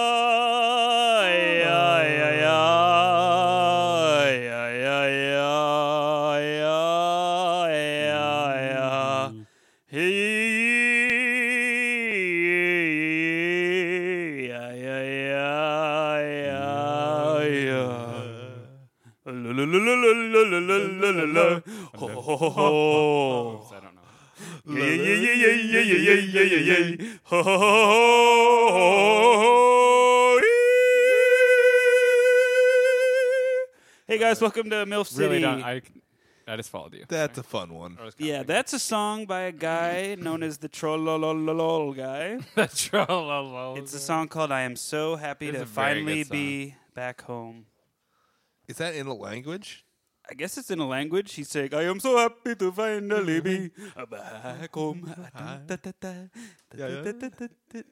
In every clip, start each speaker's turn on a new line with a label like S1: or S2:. S1: Ja, ja, ja, ja, ja, ja, ja, ja, ja, ja. Hey, ja, ja, ja, ja, ja. Lalalalalalalalalala. Ho, ho, ho, ho.
S2: I don't know.
S1: Yeah, yeah, yeah, yeah, yeah, yeah, yeah, yeah, yeah, yeah. Ho, ho, ho, ho, ho. Hey guys, welcome to MILF City.
S2: Really don't. I, I just followed you.
S3: That's a fun one.
S2: I was kinda
S1: yeah,
S2: thinking-
S1: that's a song by a guy known as the Trollololol guy.
S2: That's true. Lolo.
S1: It's a song called "I Am So Happy
S2: It's
S1: to
S2: a very
S1: Finally
S2: good song.
S1: Be Back Home."
S3: Is that in a language?
S1: I guess it's in a language. He's saying, "I am so happy to finally be
S3: Mm-hmm.
S1: back home."
S3: Uh-huh.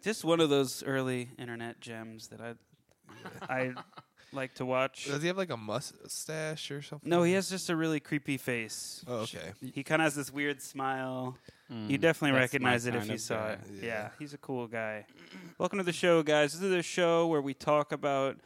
S1: Just one of those early internet gems that I I like to watch.
S3: Does he have like a mustache or something?
S1: No, he has just a really creepy face.
S3: Oh, okay.
S1: He kind of has this weird smile. you definitely
S2: Mm-hmm. that's
S1: recognize
S2: my
S1: it if
S2: kind
S1: you
S2: of
S1: saw
S2: guy.
S1: it. Yeah.
S3: Yeah.
S1: he's a cool guy. Welcome to the show, guys. This is a show where we talk about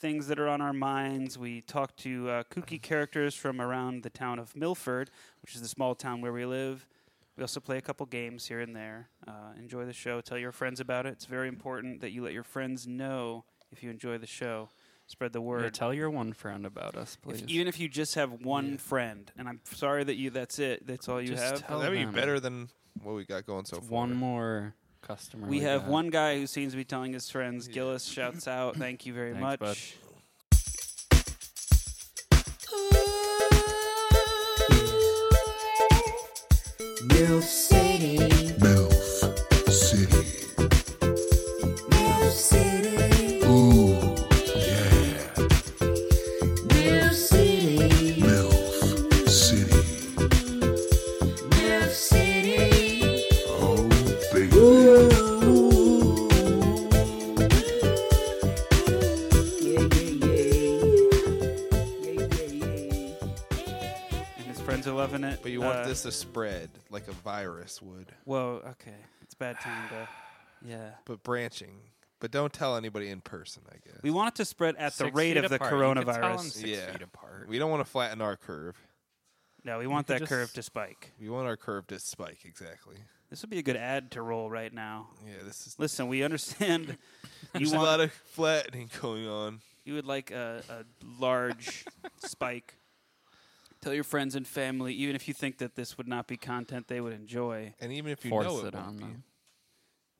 S1: things that are on our minds. We talk to uh, kooky characters from around the town of Milford, which is the small town where we live. We also play a couple games here and there. Uh, enjoy the show. Tell your friends about it. It's very important that you let your friends know if you enjoy the show. Spread the
S2: Or
S1: word.
S2: tell your one friend about us,
S1: If-
S2: please.
S1: even if you just have one friend, and I'm sorry that you that's it. That's all you
S2: Just
S1: have.
S2: tell
S3: That'd be
S2: them.
S3: better than what we got going so far.
S2: One more customer.
S1: we have
S2: got.
S1: one guy who seems to be telling his friends. Gillis shouts out, "Thank you very
S2: Thanks,
S1: much."
S2: bud.
S4: Milf City.
S5: MILF City.
S4: Milf City.
S5: Ooh, Oh, yeah.
S4: Milf City.
S5: MILF City.
S4: Milf City.
S5: Oh, baby.
S4: Ooh. Yeah, yeah, yeah. Yeah, yeah, yeah.
S1: And his friends are loving it.
S3: But you want
S1: Uh,
S3: this to spread like a virus would,
S1: Whoa, okay, it's bad time to. Yeah,
S3: but branching. But don't tell anybody in person, I guess.
S1: we want it to spread at the rate of the coronavirus.
S2: six
S3: Yeah.
S2: feet apart.
S3: We don't want to flatten our curve.
S1: No, we want
S2: could
S1: that
S2: just-
S1: curve to spike.
S3: We want our curve to spike exactly.
S1: This would be a good ad to roll right now.
S3: Yeah, this is
S1: Listen, we understand you
S3: there's a lot
S1: want
S3: of flattening going on.
S1: you would like a, a large spike. Tell your friends and family, even if you think that this would not be content they would enjoy.
S3: And even if you
S2: Force
S3: know it,
S2: it
S3: won't
S2: on
S3: be.
S2: them.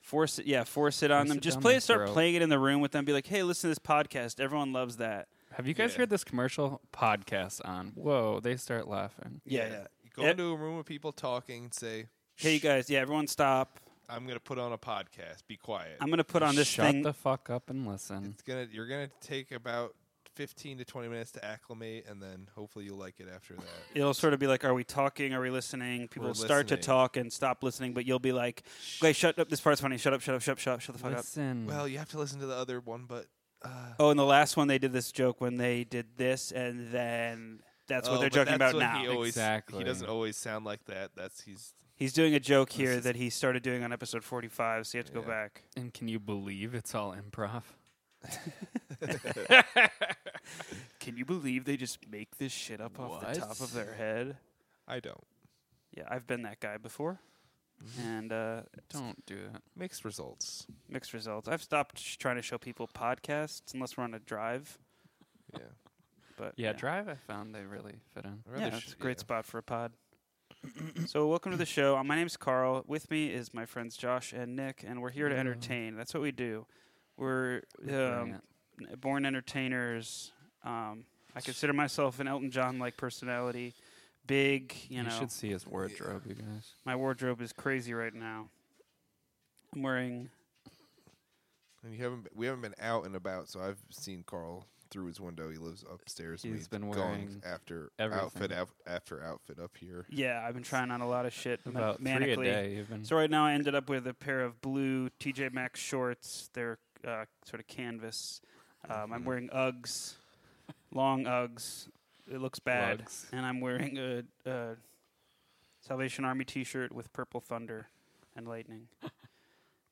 S1: Force it, yeah, force it on
S2: Force
S1: them.
S2: it
S1: Just
S2: down
S1: play
S2: their
S1: it, start
S2: throat.
S1: playing it in the room with them. Be like, hey, listen to this podcast. Everyone loves that.
S2: Have you guys
S3: Yeah.
S2: heard this commercial podcast on? Whoa, they start laughing.
S1: Yeah, yeah.
S3: You go
S1: Yep.
S3: into a room with people talking and say,
S1: Hey, you guys, yeah, everyone stop.
S3: "I'm going to put on a podcast. Be quiet."
S1: I'm gonna put on this
S2: Shut
S1: thing.
S2: the fuck up and listen.
S3: it's gonna you're gonna take about 15 to 20 minutes to acclimate and then hopefully you'll like it after that
S1: It'll sort of be like, are we talking? Are we listening? People
S3: We're
S1: will start to
S3: listening.
S1: talk and stop listening, but you'll be like, wait, shut up. This part's funny. Shut up, shut up, shut up, shut up, shut the fuck up.
S2: Listen.
S3: well you have to listen to the other one but uh,
S1: Oh, and the last one, they did this joke when they did this, and then that's what
S3: oh,
S1: they're
S3: but
S1: joking
S3: that's
S1: about
S3: what
S1: now.
S3: he always,
S2: Exactly.
S3: he doesn't always sound like that that's he's
S1: He's doing a joke here
S3: is-
S1: that he started doing on episode 45, so you have to go
S3: Yeah.
S1: back.
S2: and can you believe it's all improv?
S1: Can you believe they just make this shit up off the
S2: What?
S1: top of their head?
S3: i don't
S1: Yeah, I've been that guy before, and uh,
S2: Mm-hmm. Don't do that.
S3: mixed results
S1: mixed results. I've stopped sh- trying to show people podcasts unless we're on a drive.
S3: yeah
S1: But
S2: Yeah, Drive, I found they really fit in.
S3: I
S1: Yeah,
S3: rather
S1: it's
S3: should-
S1: a great
S3: yeah.
S1: spot for a pod. so welcome to the show. Uh, My name's Carl. With me is my friends Josh and Nick, and we're here to
S2: Hello.
S1: entertain. That's what we do. We're um, n- born entertainers. Um, I consider myself an Elton John-like personality. Big, you,
S2: You,
S1: know.
S2: should see his wardrobe, you guys.
S1: My wardrobe is crazy right now. I'm wearing
S3: and you haven't we haven't been out and about so i've seen carl through his window he lives upstairs and
S2: He's
S3: he's
S2: been
S3: gone
S2: wearing
S3: after
S2: everything.
S3: outfit af- after outfit up here
S1: yeah, I've been trying on a lot of shit ma-
S2: About three a
S1: manically.
S2: day, even.
S1: So right now I ended up with a pair of blue TJ Maxx shorts. They're uh, sort of canvas. Um,
S2: Mm-hmm.
S1: I'm wearing Uggs, long Uggs. It looks bad.
S2: Lugs.
S1: And I'm wearing a, a Salvation Army T-shirt with purple thunder and lightning.
S3: And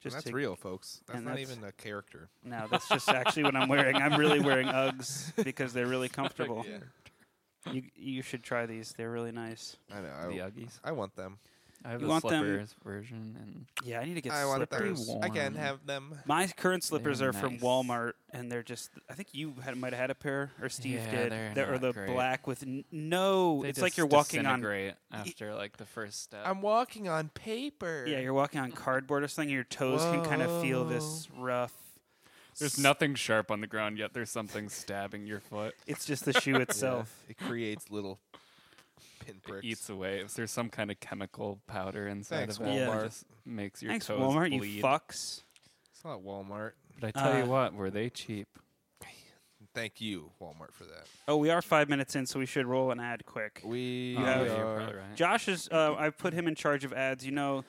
S1: Just
S3: that's
S1: to-
S3: real, folks. That's
S1: and
S3: not
S1: that's-
S3: even a character.
S1: No, that's just actually what I'm wearing. I'm really wearing Uggs because they're really comfortable. You you should try these. They're really nice.
S3: I know.
S2: The
S3: I,
S2: Uggies.
S3: I want them.
S2: I have
S1: You
S2: the
S1: want them-
S2: slippers version, and
S1: Yeah, I need to get
S3: I want
S1: slippers.
S3: those. I can't
S2: warm.
S3: have them.
S1: My current slippers
S2: They're
S1: are from
S2: nice.
S1: Walmart, and they're just. I think you had, might have had a pair, or Steve
S2: Yeah,
S1: did.
S2: they're
S1: or
S2: not
S1: the
S2: great.
S1: black with n- no.
S2: they
S1: it's like
S2: just
S1: you're walking on. e-
S2: disintegrate after like the first step.
S3: I'm walking on paper.
S1: Yeah, you're walking on cardboard or something. Your toes can kind of feel this rough.
S2: There's nothing sharp on the ground yet. There's something stabbing your foot.
S1: It's just the shoe
S3: Yeah,
S1: itself.
S3: It creates little
S2: It
S3: pinpricks.
S2: eats away. If there's some kind of chemical powder inside
S3: Thanks,
S2: of
S1: Walmart.
S2: Walmart,
S1: Yeah.
S2: just makes your
S1: Thanks,
S2: toes
S1: Walmart.
S2: bleed.
S1: You fucks.
S3: It's not Walmart.
S2: But I tell
S1: Uh,
S2: you what, were they cheap?
S3: Thank you, Walmart, for that.
S1: Oh, we are five minutes in, so we should roll an ad quick.
S3: We
S1: You have-
S2: Oh, yeah, you're
S3: are-
S2: probably right.
S1: Josh is. Uh, I put him in charge of ads. You know,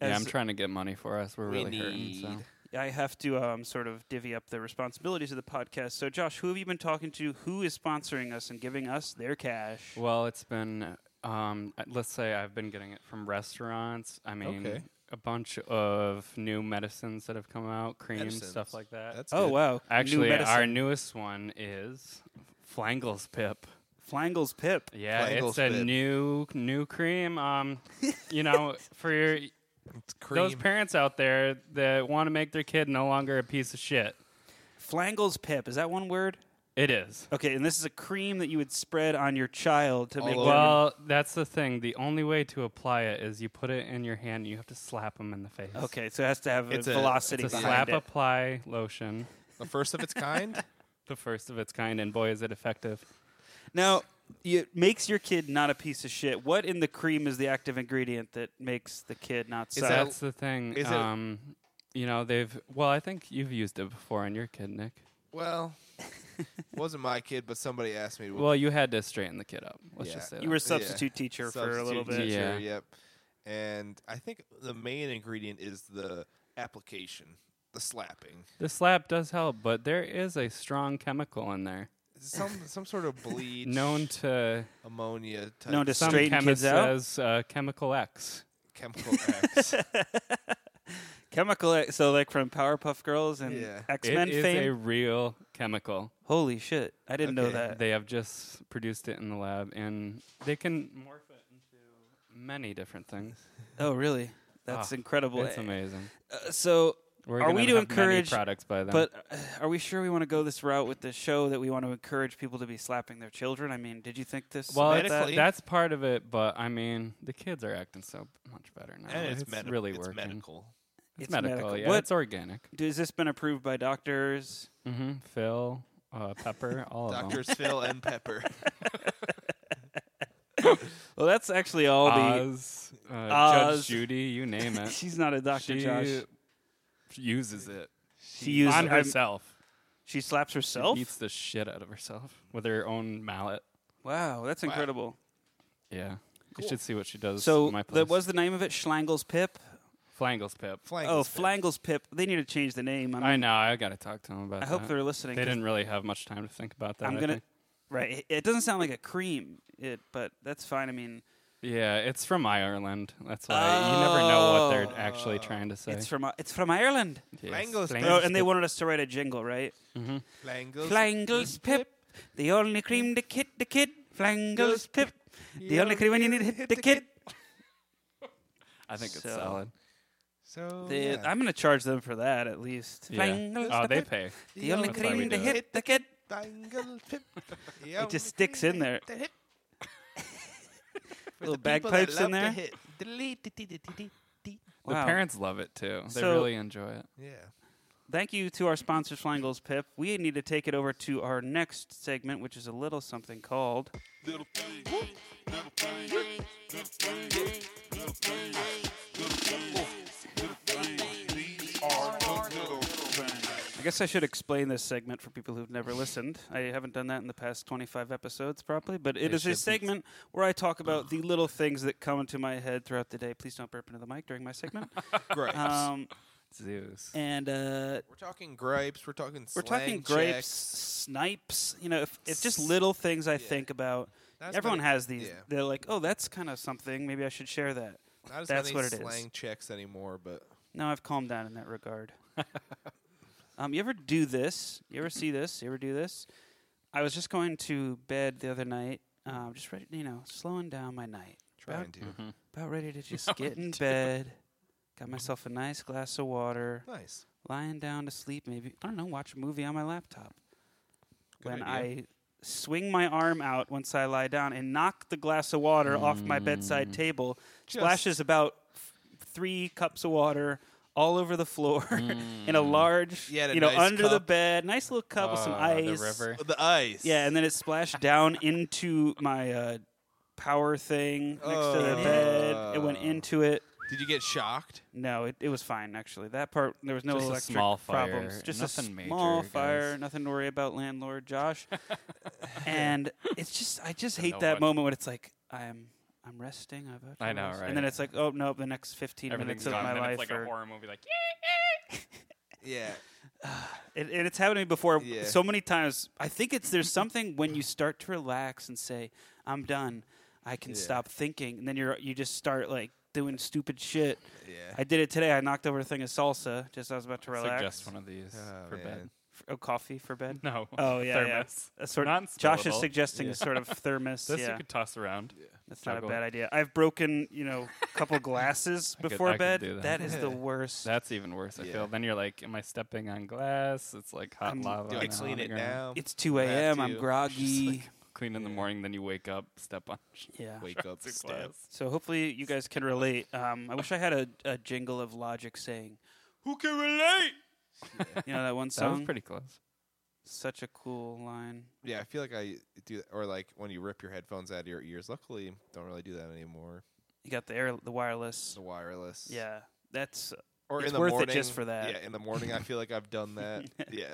S2: yeah, I'm
S1: as
S2: trying to get money for us. We're
S3: We
S2: really hurting. So
S3: need-
S1: I have to um, sort of divvy up the responsibilities of the podcast. So, Josh, who have you been talking to? Who is sponsoring us and giving us their cash?
S2: Well, it's been, um, uh, let's say I've been getting it from restaurants. I mean,
S3: Okay.
S2: a bunch of new medicines that have come out, creams,
S3: Medicines.
S2: stuff like that.
S3: That's
S1: oh
S3: good.
S1: wow!
S2: Actually,
S1: New
S2: our
S1: medicine.
S2: newest one is Flangles Pip.
S1: Flangles Pip.
S2: Yeah,
S3: Flangles
S2: it's a
S3: Pip.
S2: new new cream. Um, you know, for your,
S3: It's
S2: those
S3: cream.
S2: parents out there that want to make their kid no longer a piece of shit,
S1: Flangles Pip. Is that one word?
S2: it is.
S1: Okay, and this is a cream that you would spread on your child to
S3: All
S1: make.
S3: over.
S1: them-
S2: Well, that's the thing. The only way to apply it is you put it in your hand and you have to slap them in the face.
S1: okay, so it has to have
S3: It's
S1: a
S3: a-
S1: velocity.
S2: It's a
S1: behind
S2: slap
S1: it.
S2: apply lotion,
S3: the first of its kind.
S2: the first of its kind, and boy, is it effective.
S1: Now, it makes your kid not a piece of shit. What in the cream is the active ingredient that makes the kid not
S3: Is
S1: suck?
S3: that-
S2: that's the thing.
S3: is it-
S2: um, you know, they've, well, I think you've used it before on your kid, Nick.
S3: well, wasn't my kid, but somebody asked me.
S2: Well, you had to straighten the kid up. Let's
S3: Yeah.
S2: just say
S1: you were a
S2: that.
S1: substitute teacher for a little
S3: substitute
S1: bit.
S2: Yeah.
S3: teacher, Yep. And I think the main ingredient is the application, the slapping,
S2: the slap does help, but there is a strong chemical in there
S3: some some sort of bleach,
S2: known to
S3: ammonia type
S1: Known to
S2: some
S1: straighten
S2: chemist
S1: kids out?
S2: as uh, chemical X.
S3: chemical X.
S1: Chemical, e-, so like from Powerpuff Girls and
S3: Yeah.
S1: X
S2: It
S1: Men
S2: is
S1: fame.
S2: a real chemical.
S1: Holy shit! I didn't know
S3: Okay.
S1: that.
S2: They have just produced it in the lab, and they can morph it into many different things.
S1: oh, really? That's
S2: Ah,
S1: incredible.
S2: It's amazing.
S1: Uh, so,
S2: We're
S1: Are
S2: gonna
S1: we to
S2: have many
S1: encourage-
S2: products by them?
S1: but uh, are we sure we want to go this route with the show that we want to encourage people to be slapping their children? I mean, did you think this?
S2: well,
S1: about
S2: it's- uh,
S1: that?
S3: medically-
S2: that's part of it. But I mean, the kids are acting so much better now.
S3: and it's, medi-
S2: really
S3: it's
S2: working.
S3: medical.
S2: It's,
S1: It's
S2: medical.
S1: medical.
S2: Yeah,
S1: What-
S2: it's organic.
S1: has this been approved by doctors?
S2: hmm Phil, uh, Pepper, all of them.
S3: Doctors Phil and Pepper.
S1: Oh, Well, that's actually all the.
S2: Oz, uh,
S1: Oz.
S2: Judge Judy, you name it.
S1: She's not a doctor,
S2: Uh, she
S1: Josh.
S2: uses it
S1: She uses
S2: on
S1: I'm-
S2: herself.
S1: She slaps herself.
S2: She beats the shit out of herself with her own mallet.
S1: Wow, that's incredible.
S2: Yeah. You should see what she does.
S1: So,
S2: in my
S1: that
S2: place.
S1: was the name of it, Schlangel's Pip.
S2: Flangles Pip.
S3: Flying
S1: oh,
S3: is fit.
S1: Flangles Pip. They need to change the name. I, mean,
S2: I know. I got to talk to them about
S1: I hope
S2: that.
S1: they're listening.
S2: They
S1: 'cause
S2: didn't really have much time to think about that.
S1: I'm
S2: I
S1: gonna.
S2: think.
S1: Right. It, it doesn't sound like a cream. It, but that's fine. I mean,
S2: Yeah, it's from Ireland. That's why you never know what
S1: Oh.
S2: they're actually trying to say.
S1: it's from uh, it's from Ireland.
S2: Yes.
S3: Flangles Pip.
S1: Oh, and they wanted us to write a jingle, right?
S3: Flangles.
S1: Flangles Pip, the only cream to kid the kid. Flangles Pip, the only cream when you need to hit the kid.
S2: I think it's
S1: So-
S2: solid.
S3: So
S1: The-
S3: yeah.
S1: I'm gonna charge them for that at least.
S2: Yeah.
S1: Flangles
S2: Oh, they
S1: Pip,
S2: pay.
S1: the only
S2: That's why we
S1: cream to
S2: do it.
S1: hit the kid.
S3: Flangles Pip. The only
S1: just sticks
S3: cream
S1: in
S3: to
S1: there.
S3: hit the hip. For
S1: Little
S3: the people that
S1: bagpipes in
S3: love to
S1: there.
S3: hit. Diddly-dee-dee-dee-dee-dee.
S2: The
S1: Wow.
S2: parents love it too. They
S1: So-
S2: really enjoy it.
S3: Yeah.
S1: Thank you to our sponsor, Flangles Pip. We need to take it over to our next segment, which is a little something called. I guess I should explain this segment for people who've never listened. I haven't done that in the past 25 episodes, probably, but it
S3: They
S1: is a
S3: should be.
S1: segment where I talk about the little things that come into my head throughout the day. Please don't burp into the mic during my segment.
S3: Gripes.
S1: Um,
S2: Zeus.
S1: and uh,
S3: we're talking gripes. We're talking.
S1: We're
S3: slang
S1: talking grapes,
S3: checks.
S1: snipes. You know, if it's just little things I think about.
S3: That's
S1: Everyone
S3: many-
S1: has these.
S3: yeah.
S1: They're like, oh, that's kind of something. Maybe I should share that.
S3: Not as
S1: That's
S3: many
S1: what it is.
S3: slang checks anymore, but
S1: Now I've calmed down in that regard. um, you ever do this? You ever see this? You ever do this? I was just going to bed the other night, um, just ready, you know, slowing down my night.
S3: Trying to.
S1: About mm-hmm. ready to just get in bed. Got myself a nice glass of water.
S3: Nice.
S1: Lying down to sleep, maybe I don't know, watch a movie on my laptop.
S3: Good
S1: when
S3: idea.
S1: I swing my arm out once I lie down and knock the glass of water off my bedside table, splashes about f- three cups of water all over the floor in a large,
S6: You had a
S1: you know,
S6: nice
S1: under the
S6: cup.
S1: bed, nice little cup with some
S2: Uh,
S1: ice.
S2: The river.
S6: The ice.
S1: Yeah, and then it splashed down into my uh, power thing next to the
S3: Oh.
S1: bed. It went into it.
S6: Did you get shocked?
S1: No, it, it was fine actually. That part there was no
S2: Just a
S1: electric
S2: small fire,
S1: problems. Just
S2: nothing
S1: a
S2: major,
S1: small fire,
S2: guys.
S1: nothing to worry about, landlord Josh. and it's just I just hate
S2: know
S1: that
S2: what-
S1: moment when it's like I'm I'm resting. I've had
S2: I know,
S1: rest.
S2: right.
S1: And then it's like oh no, the next 15 minutes
S2: Everything's
S1: of
S2: gone.
S1: my
S2: and then
S1: life.
S2: it's like a
S1: are-
S2: horror movie. Like
S6: Yeah.
S1: it, and it's happened to me before
S6: Yeah.
S1: so many times. I think it's there's something when you start to relax and say I'm done. I can stop thinking, and then you're you just start like doing stupid shit.
S6: Yeah.
S1: I did it today. I knocked over a thing of salsa just as I was about to relax.
S2: suggest one of these
S3: Oh,
S2: for
S3: man.
S2: bed.
S1: F- Oh, coffee for bed?
S2: No.
S1: Oh yeah,
S2: Thermos.
S1: yeah. A sort Josh is
S2: Non-spillable.
S1: suggesting a sort of thermos.
S2: This
S1: yeah,
S2: you could toss around.
S1: that's not a
S2: juggle.
S1: bad idea. I've broken, you know, a couple glasses
S2: could-
S1: before
S2: I could
S1: bed.
S2: do that.
S1: that is the worst.
S2: That's even worse. I feel. Then you're like, am I stepping on glass? It's like hot
S1: I'm-
S2: lava.
S6: Do
S2: now
S6: I
S2: on
S6: clean
S2: the
S6: it
S2: ground.
S6: now?
S1: it's 2
S6: I have
S1: a.m. I'm
S6: to.
S1: groggy.
S2: Clean in the morning, then you wake up, step on
S1: yeah.
S6: Wake up,
S2: glass.
S6: step.
S1: So hopefully you guys can relate. Um, I wish I had a, a jingle of Logic saying,
S6: Who can relate?
S1: you know, that one
S2: That
S1: song.
S2: was pretty close.
S1: Such a cool line.
S3: Yeah, I feel like I do, or like when you rip your headphones out of your ears. Luckily, don't really do that anymore.
S1: You got the air, the wireless.
S3: The wireless.
S1: Yeah, that's
S3: Or
S1: It's
S3: in the
S1: worth
S3: morning,
S1: it just for that.
S3: Yeah, in the morning, I feel like I've done that. yeah.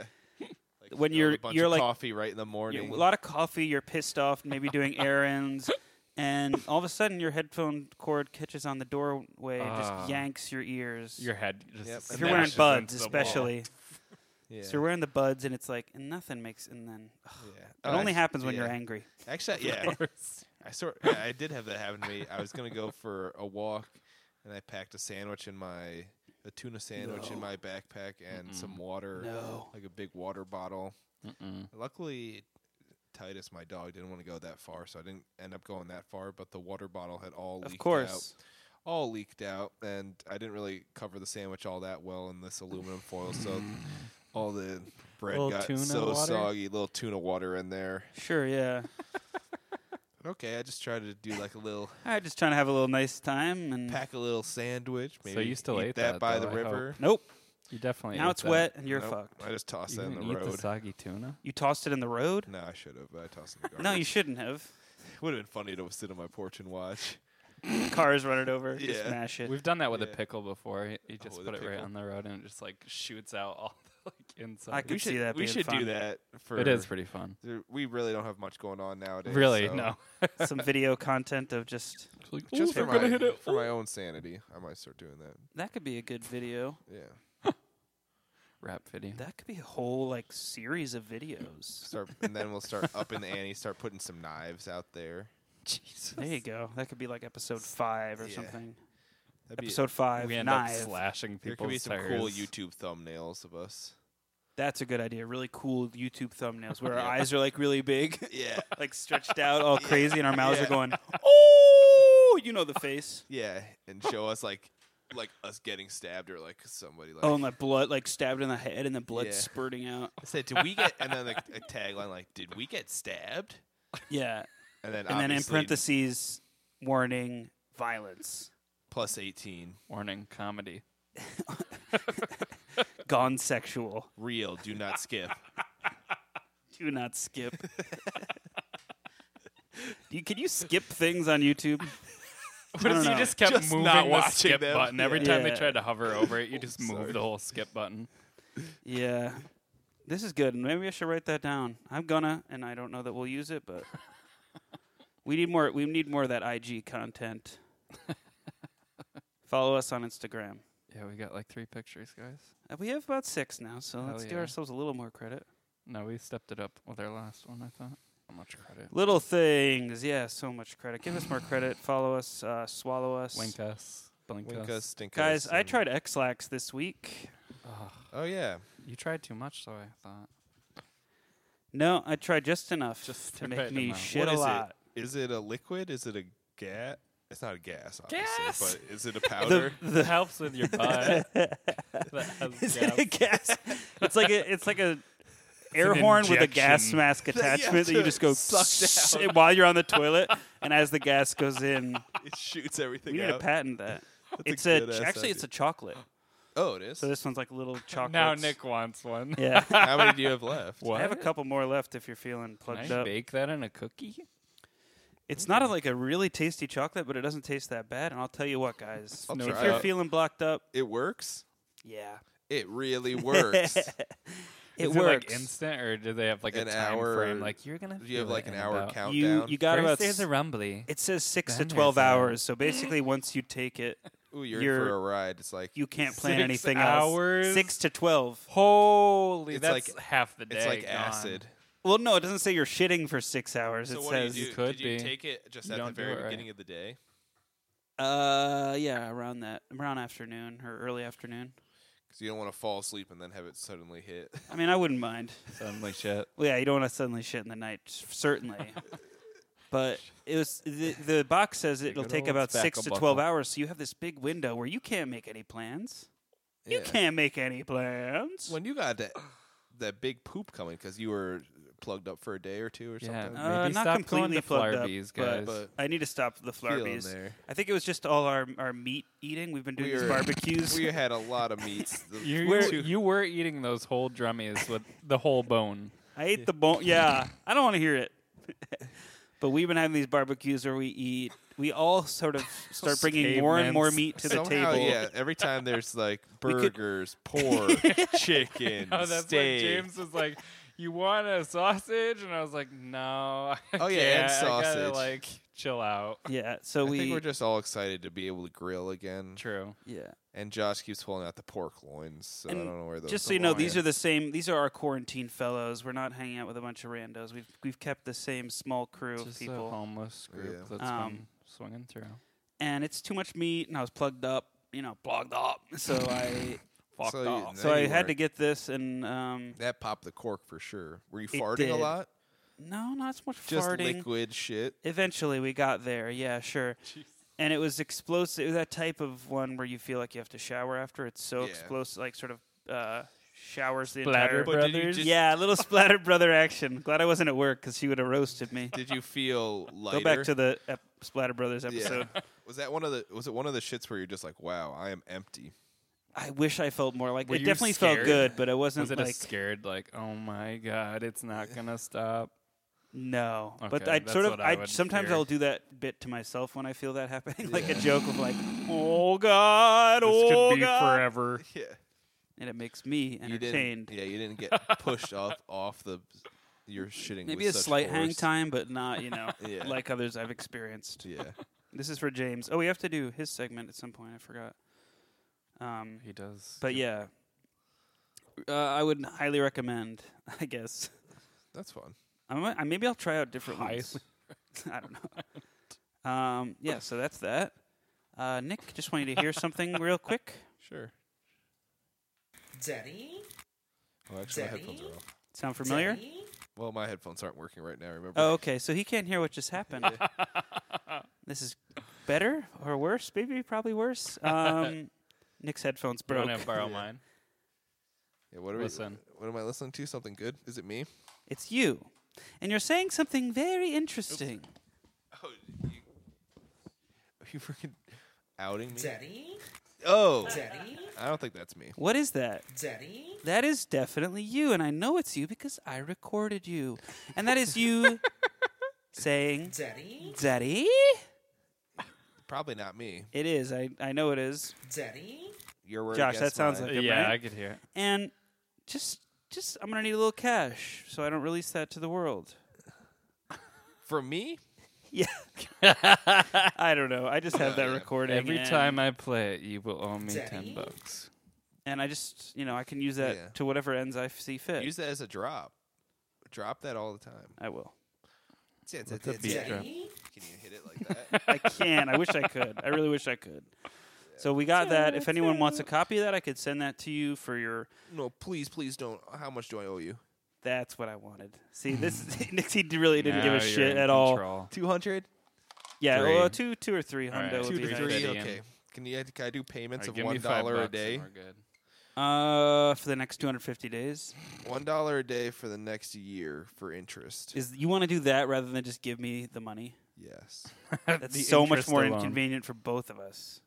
S3: Like,
S1: When
S3: fill
S1: you're-
S3: a bunch
S1: you're
S3: of
S1: like-
S3: coffee right in the
S1: you know,
S3: morning.
S1: a lot of coffee. You're pissed off, maybe doing errands, and all of a sudden your headphone cord catches on the doorway, and
S2: Ah.
S1: just yanks your ears.
S2: Your head just.
S3: Yep.
S1: if you're wearing
S2: smashes
S1: buds,
S2: into the wall.
S1: especially,
S3: yeah.
S1: so you're wearing the buds, and it's like and nothing makes, and then ugh,
S3: yeah.
S1: it only happens when
S3: Oh, Uh, yeah.
S1: you're angry.
S3: Actually, yeah, I sort yeah, I did have that happen to me. I was gonna go for a walk, and I packed a sandwich in my a tuna sandwich in my backpack and some water,
S1: No.
S3: like a big water bottle.
S2: Mm-mm.
S3: Luckily, Titus, my dog, didn't want to go that far, so I didn't end up going that far. But the water bottle had all leaked
S1: Of course,
S3: out, all leaked out, and I didn't really cover the sandwich all that well in this aluminum foil, so all the bread
S2: Little
S3: got
S2: tuna
S3: so
S2: water?
S3: soggy. Little tuna water in there.
S1: sure, yeah.
S3: Okay, I just tried to do like a little
S1: I just trying to have a little nice time, and
S3: pack a little sandwich.
S2: So
S3: Maybe
S2: you still
S3: eat
S2: ate that,
S3: by
S2: though,
S3: the
S2: I hope.
S3: river.
S1: nope.
S2: You definitely.
S1: Now
S2: ate
S1: it's
S2: that.
S1: wet, and you're
S3: Nope,
S1: fucked.
S3: I just tossed
S2: You
S3: that in
S2: didn't
S3: the
S2: eat the
S3: road.
S2: soggy tuna.
S1: You tossed it in the road.
S3: no, I should have, but I tossed it in the garbage.
S1: No, you shouldn't have.
S3: it would have been funny to sit on my porch and watch.
S1: Cars run it over, just
S3: Yeah.
S1: smash it.
S2: We've done that with
S3: Yeah. Oh,
S2: a pickle before. You- You just
S3: with a
S2: put it right
S3: pickle.
S2: on the road, and it just like shoots out all the like inside.
S1: I could
S3: should,
S1: see that.
S3: we
S1: being
S3: should
S1: fun.
S3: do that. For
S2: It is pretty fun.
S3: there- We really don't have much going on nowadays.
S2: Really?
S3: so-
S2: No.
S1: Some video content of just
S3: Just for my, for my own sanity, I might start doing that.
S1: that could be a good video.
S3: Yeah,
S2: Rap video.
S1: That could be a whole like series of videos.
S3: start, and then we'll start up in the ante. Start putting some knives out there. Jesus,
S1: There you go. That could be like episode five or
S3: Yeah.
S1: something.
S3: That'd be,
S1: episode five,
S2: we end up
S1: knife.
S2: slashing
S3: There
S2: people's
S3: could be some
S2: tires.
S3: cool YouTube thumbnails of us.
S1: That's a good idea. Really cool YouTube thumbnails where our eyes are like really big, yeah, like stretched out, all crazy, and our mouths are going, oh, you know the face.
S3: Yeah, and show us like like us getting stabbed or like somebody like
S1: Oh, and the blood like stabbed in the head and the blood
S3: Yeah.
S1: spurting out.
S3: I said, "Did we get?" And then like, a tagline like, "Did we get stabbed?"
S1: Yeah,
S3: And then
S1: and then in
S3: obviously,
S1: parentheses, warning, violence,
S3: plus eighteen,
S2: Warning comedy.
S1: gone sexual.
S3: real. Do not skip.
S1: Do not skip. you, can you skip things on YouTube?
S2: What
S1: don't
S2: if you
S1: know.
S2: just kept
S3: Just
S2: moving
S3: not
S2: the
S3: watching
S2: skip
S3: them.
S2: button? Every
S1: Yeah.
S2: time
S1: Yeah.
S2: they tried to hover over it, you just
S3: Sorry.
S2: move the whole skip button.
S1: Yeah. This is good. and Maybe I should write that down. I'm gonna, and I don't know that we'll use it, but we need more. We need more of that IG content. Follow us on Instagram.
S2: Yeah, we got like three pictures, guys.
S1: Uh, We have about six now, so
S2: Hell
S1: let's give
S2: yeah.
S1: ourselves a little more credit.
S2: No, we stepped it up with our last one, I thought. How much credit?
S1: Little things, yeah. So much credit. Give us more credit. Follow us. Uh, swallow us.
S2: Link us. Blink
S3: Wink
S2: us.
S3: us, stink
S1: Guys,
S3: us,
S1: I
S3: and-
S1: tried Xlax this week.
S2: Ugh,
S3: Oh yeah,
S2: you tried too much, though. I thought.
S1: No, I tried just enough
S2: Just
S1: to
S2: the
S1: make
S2: right
S1: me
S2: amount.
S1: shit
S3: What
S1: a
S3: is it?
S1: lot.
S3: is it a liquid? Is it a gas? It's not a gas, obviously.
S2: Gas!
S3: But is it a
S1: The,
S3: powder?
S2: It
S1: the
S2: helps with your butt. that has
S1: is it
S2: gas.
S1: a gas? It's like a it's like a air
S2: an
S1: horn with a gas
S2: injection.
S1: mask attachment that you
S3: to
S1: just go
S3: suck
S1: suck while you're on the toilet, and as the gas goes in,
S3: it shoots
S1: we
S3: everything
S1: need to
S3: out.
S1: patent that. it's
S3: a
S1: a,
S3: good-ass
S1: ch- actually it's a
S3: idea.
S1: chocolate.
S3: oh, it is.
S1: So this one's like little chocolate.
S2: Now Nick wants one.
S1: Yeah,
S3: How many do you have left?
S1: I have a
S2: What?
S1: couple more left if you're feeling
S2: Can
S1: plugged
S2: I
S1: up.
S2: bake that in a cookie?
S1: It's not a, like a really tasty chocolate, but it doesn't taste that bad. And I'll tell you what, guys,
S3: I'll
S1: if
S3: try
S1: you're
S3: it.
S1: feeling blocked up,
S3: It works.
S1: yeah,
S3: It really works.
S1: it
S2: Is
S1: works.
S2: It like instant, or do they have like
S3: An
S2: a time frame?
S3: hour-
S2: Like you're gonna.
S3: Do you have
S2: feel
S3: like
S2: it
S3: an
S2: in
S3: hour
S2: about-
S3: countdown?
S1: you you got
S2: First
S1: about
S2: there's
S1: s-
S2: a rumbly.
S1: it says six to
S2: then there's
S1: twelve
S2: a-
S1: hours. So basically, once you take it,
S3: Ooh, you're, in
S1: you're-
S3: for a ride. It's like
S1: you can't plan
S2: Six
S1: anything else.
S2: hours?
S1: Six to twelve.
S2: Holy,
S3: It's
S2: that's
S3: like-
S2: half the day.
S3: it's like
S2: gone.
S3: acid.
S1: Well, no, it doesn't say you're shitting for six hours. it says,
S2: do? You could
S3: Did you
S2: be.
S3: take it just
S2: You
S3: at the
S2: don't do
S3: very
S2: it right.
S3: beginning of the day?
S1: uh, yeah, around that, around afternoon or early afternoon.
S3: Because you don't want to fall asleep and then have it suddenly hit.
S1: I mean, I wouldn't mind.
S2: Suddenly shit.
S1: Well, yeah, you don't want to suddenly shit in the night, s- certainly. but it was the, the box says it'll
S2: good
S1: take
S2: old
S1: about six
S2: tobacco
S1: to
S2: buckle.
S1: twelve hours, so you have this big window where you can't make any plans. You
S3: Yeah.
S1: can't make any plans.
S3: When you got that that big poop coming because you were plugged up for a day or two or
S2: Yeah,
S3: something.
S1: Uh,
S2: maybe
S1: not
S2: stop
S1: completely
S2: going to
S1: plugged up,
S2: Flarbees,
S1: but-
S2: guys.
S3: but
S1: I need to stop the
S3: feeling
S1: flarbies.
S3: there.
S1: I think it was just all our, our meat eating. We've been doing these
S3: We're-
S1: barbecues.
S3: We had a lot of meats. The
S2: you,
S3: two-
S2: were, you were eating those whole drummies with the whole bone.
S1: I ate the bone. Yeah, I don't want to hear it. but we've been having these barbecues where we eat. We all sort of start bringing more and more
S2: cavemen.
S1: meat to the
S3: Somehow,
S1: table.
S3: yeah. Every time there's like
S1: could-
S3: burgers, pork, chicken,
S2: Oh, that's
S3: steak.
S2: what James was like. You want a sausage? And I was like, no. I
S3: Oh, yeah, and
S2: can't. I gotta,
S3: sausage.
S2: like chill out.
S1: Yeah, So
S3: I
S1: we.
S3: think we're just all excited to be able to grill again.
S2: True.
S1: yeah.
S3: And Josh keeps pulling out the pork loins, so I
S1: And
S3: don't know where those.
S1: Just so you know, these
S3: belong.
S1: are the same. These are our quarantine fellows. We're not hanging out with a bunch of randos. We've we've kept the same small crew of
S2: Just a
S1: people,
S2: homeless group
S3: Oh, Yeah.
S2: that's
S1: Um,
S2: been swinging through.
S1: and it's too much meat. And I was plugged up, you know, plugged up. So I
S3: Fucked So you- up.
S1: So
S3: no,
S1: I
S3: you
S1: had
S3: weren't.
S1: to get this, and um,
S3: that popped the cork for sure. Were you
S1: It
S3: farting a
S1: did.
S3: lot?
S1: no, not so much
S3: Just
S1: farting.
S3: liquid shit.
S1: Eventually, we got there. Yeah, sure. And it was explosive. It was that type of one where you feel like you have to shower after. It's so
S3: Yeah.
S1: explosive, like sort of uh, showers the
S2: Splatter
S1: entire.
S3: But did you
S2: Brothers?
S3: just-
S1: yeah, a little splatter brother action. Glad I wasn't at work because she would have roasted me.
S3: Did you feel lighter?
S1: Go back to the ep- Splatter Brothers episode.
S3: Yeah. was that one of the? Was it one of the shits where you're just like, wow, I am empty.
S1: I wish I felt more like
S2: Were
S1: it.
S2: you
S1: Definitely felt
S2: scared?
S1: good, but I wasn't
S2: Was it a
S1: like
S2: scared like, oh my god, it's not gonna stop?
S1: no. but
S2: Okay,
S1: I sort
S2: that's
S1: of
S2: what I
S1: I
S2: would
S1: sometimes
S2: fear.
S1: I'll do that bit to myself when I feel that happening, like a joke of like, oh god, oh god,
S2: forever.
S3: Yeah.
S1: and it makes me
S3: You didn't.
S1: entertained.
S3: Yeah, you didn't get pushed up off the. You're shitting.
S1: Maybe a
S3: with such
S1: slight hang
S3: force.
S1: time, but not you know
S3: Yeah.
S1: like others I've experienced.
S3: Yeah.
S1: This is for James. Oh, we have to do his segment at some point. I forgot. Um,
S2: He does.
S1: but yeah, uh, I would highly recommend. I guess.
S3: That's fun.
S1: I might, I, maybe I'll try out different
S2: Highly
S1: ones. I don't know. Um, yeah, so that's that. Uh, Nick, just wanted to hear something real quick.
S3: Sure.
S4: Daddy?
S3: Well, actually, my
S4: Daddy?
S3: headphones are off.
S1: Sound familiar?
S4: Daddy?
S3: Well, my headphones aren't working right now. Remember?
S1: Oh, okay. So he can't hear what just happened. this is better or worse? Maybe probably worse. Um, Nick's headphones
S2: Bro,
S1: broke.
S2: to borrow mine.
S3: Yeah, what are we-
S2: Listen.
S3: What am I listening to? Something good? Is it me?
S1: It's you, and you're saying something very interesting.
S3: Oh, you, are you freaking outing me?
S4: Daddy?
S3: Oh,
S4: Daddy?
S3: I don't think that's me.
S1: What is that?
S4: Daddy?
S1: That is definitely you, and I know it's you because I recorded you, and that is you saying,
S4: Daddy?
S1: "Daddy."
S3: Probably not me.
S1: It is. I, I know it is.
S4: Daddy?
S3: Your word.
S1: Josh,
S3: against
S1: that sounds
S3: mine.
S1: like- Good,
S2: yeah,
S1: right?
S2: I could hear it.
S1: And just just I'm gonna need a little cash so I don't release that to the world.
S3: for me.
S1: Yeah. I don't know. I just have that
S3: Yeah.
S1: recording.
S2: Every
S1: and-
S2: time I play it, you will owe me
S4: Daddy?
S2: ten bucks.
S1: and I just you know, I can use that
S3: Yeah.
S1: to whatever ends I f- see fit.
S3: Use that as a drop. Drop that all the time.
S1: I will.
S3: Yeah, it's,
S2: Let the
S3: it's-
S2: beat
S3: yeah.
S2: drop.
S4: Daddy?
S3: Can you hit it like that?
S1: I can. I wish I could. I really wish I could. So we got that. If anyone wants a copy of that, I could send that to you for your.
S3: No, please, please don't. How much do I owe you?
S1: That's what I wanted. See, this Nixie really didn't give
S2: Now
S1: a
S2: you're
S1: shit
S2: in
S1: at all.
S2: control.
S3: Two hundred.
S1: Yeah,
S2: Three.
S1: well, two, two or three
S2: All right,
S1: hundo would
S3: Two
S1: be
S3: to
S1: nice.
S3: three.
S2: Alright,
S3: Okay. Can you can I do
S2: All
S3: payments
S2: right,
S3: of
S2: give me
S3: one
S2: five
S3: dollar a
S2: bucks and
S3: day?
S2: we're good.
S1: Uh, for the next 250 days,
S3: One dollar a day for the next year for interest.
S1: is you want to do that rather than just give me the money?
S3: yes,
S2: The
S1: That's so much
S2: interest
S1: more
S2: alone.
S1: inconvenient for both of us.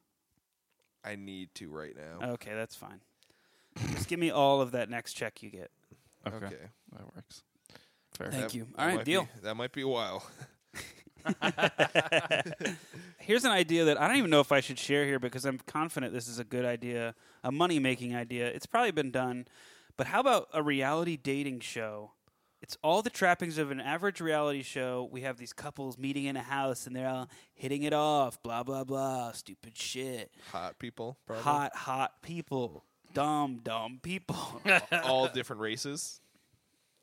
S3: I need to right now.
S1: Okay, that's fine. Just give me all of that next check you get.
S2: Okay.
S3: okay.
S2: That works. Fair.
S1: Oh, Thank
S3: That-
S1: you.
S3: that
S1: All right,
S3: might be-
S1: deal.
S3: that might be a while.
S1: Here's an idea that I don't even know if I should share here because I'm confident this is a good idea, a money making idea. It's probably been done, but how about a reality dating show? It's all the trappings of an average reality show. We have these couples meeting in a house and they're all hitting it off, blah, blah, blah, stupid shit.
S3: Hot people, probably.
S1: Hot, hot people, dumb, dumb people.
S3: All different races.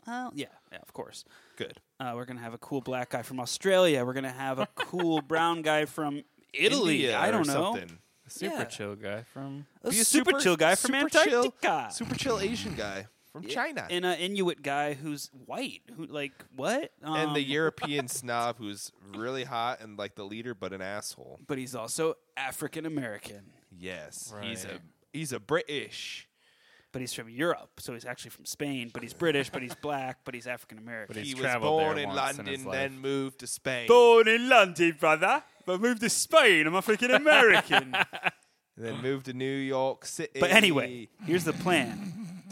S1: well, yeah, yeah, of course.
S3: Good.
S1: Uh, we're gonna have a cool black guy from Australia. We're gonna have a cool brown guy from Italy.
S3: India
S1: I
S3: or
S1: don't know.
S3: Something.
S2: Super
S1: Yeah.
S2: chill guy from.
S1: A
S3: Be a
S1: super, chill guy from
S3: super chill-
S1: Antarctica.
S3: super chill Asian guy from China.
S1: and an Inuit guy who's white. Who like what? Um,
S3: and the European snob who's really hot and like the leader, but an asshole.
S1: but he's also African American.
S3: Yes, he's a
S2: Right.
S3: he's a British.
S1: But he's from Europe, so he's actually from Spain. But he's British. but he's black. But he's African American.
S2: But He's
S3: he was
S2: traveled there
S3: born in
S2: once in
S3: London,
S2: his life.
S3: then moved to Spain.
S1: Born in London, brother. But moved to Spain. I'm African American.
S3: and then moved to New York City.
S1: But anyway, here's the plan.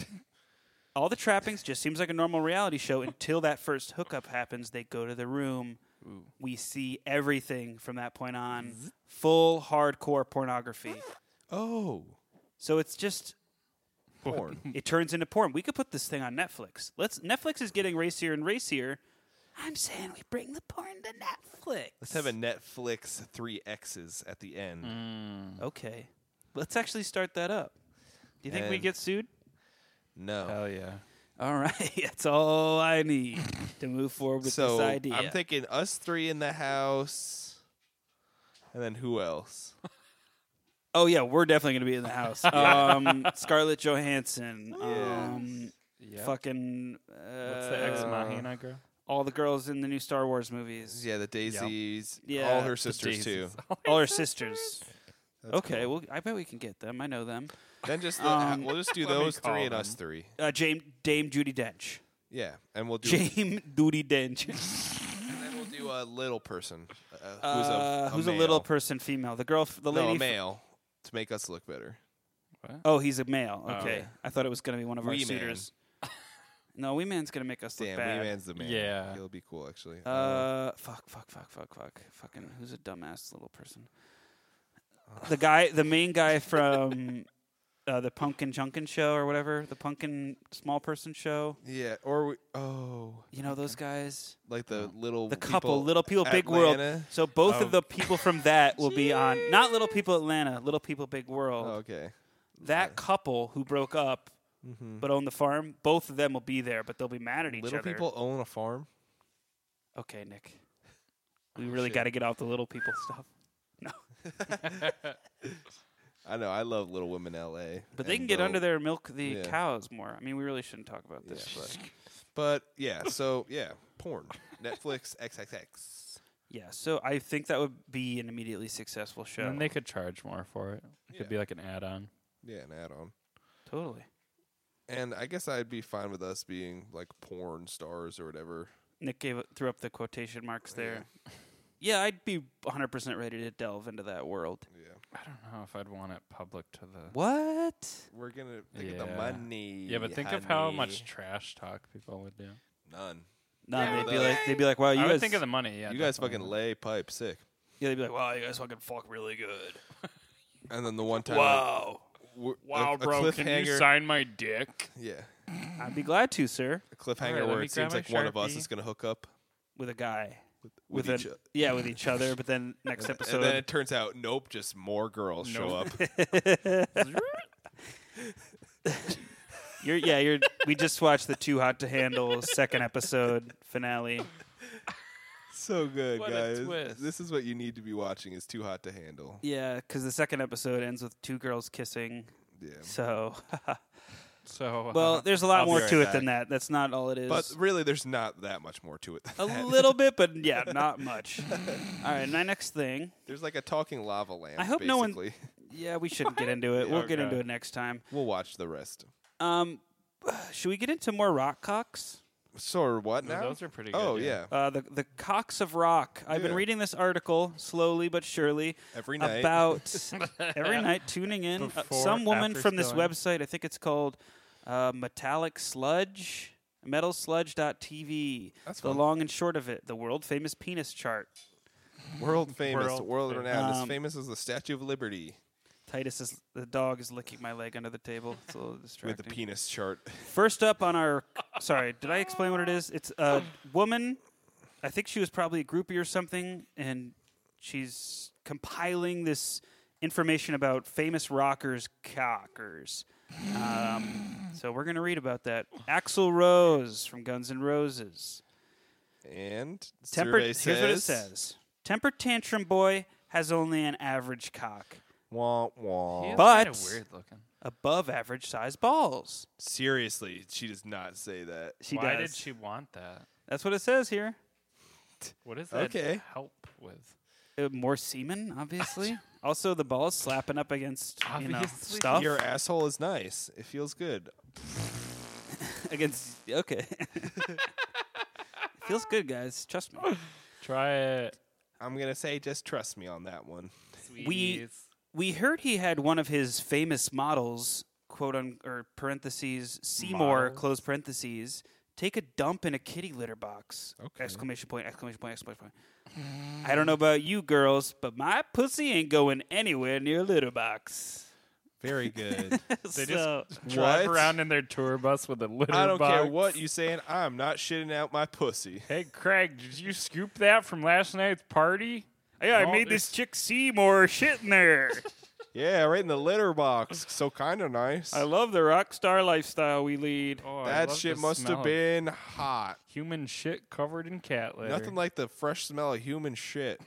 S1: All the trappings just seems like a normal reality show until that first hookup happens. They go to the room. We see everything from that point on. Full hardcore pornography.
S3: oh,
S1: So it's just
S3: porn.
S1: it turns into porn. We could put this thing on Netflix. Let's Netflix is getting racier and racier. I'm saying we bring the porn to Netflix.
S3: Let's have a Netflix three X's at the end.
S1: Mm. Okay. Let's actually start that up. Do you think we
S3: And-
S1: get sued? Oh.
S3: No.
S2: Hell yeah.
S1: All right, that's all I need to move forward with
S3: so
S1: this idea.
S3: I'm thinking us three in the house, and then who else?
S1: oh yeah, we're definitely gonna be in the house. um, Scarlett Johansson, um,
S2: Yeah.
S1: fucking uh,
S2: What's the ex Mahina girl?
S1: all the girls in the new Star Wars movies,
S3: Yeah, the Daisies.
S1: Yeah,
S3: all
S1: the
S3: her sisters too.
S2: Jesus.
S1: all her sisters.
S3: That's
S1: okay,
S3: cool.
S1: well I bet we can get them. I know them.
S3: Then just the,
S1: Um,
S3: we'll just do
S2: let me
S3: those
S2: call
S3: three and us
S2: them.
S3: three.
S1: Uh, Jame, Dame Judy Dench,
S3: Yeah, and we'll do
S1: Jame Judy Dench,
S3: and then we'll do a little person uh, who's
S1: uh,
S3: a,
S1: who's a
S3: male.
S1: little person, female. The girl, f- the
S3: no,
S1: lady.
S3: a
S1: f-
S3: male to make us look better.
S1: oh, he's a male.
S2: Oh,
S1: Okay,
S2: okay.
S1: I thought it was gonna be one of
S3: Wee
S1: our
S3: Man.
S1: suitors. no, Wee Man's gonna make us look
S3: Damn,
S1: bad.
S3: Wee Man's the man.
S2: Yeah.
S3: he'll be cool actually.
S1: Uh, fuck, fuck, fuck, fuck, fuck. Fucking, who's a dumbass little person?
S3: uh,
S1: The guy, the main guy from uh, the Pumpkin Junkin show or whatever, the Pumpkin Small Person show.
S3: yeah, or we, oh,
S1: You know those guys,
S3: like
S2: Oh,
S3: the little
S1: the
S3: people
S1: couple, Little People, Big World.
S3: Atlanta? Oh.
S1: So both of the people from that will be on. Not Little People Atlanta, Little People Big World.
S3: Oh, okay, Mm-hmm.
S1: That couple who broke up. But own the farm. Both of them will be there, but they'll be mad at each
S3: little
S1: other.
S3: people own a farm.
S1: Okay, Nick.
S3: Oh,
S1: We really got to get off the little people stuff.
S3: I know. I love Little Women L.A.
S1: But they
S3: and
S1: can get
S3: Little-
S1: under there and milk the
S3: yeah.
S1: cows more. I mean, we really shouldn't talk about this.
S3: Yeah,
S1: Yeah, but
S3: But yeah, so yeah, porn. Netflix XXX.
S1: yeah, so I think that would be an immediately successful show.
S2: And then they could charge more for it. It
S3: Yeah.
S2: could be like an add on.
S3: Yeah, an add-on.
S1: totally.
S3: And I guess I'd be fine with us being like porn stars or whatever.
S1: Nick gave it, threw up the quotation marks
S3: Oh,
S1: there. Yeah, I'd be 100% ready to delve into that world.
S3: Yeah,
S2: I don't know if I'd want it public to the.
S1: What?
S3: we're gonna think of the
S2: Yeah.
S3: money.
S2: Yeah, but think of how much
S3: honey.
S2: trash talk people would do.
S3: none.
S1: No, they'd be
S3: but-
S1: like, they'd be like, wow, you
S2: I
S1: guys,
S2: would think of the money. Yeah,
S3: you guys
S2: definitely.
S3: fucking lay pipe sick.
S1: yeah, they'd be like, wow, you guys fucking fuck really good.
S3: And then the one time, Oh.
S2: Wow.
S3: we're-
S2: Wow,
S3: a, a
S2: bro, can you
S3: cliffhanger-
S2: sign my dick?
S3: Yeah,
S1: I'd be glad to, sir,
S3: a cliffhanger
S2: let
S3: where
S2: me
S3: it
S2: grab
S3: seems
S2: my
S3: like one of us
S2: Sharpie.
S3: is gonna hook up
S1: with a guy.
S3: with,
S1: an-
S3: each other.
S1: Yeah, with each other. But then next
S3: And then
S1: episode,
S3: it turns out, nope, just more girls show up.
S1: You're yeah, you're we just watched the Too Hot to Handle second episode finale.
S3: So good,
S2: What a
S3: guys.
S2: twist.
S3: This is what you need to be watching. Is too hot to handle.
S1: Yeah, because the second episode ends with two girls kissing.
S3: Yeah.
S1: So, Uh-huh.
S2: So uh,
S1: well, there's a lot
S3: I'll be
S1: more
S3: right
S1: to
S3: back.
S1: it than that. That's not all it is.
S3: But really, there's not that much more to it. than
S1: a
S3: that.
S1: little bit, but yeah, not much. all right, my next thing.
S3: There's like a talking lava lamp.
S1: I hope
S3: basically.
S1: no one- Yeah, we shouldn't get into it. We'll get
S3: Okay.
S1: into it next time.
S3: We'll watch the rest.
S1: Um, should we get into more rock cocks?
S3: So or what
S2: no,
S3: now?
S2: those are pretty. good.
S3: oh yeah.
S1: Uh, the the cocks of rock. I've been
S3: Yeah.
S1: reading this article slowly but surely
S3: Every night.
S1: about every night tuning in. Uh,
S2: Before,
S1: some woman
S2: after
S1: from this
S2: going.
S1: website, I think it's called uh, Metallic Sludge, metalsludge.tv.
S3: That's
S1: the
S3: fun.
S1: long and short of it, the world famous penis chart.
S3: world famous,
S2: World
S3: world, renowned,
S1: Um,
S3: as famous as the Statue of Liberty
S1: Titus is the dog is licking my leg under the table. It's a little distracting.
S3: with the penis chart.
S1: First up on our sorry, did I explain what it is? It's a woman. I think she was probably a groupie or something, and she's compiling this information about famous rockers cockers. Um, so we're gonna read about that. Axl Rose from Guns N' Roses.
S3: And
S1: Temper.
S3: survey
S1: Here's
S3: says,
S1: what it says: Temper tantrum boy has only an average cock,
S3: Wah, wah.
S2: He is
S1: But-
S2: kinda weird looking.
S1: above average size balls.
S3: Seriously, she does not say that.
S1: She
S2: Why
S1: does.
S2: did she want that?
S1: That's what it says here.
S2: What does that
S3: Okay.
S2: help with?
S1: Uh, more semen, obviously. also, the balls slapping up against you know,
S2: Obviously.
S1: stuff
S3: Your asshole is nice. It feels good.
S1: against. Okay, feels good, guys. Trust me.
S2: Try it.
S3: I'm gonna say, just trust me on that one.
S1: We we heard he had one of his famous models, quote un or parentheses Seymour
S2: Models?
S1: close parentheses, take a dump in a kitty litter box!
S3: Okay.
S1: Exclamation point! Exclamation point! Exclamation point! I don't know about you girls, but my pussy ain't going anywhere near a litter box.
S3: Very good.
S1: They
S2: just-
S1: just
S2: drive
S3: What?
S2: around in their tour bus with a litter
S3: I don't care
S2: box.
S3: what you saying. I'm not shitting out my pussy.
S2: Hey Craig, did you scoop that from last night's party?
S1: yeah, I
S2: Well,
S1: made
S2: it's-
S1: this chick Seymour shit in there.
S3: Yeah, right in the litter box. So kind of nice.
S1: I love the rock star lifestyle we lead.
S2: Oh, I
S3: that
S2: love
S3: shit
S2: the
S3: must
S2: smell
S3: have
S2: of
S3: been hot.
S2: human shit covered in cat litter.
S3: Nothing like the fresh smell of human shit.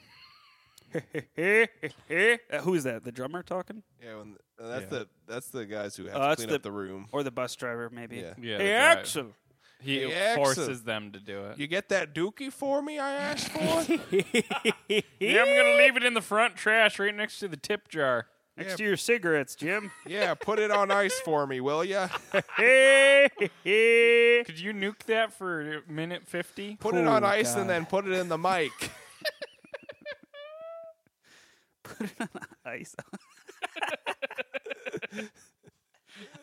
S1: Eh, eh. Uh, who is that? The drummer talking,
S3: Yeah, when uh, that's
S2: Yeah.
S3: the that's the guys who have
S1: Oh,
S3: to
S1: that's
S3: clean up
S1: the-
S3: the room.
S1: or the bus driver? Maybe.
S3: Yeah.
S1: Hey,
S2: Yeah, the guy-
S1: Axel.
S2: He
S3: Hey, Axel.
S2: forces them to do it.
S3: You get that dookie for me? I asked for.
S2: Yeah, I'm gonna leave it in the front trash right next to the tip jar.
S1: Next to your cigarettes, Jim.
S3: yeah, put it on ice for me, will ya?
S2: Hey, could you nuke that for a minute fifty?
S3: Put it
S1: Oh,
S3: on ice
S1: God.
S3: and then put it in the mic.
S1: Ice.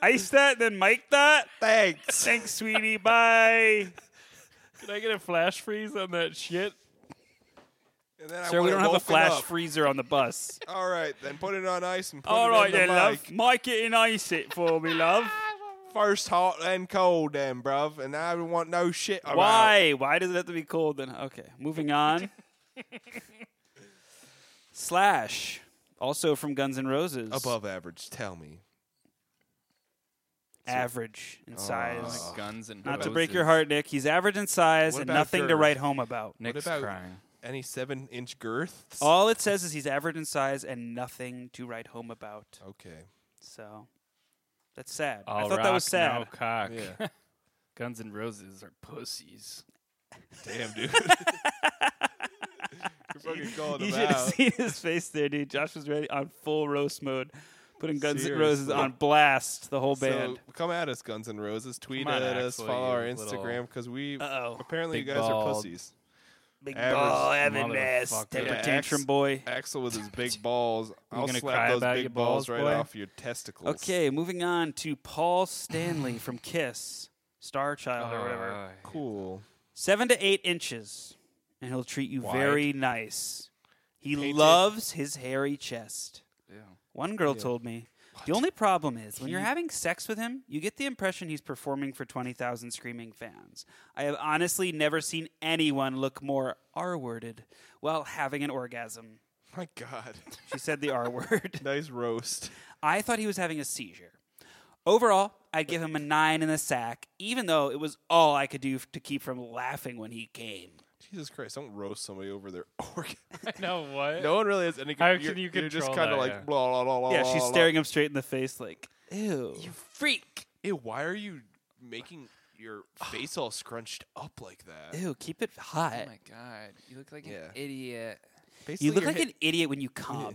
S1: Ice that, then Mike that.
S3: Thanks.
S1: Thanks, sweetie. Bye.
S2: Could I get a flash freeze on that shit?
S3: And then I
S1: Sir, we
S3: wanna
S1: don't have a
S3: woken
S1: flash
S3: up.
S1: freezer on the bus.
S3: All right, then put it on ice and put
S1: All
S3: it
S1: right,
S3: in the
S1: then,
S3: mic.
S1: love. Mike it and ice it for me, love.
S3: First hot, then cold, then bruv. And I don't want no shit. about-
S1: Why? Why does it have to be cold then? Okay, moving on. Slash, also from Guns N' Roses.
S3: Above average. Tell me.
S1: average
S3: Ah.
S1: in size.
S2: Guns and
S1: Not to break your heart, Nick. He's average in size
S3: What
S1: and
S3: about
S1: nothing to
S3: girth?
S1: write home about.
S2: Nick's
S3: about-
S2: crying.
S3: Any seven inch girths?
S1: All it says is he's average in size and nothing to write home about.
S3: Okay.
S1: So that's sad.
S2: All
S1: I thought that was
S2: rock,
S1: sad.
S2: No cock.
S3: Yeah.
S2: Guns and Roses are pussies.
S3: Damn, dude. You're fucking calling
S1: You
S3: him
S1: should have
S3: out.
S1: seen his face there, dude. Josh was ready on full roast mode, putting Guns N' Roses
S3: Seriously.
S1: on blast. The whole band.
S3: So come at us, Guns N' Roses. Tweet
S2: Come on,
S3: at us.
S2: Axel,
S3: Follow
S2: you
S3: our
S2: little-
S3: Instagram because we
S1: Uh-oh.
S3: apparently
S2: Big
S3: you guys are
S2: bald.
S3: pussies.
S1: Big
S3: average
S1: ball, Evan Ness,
S2: motherfucker.
S1: temper
S3: Yeah,
S1: tantrum
S3: X-
S1: boy.
S3: Axel with his big balls. I'll
S2: gonna cry
S3: slap those
S2: about
S3: big
S2: your balls,
S3: balls, right
S2: boy?
S3: off your testicles.
S1: Okay, moving on to Paul Stanley from Kiss, Star Child or whatever.
S2: Uh,
S3: Cool.
S1: Seven to eight inches, and he'll treat you
S2: Wide.
S1: very nice. He
S3: Painted.
S1: loves his hairy chest.
S2: ew.
S1: One girl told me the only problem is when you're having sex with him, you get the impression he's performing for 20,000 screaming fans. I have honestly never seen anyone look more R worded while having an orgasm.
S3: My God.
S1: She said the R word.
S3: nice roast.
S1: I thought he was having a seizure. Overall, I'd give him a nine in the sack, even though it was all I could do f- to keep from laughing when he came.
S3: Jesus Christ, don't roast somebody over their organ.
S2: no, what?
S3: no one really has any.
S2: How
S3: you're-
S2: can you
S3: You're just
S2: control
S3: kind
S2: that,
S3: of like
S2: yeah.
S3: blah blah blah blah.
S1: Yeah, she's
S3: blah,
S1: staring him straight in the face, like, ew.
S3: Blah. You freak! Ew, why are you making your face all scrunched up like that?
S1: Ew, keep it hot.
S7: Oh my god, you look like
S3: Yeah.
S7: an idiot. Um,
S3: Basically,
S1: you look
S3: your
S1: like
S3: hip-
S1: an idiot when you come.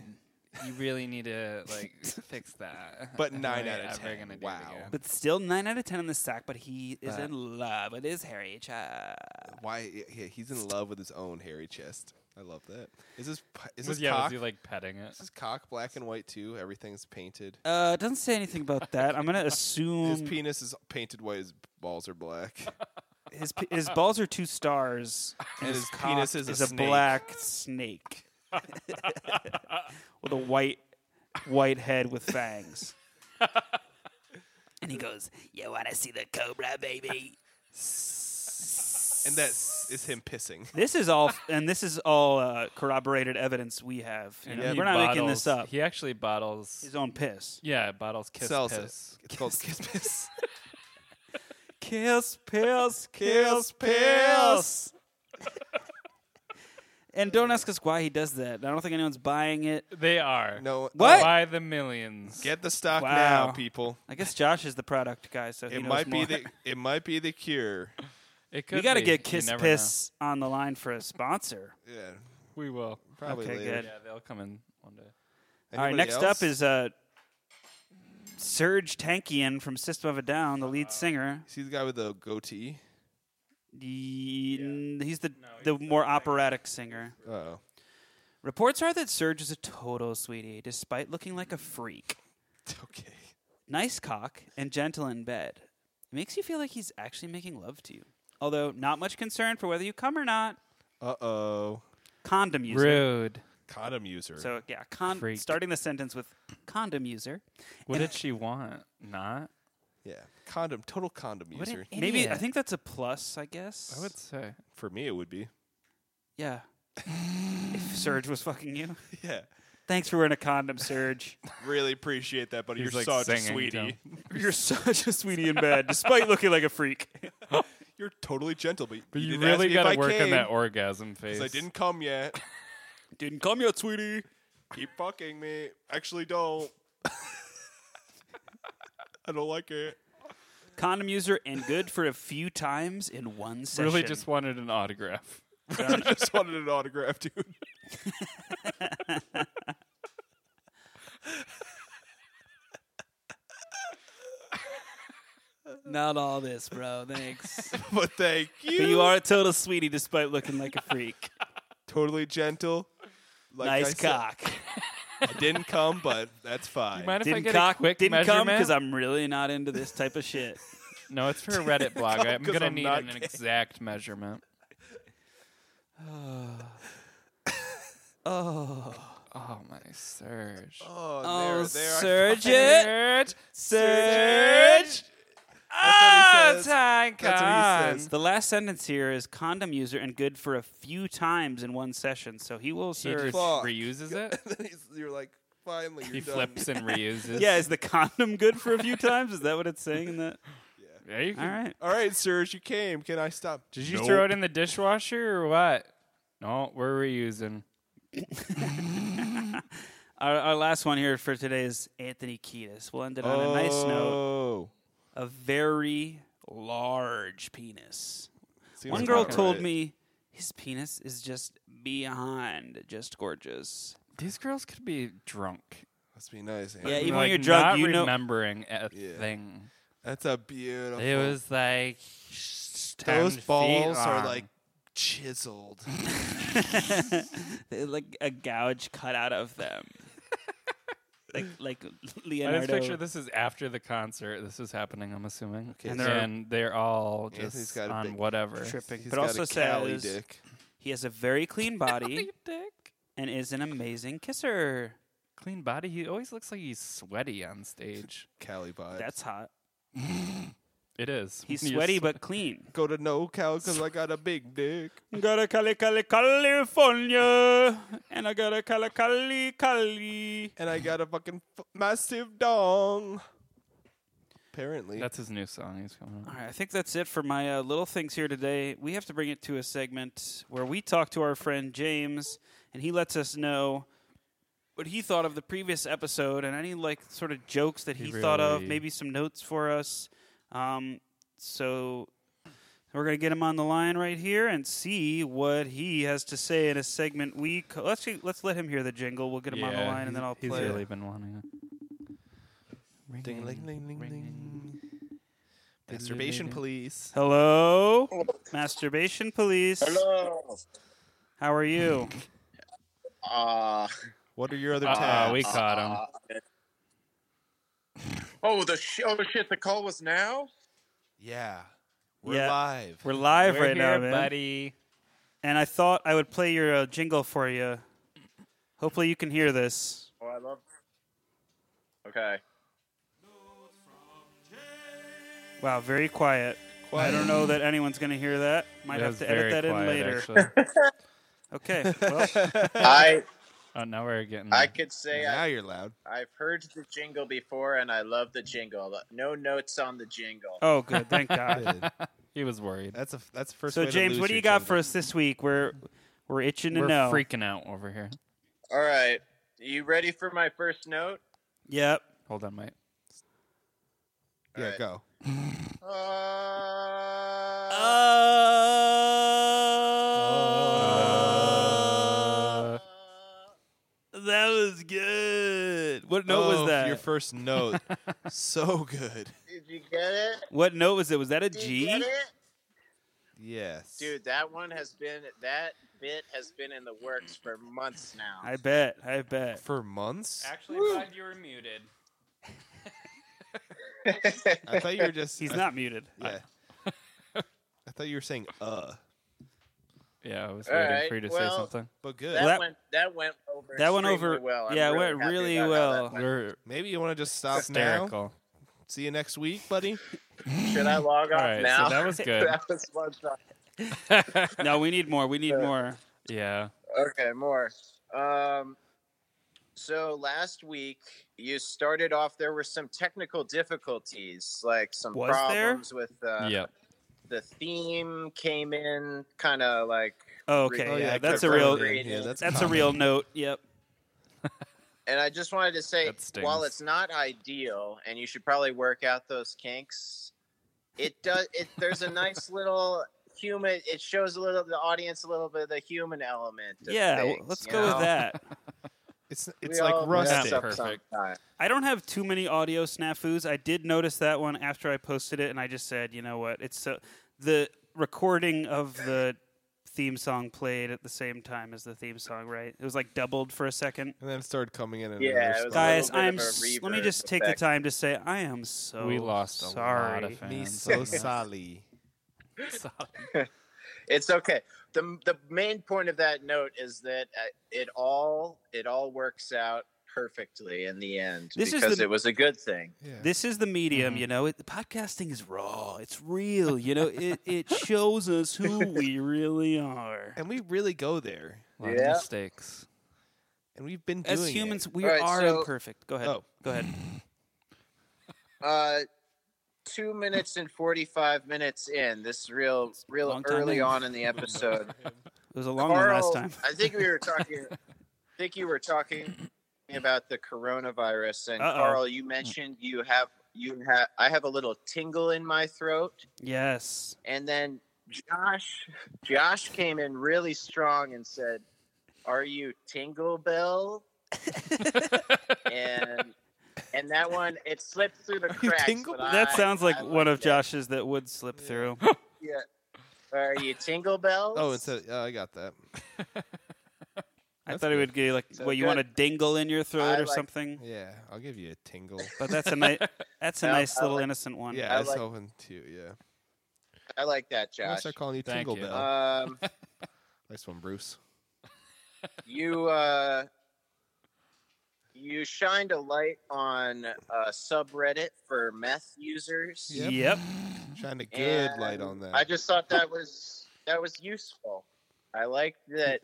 S7: You really need to like fix that.
S3: But
S7: If
S3: nine
S7: you're
S3: out of
S7: ever
S3: ten,
S7: gonna do it
S3: wow.
S7: again.
S1: But still, 9 out of 10 on the sack, but he is
S7: But-
S1: in love with his hairy child.
S3: uh, Why? Yeah, he's in love with his own hairy chest. I love that. Is this p- is
S2: Was,
S3: this
S2: yeah,
S3: cock?
S2: was he like petting it?
S3: is this cock black and white too? Everything's painted.
S1: Uh, doesn't say anything about that. I'm going to
S3: His
S1: assume his,
S3: penis is painted white. His balls are black.
S1: his, pe- his balls are two stars,
S3: And his
S1: cock
S3: penis is a snake.
S1: black snake with a white white head with fangs. and he goes, You want to see the cobra, baby?
S3: and that s- is him pissing.
S1: This is all, and this is all uh, corroborated evidence we have. You know,
S2: he
S1: We're not making this
S2: bottles-
S1: up.
S2: He actually bottles.
S1: His own piss.
S2: yeah, bottles kiss
S3: Sells it.
S2: piss.
S3: It's called kiss piss.
S1: Kiss, piss,
S3: Kiss, piss.
S1: and don't ask us why he does that. I don't think anyone's buying it.
S2: They are.
S3: No.
S1: What?
S2: By the millions.
S3: Get the stock
S1: Wow.
S3: now, people.
S1: I guess Josh is the product guy, so he
S3: It
S1: knows
S3: might be
S1: more.
S3: the it might be the cure.
S2: it could
S1: we got to
S2: be.
S1: get
S2: You
S1: Kiss
S2: never
S1: Piss on the line for a sponsor.
S3: Yeah,
S2: know. We will.
S3: probably
S1: Okay,
S3: later.
S1: good.
S2: Yeah, they'll come in one day.
S1: All right,
S3: Anybody
S1: next
S3: else?
S1: up is uh, Serge Tankian from System of a Down, the lead singer.
S3: see the guy with the goatee.
S1: He- He's the the more operatic singer.
S3: Oh,
S1: Reports are that Serge is a total sweetie, despite looking like a freak.
S3: okay.
S1: Nice cock and gentle in bed. It makes you feel like he's actually making love to you. Although not much concern for whether you come or not.
S3: Uh oh,
S1: Condom user.
S2: Rude.
S3: condom user.
S1: So yeah, con-
S2: Freak.
S1: starting the sentence with condom user.
S2: What did she want? Not?
S3: yeah, condom. Total condom
S2: What an
S3: user.
S1: Maybe I
S2: idiot.
S1: think that's a plus. I guess.
S2: I would say.
S3: For me, it would be.
S1: Yeah. if Serge was fucking you,
S3: Yeah,
S1: thanks for wearing a condom, Serge.
S3: really appreciate that, buddy.
S2: He's,
S3: You're
S2: like,
S3: such a
S2: singing to
S3: sweetie.
S1: You're such a sweetie in bed, despite looking like a freak.
S3: You're totally gentle, but,
S2: But you,
S3: didn't ask
S2: really
S3: me if
S2: got
S3: I
S2: to work
S3: came,
S2: on that orgasm phase.
S3: 'cause I didn't come yet.
S1: Didn't come yet, sweetie.
S3: Keep fucking me. Actually, don't. I don't like it.
S1: Condom user and good for a few times in one session.
S2: Really just wanted an autograph.
S3: I just wanted an autograph, dude.
S1: not all this, bro. Thanks.
S3: But thank you.
S1: But you are a total sweetie despite looking like a freak.
S3: totally gentle. Like I
S1: nice
S3: said,
S1: cock.
S3: I didn't come, but that's fine.
S2: Mind if I
S1: Didn't
S2: get
S1: cock
S2: a quick
S1: didn't come because
S2: measurement?
S1: I'm really not into this type of shit.
S2: No, it's for a Reddit blog. I'm
S3: 'cause
S2: gonna
S3: I'm
S2: need
S3: not
S2: an
S3: gay.
S2: exact measurement.
S1: Oh,
S7: Oh my Serge.
S3: oh,
S1: oh
S3: there, there.
S1: Serge, it,
S2: Serge,
S1: Serge. Ah,
S3: I, that's what he says.
S2: time
S3: That's what he says.
S1: The last sentence here is condom user and good for a few times in one session. So he will
S2: He just
S1: serve.
S3: Fuck.
S2: reuses it.
S3: Then he's- you're like, finally, you're
S2: He
S3: done.
S2: flips and reuses.
S1: Yeah, is the condom good for a few times? Is that what it's saying? In that
S2: Yeah,
S1: all
S2: you can-
S1: right.
S3: All right, Serge, you came. Can I stop?
S2: Did you
S3: Nope.
S2: throw it in the dishwasher or what? No, we're reusing.
S1: Our, our last one here for today is Anthony Kiedis. We'll end it on a nice note.
S3: Oh.
S1: A very large penis.
S3: Seems
S1: One girl
S3: about
S1: told
S3: right.
S1: me his penis is just beyond just gorgeous.
S2: These girls could be drunk.
S3: Must be nice.
S1: Yeah,
S3: Andy.
S1: even when
S2: Like,
S1: you're drunk,
S2: not
S1: you know-
S2: remembering a
S3: Yeah.
S2: thing.
S3: that's a beautiful.
S2: It was like 10
S3: Those
S2: feet
S3: balls are
S2: long.
S3: like chiseled.
S1: They're like a gouge cut out of them. like like
S2: I
S1: Leonardo.
S2: just picture this is after the concert. This is happening, I'm assuming.
S3: Okay,
S2: and,
S3: so-
S2: they're, and they're all
S3: Anthony's
S2: just
S3: got a
S2: on
S3: big
S2: whatever.
S1: Tripping,
S3: He's
S1: but
S3: got
S1: also
S3: a Cali
S1: says
S3: dick.
S1: he has a very clean body
S2: Dick.
S1: and is an amazing kisser.
S2: Clean body. He always looks like he's sweaty on stage.
S3: Cali vibes.
S1: That's hot.
S2: It is.
S1: He's
S2: You're
S1: sweaty
S2: s-
S1: but clean.
S3: Go to no Cal because I got a big dick.
S1: Got a Cali Cali California, and I got a Cali Cali Cali.
S3: and I got a fucking f- massive dong. Apparently,
S2: That's his new song. He's coming
S1: All
S2: out.
S1: right, I think that's it for my uh, little things here today. We have to bring it to a segment where we talk to our friend James, and he lets us know what he thought of the previous episode and any like sort of jokes that he,
S2: He
S1: thought of,
S2: really-
S1: maybe some notes for us. Um, so we're gonna get him on the line right here and see what he has to say in a segment we. Co- let's let's let him hear the jingle. We'll get him on the line, and then I'll
S2: he's
S1: play.
S2: really
S1: it.
S2: been wanting it.
S3: Ding, ling, ling, ling, ling. Masturbation police.
S1: Hello, masturbation police.
S8: Hello.
S1: How are you?
S8: Uh,
S3: What are your
S1: Uh-uh,
S3: other
S2: Uh,
S3: tabs?
S2: we caught him.
S8: oh, the sh- oh shit! The call was now.
S3: yeah, we're
S1: Yeah.
S3: live.
S1: We're live
S2: We're
S1: right
S2: here,
S1: now, man.
S2: buddy.
S1: And I thought I would play your uh, jingle for you. Hopefully, you can hear this.
S8: Oh, I love. Okay.
S1: Wow, very quiet. I don't know that anyone's going to hear that. Might
S2: It
S1: have
S2: was
S1: to
S2: very
S1: edit that
S2: quiet,
S1: in later.
S2: actually.
S1: Okay. Well,
S8: I
S2: oh, now we're getting.
S8: I could say
S3: now
S8: I,
S3: you're loud.
S8: I've heard the jingle before, and I love the jingle. No notes on the jingle.
S1: oh, good. Thank God.
S2: he was worried.
S3: That's a that's the first.
S1: so,
S3: way to
S1: James,
S3: lose
S1: what do
S3: your
S1: you got
S3: children.
S1: for us this week? We're we're itching to
S2: We're
S1: know.
S2: freaking out over here.
S8: All right. You ready for my first note?
S1: Yep.
S2: Hold on, mate.
S3: Yeah,
S8: Alright.
S3: go.
S8: Uh,
S1: Uh, Oh, that was good. What note
S3: Oh,
S1: was that?
S3: Your first note. so good.
S8: did you get it?
S1: what note was it? Was that a
S8: Did you get
S1: G?
S8: it?
S3: Yes.
S8: Dude, that one has been that bit has been in the works for months now.
S1: I bet. I bet.
S3: For months?
S7: Actually, glad you were muted.
S3: I thought you were just.
S1: He's
S3: I-
S1: not muted.
S3: Yeah. I thought you were saying uh,
S2: Yeah, I was
S8: All
S2: waiting
S8: right,
S2: for you to
S8: well-
S2: say something.
S3: but good.
S8: that,
S1: that-
S8: went that went over
S1: that went
S8: extremely
S1: over-
S8: well. I'm
S1: yeah, it
S8: really
S1: went
S8: happy
S1: really
S8: about how that
S1: well.
S8: went.
S2: We're
S3: Maybe you want to just stop now.
S2: hysterical.
S3: See you next week, buddy.
S8: Should I log
S2: All
S8: off
S2: right, so
S8: now?
S2: that was good.
S8: That was one shot.
S1: No, we need more. We
S8: Uh,
S1: need more.
S2: yeah.
S8: Okay, more. Um, so last week you started off. There were some technical difficulties, like some
S1: Was there?
S8: problems with uh,
S2: yep.
S8: the theme came in kind of like,
S1: Oh, okay.
S8: Oh,
S1: yeah,
S8: yeah,
S1: that's
S8: I
S1: a
S8: kept
S1: real.
S8: wondering.
S3: Yeah, that's
S1: That's a
S3: common.
S1: real note. Yep.
S8: and I just wanted to say,
S2: That stings.
S8: while it's not ideal, and you should probably work out those kinks, it does. It there's a nice little human. It shows a little the audience a little bit of the human element. of
S1: Yeah. w-
S8: things,
S1: let's
S8: you
S1: go
S8: know?
S1: with that.
S3: It's
S8: We
S3: it's like
S8: all
S3: rustic.
S8: mess up
S2: Perfect.
S8: sometimes.
S1: I don't have too many audio snafus. I did notice that one after I posted it, and I just said, you know what? It's so the recording of the theme song played at the same time as the theme song. Right? It was like doubled for a second.
S3: And then it started coming in. in
S8: Yeah,
S3: another
S8: it was a
S3: spot.
S1: Guys,
S8: little bit
S1: I'm.
S8: of a
S1: s- let me
S8: reverb
S1: just take
S8: effect.
S1: the time to say I am so.
S2: we lost a
S1: sorry.
S2: lot of fans.
S3: Me
S2: on
S3: so
S2: this.
S3: sorry.
S8: It's okay. the The main point of that note is that uh, it all it all works out perfectly in the end
S1: This is
S8: because
S1: the-
S8: it was a good thing.
S3: Yeah.
S1: This is the medium,
S2: Mhm.
S1: you know. It, the podcasting is raw. It's real, you know. It it shows us who we really are.
S3: and we really go there,
S2: A lot of
S8: Yeah.
S2: mistakes.
S3: and we've been doing
S1: As
S3: it.
S1: humans, we
S8: All right,
S1: are
S8: so-
S1: imperfect. Go ahead.
S3: Oh.
S1: Go ahead.
S8: Uh, two minutes and forty five minutes in this real real
S1: Long time
S8: early
S1: in.
S8: on in the episode.
S1: It was a long one last
S8: Carl-
S1: time.
S8: I think we were talking. I think you were talking about the coronavirus, and
S1: Uh-oh.
S8: Carl, you mentioned you have you have I have a little tingle in my throat.
S1: Yes.
S8: And then Josh, Josh came in really strong and said, "Are you Tingle Bell?" and and that one it slipped through the
S3: you
S8: cracks.
S3: Tingle
S8: but
S3: Bell?
S1: That
S8: I-
S1: sounds like
S8: I
S1: one of
S8: liked it.
S1: Josh's that would slip through.
S8: Are you Tingle Bells?
S3: Oh, it's a, oh, I got that.
S1: I
S3: That's
S1: thought it
S3: good.
S1: would be like,
S8: So
S1: well, you
S8: good.
S1: want a dingle in your throat
S8: I
S1: or
S8: like-
S1: something.
S3: Yeah, I'll give you a tingle.
S1: But that's a nice, that's a
S8: No,
S1: nice
S8: I
S1: little
S8: like-
S1: innocent one.
S3: Yeah,
S8: I
S3: I was
S8: like-
S3: hoping to. Yeah,
S8: I like that,
S3: I'm gonna
S8: Josh.
S3: start calling you
S2: Thank
S3: Tingle
S2: you.
S3: Bell.
S8: Um,
S3: nice one, Bruce.
S8: you uh, you shined a light on a subreddit for meth users.
S3: Yep.
S1: Yep.
S3: Shine a good light
S8: And
S3: on that.
S8: I just thought that was that was useful. I liked that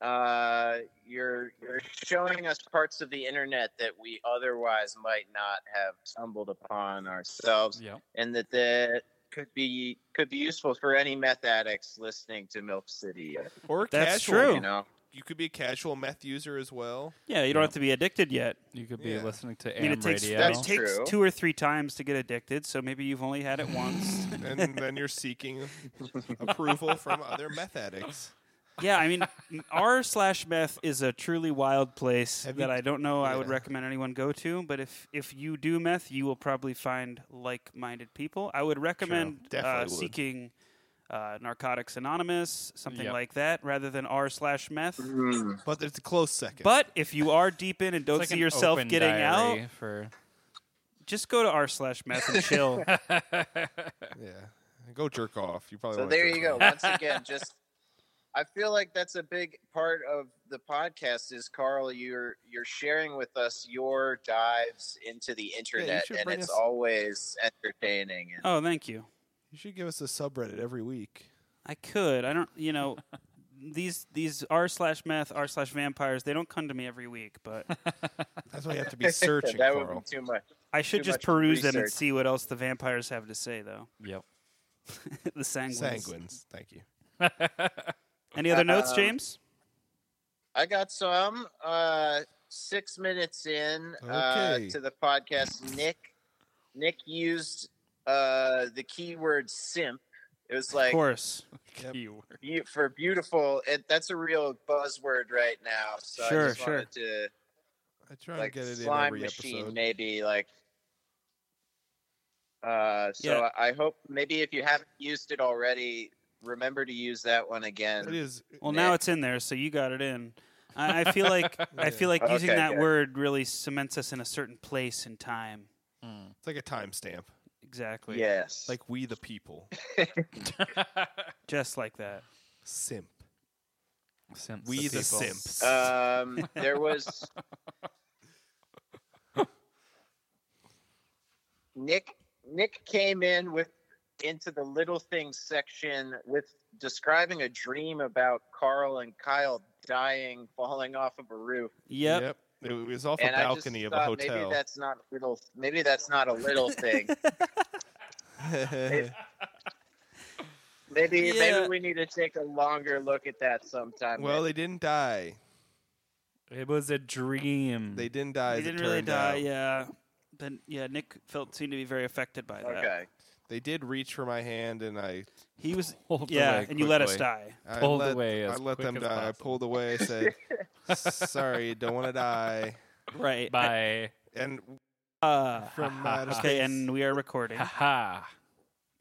S8: uh, you're you're showing us parts of the internet that we otherwise might not have stumbled upon ourselves,
S2: Yep.
S8: and that that could be could be useful for any meth addicts listening to Milk City. uh,
S3: Or
S1: That's
S3: casual,
S1: true.
S8: You know,
S3: You could be a casual meth user as well.
S1: Yeah, you don't have to be addicted yet.
S2: You could be
S3: Yeah.
S2: listening to
S1: I
S2: AM
S1: mean, it takes,
S2: radio.
S1: it
S8: That's
S1: takes
S8: true.
S1: two or three times to get addicted, so maybe you've only had it once.
S3: and then you're seeking approval from other meth addicts.
S1: yeah, I mean, r slash meth is a truly wild place
S3: Have you-
S1: that I don't know I would
S3: Yeah.
S1: recommend anyone go to. But if if you do meth, you will probably find like minded people. I would recommend
S3: Definitely
S1: uh,
S3: would.
S1: seeking uh, Narcotics Anonymous, something
S2: Yep.
S1: like that, rather than r slash meth.
S8: Hmm.
S3: But it's a close second.
S1: But if you are deep in and don't
S2: like
S1: see
S2: an
S1: yourself
S2: open
S1: getting out,
S2: diary for
S1: just go to r slash meth and chill.
S3: yeah, go jerk off. You probably
S8: so
S3: wanna
S8: there
S3: jerk
S8: you go.
S3: off.
S8: Once again, just I feel like that's a big part of the podcast. Is Carl, you're you're sharing with us your dives into the internet,
S3: should
S8: and
S3: bring
S8: it's
S3: us-
S8: always entertaining. And
S1: oh, thank you.
S3: You should give us a subreddit every week.
S1: I could. I don't. You know, these these r slash meth r slash vampires. They don't come to me every week, but
S3: That's why you have to be searching,
S8: that
S3: Carl.
S8: would be too much.
S1: I should
S8: Too
S1: just
S8: much
S1: peruse them and
S8: research.
S1: see what else the vampires have to say, though.
S2: yep.
S1: the sanguines.
S3: Sanguines. Thank you.
S1: Any other notes,
S8: Um,
S1: James?
S8: I got some. Uh, six minutes in uh,
S3: Okay.
S8: to the podcast, Nick Nick used uh, the keyword "simp." It was
S1: of
S8: like
S1: course.
S3: Yep.
S2: Keyword.
S8: be- for beautiful. It, that's a real buzzword right now. So
S1: Sure,
S8: I just wanted to
S3: I try
S8: like
S3: and get it in
S8: slime
S3: every
S8: machine,
S3: episode.
S8: maybe like. Uh, so
S1: Yeah.
S8: I hope maybe if you haven't used it already, remember to use that one again.
S3: It is.
S1: Well, now
S8: Nick.
S1: it's in there, so you got it in. I, I feel like I feel like using
S8: Okay,
S1: that
S8: good.
S1: word really cements us in a certain place and time.
S2: Hmm.
S3: It's like a timestamp.
S1: Exactly.
S8: Yes.
S3: Like we the people.
S1: Just like that.
S3: Simp.
S2: Simps
S3: We the,
S2: people.
S3: simps.
S8: Um, there was Nick. Nick came in with into the little things section with describing a dream about Carl and Kyle dying, falling off of a roof,
S1: Yep.
S3: It was off
S8: and
S3: a
S8: I
S3: balcony of
S8: just
S3: a
S8: thought maybe
S3: hotel.
S8: that's not little. Maybe that's not a little thing. Maybe
S1: Yeah.
S8: maybe we need to take a longer look at that sometime.
S3: well, they didn't die.
S2: It was a dream.
S3: They didn't die.
S1: He
S3: as it
S1: Hmm. didn't really
S3: turned
S1: die.
S3: out.
S1: Yeah. But yeah, Nick felt seemed to be very affected by that.
S8: okay.
S3: They did reach for my hand, and I
S1: He was
S2: Pulled
S1: yeah,
S2: away
S1: and you let us
S2: quickly.
S1: die.
S3: I
S2: Pulled
S3: let,
S2: away
S3: I
S2: as
S3: let
S2: quick
S3: them
S2: as
S3: die. I
S2: possible.
S3: pulled away. I said, "Sorry, don't want to die."
S1: Right.
S2: Bye.
S3: And
S1: Uh,
S3: from my outer
S1: okay,
S3: space-
S1: and we are recording.
S2: Haha.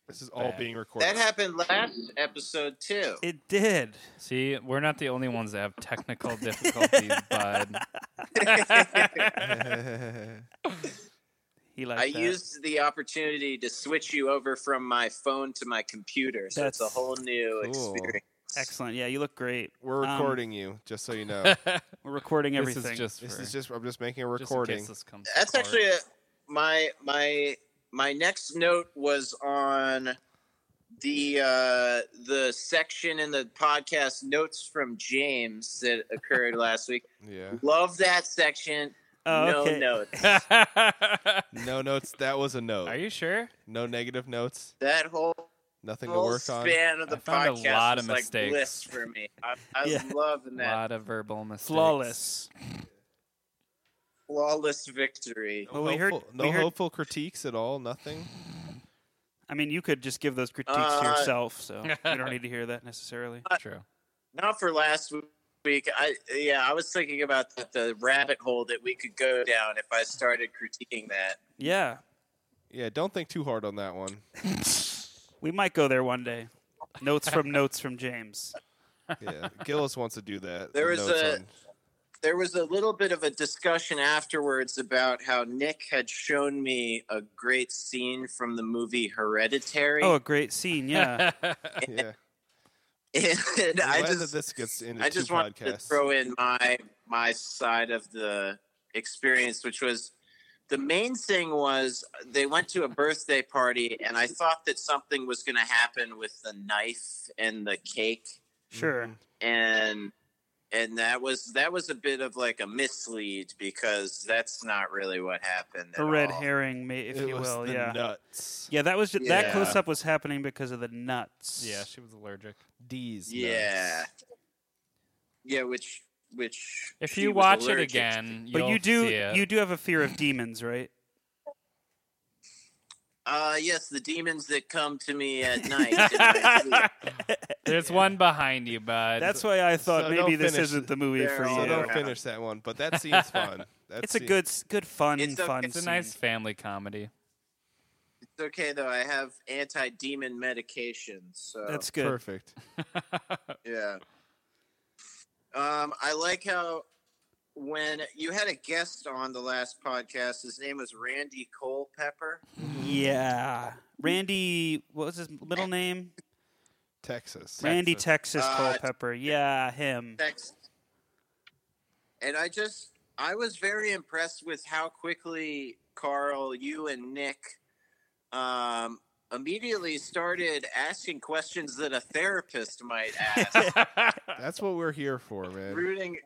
S3: this is all
S2: Bad.
S3: being recorded.
S8: That happened last episode too.
S1: It did.
S2: See, we're not the only ones that have technical difficulties, bud.
S1: He liked
S8: I
S1: that.
S8: used the opportunity to switch you over from my phone to my computer, so it's a
S1: That's
S8: whole new
S3: cool.
S8: experience.
S1: excellent. Yeah, you look great.
S3: We're
S1: Um,
S3: recording you, just so you know.
S1: We're recording everything.
S2: This is just
S3: this
S2: for,
S3: is just I'm just making a
S2: just in
S3: recording.
S2: case this comes
S8: That's
S2: apart.
S8: actually a, my my my next note was on the uh, the section in the podcast notes from James that occurred last week.
S3: yeah.
S8: Love that section.
S1: Oh,
S8: no
S1: okay.
S8: notes.
S3: No notes. That was a note.
S2: Are you sure?
S3: No negative notes.
S8: That whole
S3: Nothing to
S8: whole
S3: work on.
S8: span of the
S2: I found a
S8: podcast
S2: lot
S8: was
S2: of
S8: like
S2: mistakes.
S8: bliss for me. I, I
S1: Yeah.
S8: was loving
S2: A
S8: that
S2: lot of verbal mistakes.
S1: Flawless.
S8: flawless victory.
S3: No
S1: Well, we heard-
S3: hopeful-
S1: we
S3: no
S1: heard-
S3: hopeful critiques at all. Nothing.
S1: I mean, you could just give those critiques to
S8: Uh,
S1: yourself, so you don't need to hear that necessarily.
S2: True.
S8: not for last week. I yeah, I was thinking about the, the rabbit hole that we could go down if I started critiquing that.
S1: Yeah,
S3: Yeah. Don't think too hard on that one.
S1: we might go there one day. Notes from notes from James.
S3: Yeah. Gillis wants to do that.
S8: There
S3: the
S8: was
S3: notes
S8: a-
S3: on-
S8: There was a little bit of a discussion afterwards about how Nick had shown me a great scene from the movie Hereditary,
S1: Oh, a great scene. Yeah,
S3: Yeah.
S8: and
S3: I'm
S8: I
S3: glad
S8: just
S3: that this gets into
S8: I
S3: two
S8: just wanted to
S3: podcasts.
S8: throw in my my side of the experience, which was the main thing was they went to a birthday party, and I thought that something was going to happen with the knife and the cake,
S1: sure.
S8: and and that was that was a bit of like a mislead because that's not really what happened. at
S1: a red
S8: all.
S1: herring, ma- if
S3: it
S1: you
S3: was
S1: will.
S3: the
S1: Yeah.
S3: nuts.
S1: Yeah, that was ju- that
S8: Yeah.
S1: close up was happening because of the nuts.
S2: Yeah, she was allergic.
S3: D's. nuts.
S8: Yeah. Yeah, which which
S7: If
S8: she
S7: you
S8: was
S7: watch it
S8: allergic to.
S7: again,
S1: but
S7: you'll
S1: you do
S7: see it.
S1: you do have a fear of demons, right?
S8: Uh yes, the demons that come to me at night. and I see it.
S7: There's one behind you, bud.
S1: That's why I thought
S3: So
S1: maybe
S3: don't
S1: this
S3: finish
S1: isn't the movie
S8: there
S1: for
S8: all
S3: So
S1: you.
S8: the way.
S3: don't finish that one, but that seems fun. That
S1: It's a
S3: seems-
S1: good, s- good fun,
S8: It's a-
S1: fun.
S7: it's a
S1: scene.
S7: nice family comedy.
S8: it's okay though. I have anti demon medication, so
S1: That's good.
S3: perfect.
S8: yeah. Um, I like how when you had a guest on the last podcast, his name was Randy Culpepper.
S1: Yeah, Randy. What was his middle name?
S3: Texas.
S1: Randy Texas
S8: Uh,
S1: Culpepper. Yeah, him.
S8: Tex- And I just, I was very impressed with how quickly Carl, you and Nick, um, immediately started asking questions that a therapist might ask.
S3: That's what we're here for, man.
S8: rooting.